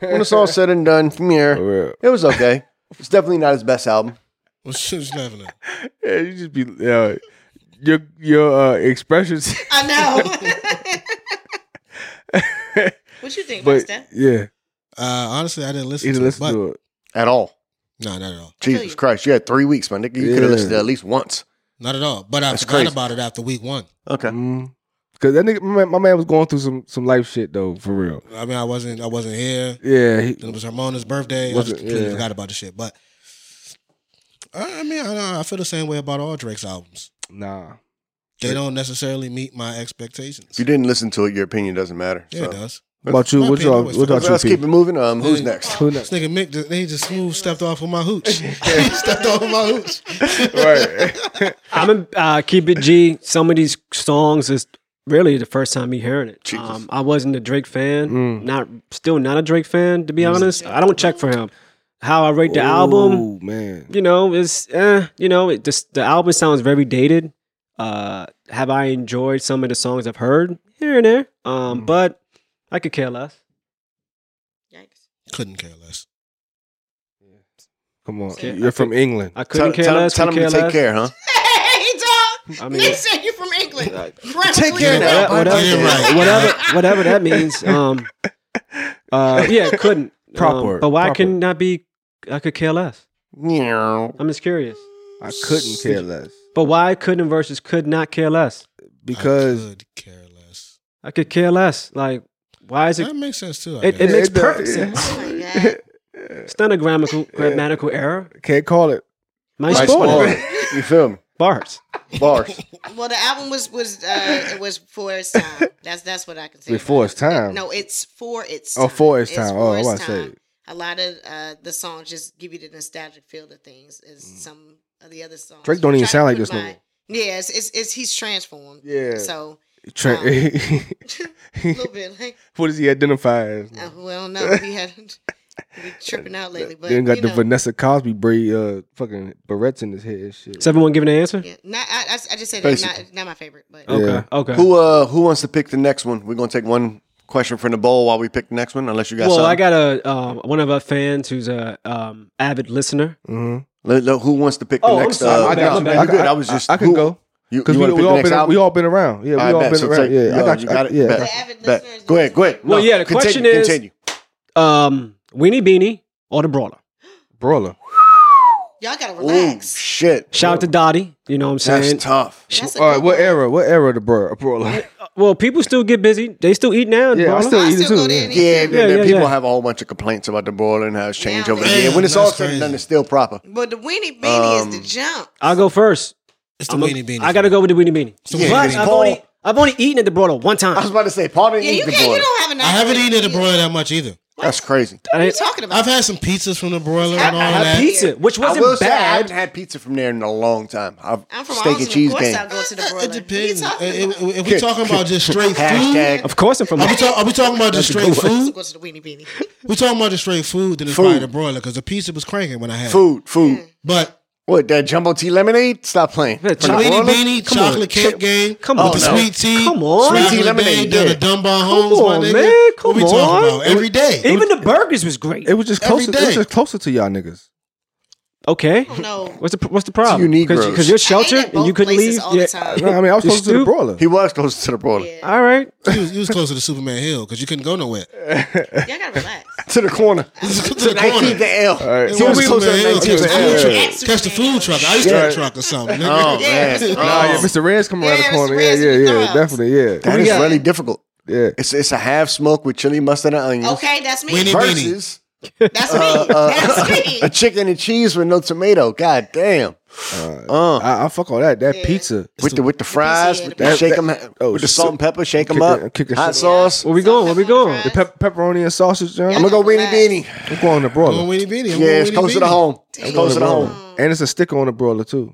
When it's all said and done, mirror. For real. It was okay. It's definitely not his best album. What's what's laughing at? Yeah, you just be yeah. your your uh, expressions, I know. what you think, but Busta? yeah, Uh, honestly, I didn't listen you to didn't it. But, listen to it. At all. No, not at all. feel Jesus you. Christ. You had three weeks, my nigga. You could Yeah. have listened to it at least once. Not at all. But I That's forgot crazy. about it after week one. Okay. Mm. Cause that nigga, my, man- my man was going through some some life shit though, for real. I mean, I wasn't. I wasn't here. Yeah, he, Then it was Hermona's birthday. Was I just it? completely Yeah. forgot about the shit. But I I mean, I, I feel the same way about all Drake's albums. nah. They Drake- don't necessarily meet my expectations. If you didn't listen to it, your opinion doesn't matter. Yeah, it so. does. What about you? my What opinion y'all? was What fine. about Let's, you? let's keep Pete? it moving. Um, who's Hey. next? Who This next? nigga Mick, just- he just smooth stepped off of my hooch. he stepped off of my hooch. right. I'm in, uh, keep it G. Some of these songs is really the first time me hearing it. Jesus. Um, I wasn't a Drake fan. Mm. Not still not a Drake fan to be Mm. honest. I don't check for him. How I rate the album, Oh man. you know, is eh, you know, it just the album sounds very dated. Uh, have I enjoyed some of the songs I've heard here and there? Um, Mm. but I could care less. Yikes. Couldn't care less. Come on, Yeah, I you're from England. I couldn't Tell, care tell him, less. tell could him care to take less. care, huh? Hey, dog. I they mean, said you from England. Take care Yeah, now, whatever, whatever, Yeah, right. whatever, whatever that means. Um, uh, yeah, couldn't. Um, Proper, but why proper. couldn't I be? I could care less. Yeah. I'm just curious. I couldn't care less But why couldn't versus could not care less? because I could care less. I could care less. Like, why is it? That makes sense too. I It, guess. it makes It does, perfect yeah. sense. Oh my God. It's not a grammatical grammatical error. can't call it. My Nice sport ball. You feel me? bars. Bars. Well, the album was was uh, it was for its time. That's that's what I can say. Before about its time. it. No, it's for its. Oh, for its time. Oh, for I its want to say. time. A lot of uh, the songs just give you the nostalgic feel of things. As some of the other songs, Mm. Drake don't even Try to sound like put this no my- more. Yeah, it's, it's it's he's transformed. Yeah. So Tra- a little bit like what does he identify as? uh, well, no, he hadn't been tripping out lately, but then got you the know, Vanessa Cosby braid, uh, fucking barrettes in his head and shit. Is everyone giving an answer? yeah, not I, I, I just said that, Basically. not not my favorite, but Okay. Yeah. Okay. Who uh who wants to pick the next one? We're gonna take one question from the bowl while we pick the next one, unless you got well, something. I got a um, one of our fans who's a um, avid listener. Mm-hmm. Let- let- who wants to pick the Oh, I'm next? sorry. uh, My bad, no, my bad. you I good. I was just. I, I can who- go. You, Because you we, we want to pick the all next been album? we all been around. Yeah, we All all right, bet. been So around. take- yeah, you I got- got you got it? Yeah, Bet. The avid Bet. listeners. Go ahead, go ahead. Well, yeah, the Continue, question is continue. um, Weenie Beanie or the Brawler? brawler. Y'all gotta Ooh, relax. shit. Shout out to Dottie. You know what I'm That's saying? tough. That's a All right, good what one. era? What era the brawler? brawler? well, people still get busy. They still eat now. the Yeah, I Brawler. still I eat it still go too. there yeah. and Yeah, eat and too. Yeah, then yeah, people yeah. have a whole bunch of complaints about the boiler and how it's changed Now over the they- year. When it's Damn, all that's said and done, crazy. it's still proper. But the weenie beanie is Um, the jump. I'll go first. It's the I'm a- weenie beanie. I got to go with the Weenie Beanie. It's the Yeah, weenie but it's I've beanie. Paul- only, I've only eaten at the Brawler one time. I was about to say, Paul didn't Yeah, eat you the can't. You boiler. don't have an. I haven't eaten the broiler that much either. That's crazy. I What are you didn't- talking about? I've had some pizzas from the broiler and all I I had that. had pizza, which I will wasn't say I bad. haven't had pizza from there in a long time. I've I'm from steak Austin. and Of cheese course, game. I'll go to the broiler. It depends. What are you talking If, about? if we're talking about just straight food, Hashtag Of course, I'm from. are we, talk, are we talking about just That's a good straight one. food? Go to the weenie beanie. We're talking about just straight food, then it's probably Food. the broiler because the pizza was cranking when I had it. food, food. But What that jumbo tea lemonade? Stop playing. Yeah, From the chocolate- weenie boiler? beanie, Come on. chocolate cake game, Come with on. the Oh, no. sweet tea, Come on. sweet Sweet tea tea lemonade, lemonade, down yeah. to Dunbar Come Homes, on, my nigga. man. what we Come talking on. about? Every day. Even the burgers was great. It was just Every closer. It was day. just closer to y'all niggas. Okay. Oh no. What's the what's the problem? you Negroes. because you're sheltered and you couldn't leave. All Yeah. the time. No, I mean I was You closer to the stupid. brawler. He was close to the boiler. Yeah. All right. You was, you was closer to Superman Hill because you couldn't go nowhere. Y'all gotta relax. To the corner. to the 19 corner. to L. right. He It was was close to Superman Hill, catch 19 the to food L. truck- Catch the food truck. I used to Yeah. have a truck or something. Oh, Nigga. man. Yeah. Nah, yeah, Oh. Mr. Reds come around Yeah, the corner. Mr. Yeah, Reds yeah, with yeah, thumbs. definitely, yeah, That We is got- really difficult. yeah. It's it's a half smoke with chili mustard and onions. Okay, that's me. Weenie- Versus That's me. that's me. a chicken and cheese with no tomato. God damn. Uh, I, I fuck all that. That Yeah. pizza. with the with the fries, yeah, with the the pizza. shake 'em, Oh, with the shit. salt and pepper, shake them Kick up, it- kick it hot shit. sauce. Where we going? Where we going? The pep- pepperoni and sausage, John. I'm gonna go weenie Relax. beanie. I'm going to I'm brawler. going Weenie Beanie. I'm Yeah, going it's Weenie closer Beanie. to home. It's Damn. closer to Going to home. home. And it's a sticker on the brawler too.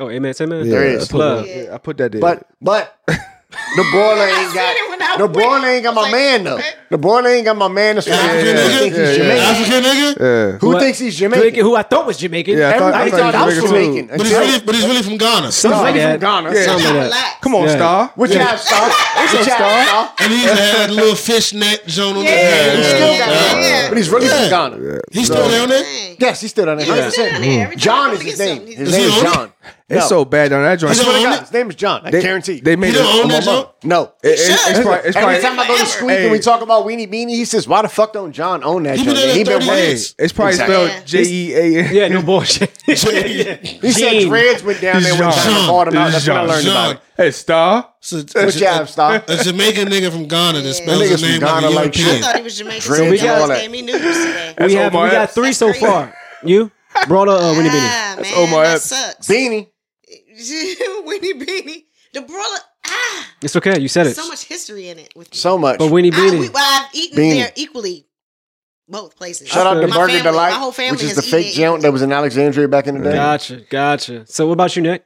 Oh, amen, amen. Yeah, There I is. put Plug. that- yeah, I put that there. But but the broiler I ain't seen it when I got the went. broiler ain't I was got my like, man though. what? The broiler ain't got my man. That's Yeah, African. yeah, Who thinks he's yeah, yeah. Jamaican? African nigga? yeah. Who thinks he's Jamaican, Jamaican? who I thought was Jamaican. Yeah, I thought- Everybody I thought thought I was he was Jamaican Jamaican. But he's until- really, but he's really from Ghana. Something like He's that. from Ghana. Yeah. Something like that. Relax. Come on, Yeah. Star. Which half star? Which half star? And he's had a little fishnet joint on the Yeah, He still got Yeah. it. But he's really Yeah. from Ghana. He's still down there. Dang. Yes, he's still on there. He's still down 100%. there. Every time I John go is to his get name. something, he's His Is he name is on it? John. It's No. so bad down that joint. He's I swear to on God, it? his name is John. I They- guarantee. They made He don't own it. that It's, joint? no. it's, it's, probably- it's, Every probably- time I go to Forever. Squeak and Hey. we talk about Weenie Beanie, he says, "Why the fuck don't John own that?" He been joint?" there thirty He been years. waiting. hey, it's probably Exactly. Yeah. spelled J E A N. Yeah, no bullshit. He said Gene. Dreads went down there It's when John John. bought him out. It's That's when I John. learned about John. it. Hey, Star. It's a, Good job, stop. a Jamaican nigga from Ghana that spells nigga's his from name like a Ghana like I European. thought he was Jamaican. Dreads so and he all just that. gave me news today. we That's have we Omar got Epps. three That's so crazy. far. You, Brawler, uh, Winnie Beanie. Ah, man, Omar that Epps. sucks. Beanie, Winnie Beanie. The brawler. Ah, It's okay. You said it. so much history in it with me. so much. But Winnie I, we, Beanie. well, I've eaten Beanie. there equally, both places. Shout out to My Burger family- my whole Delight, family which has is the fake eaten it. joint that was in Alexandria back in the day. Gotcha, gotcha. So what about you, Nick?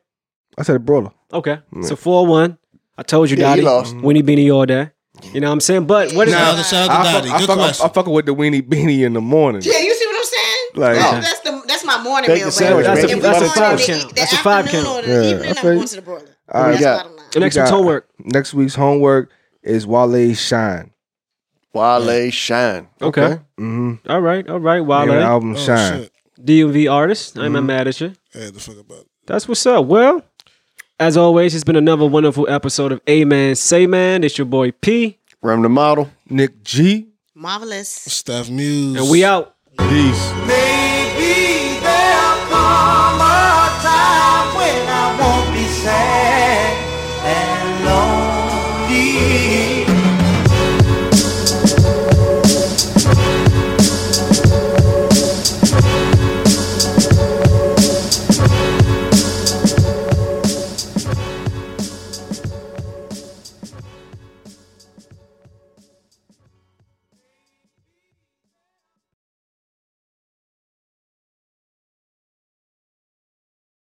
I said brawler. Okay, so four one. I told you, Yeah, Dottie, you lost. Winnie Beanie all day. You know what I'm saying? But what is Nah, Nah, the shout out to I Dottie. fuck, I Good fuck, I question. fuck, with the weenie beanie in the morning. Yeah, you see what I'm saying? Like- That's- that's the that's my morning Bacon meal. sandwich, baby. baby. If That's a morning, five the count. e- the That's a five afternoon count. or the Yeah, evening, I I'm feel going you. to the broiler. All right. That's Yeah. bottom line. the next We week's got- homework? Next week's homework is Wale Shine. Wale Shine. Okay. Mm-hmm. all right, all right. Name of the Wale, album Oh, Shine. shit. DMV artist. I'm not mad at you. I had to fuck about it. That's what's up. Well, as always, it's been another wonderful episode of A Man Say Man. It's your boy P, Rem the model. Nick G. Marvelous. Steph Muse. and we out. Peace. Maybe there'll come a time when I won't be sad and lonely.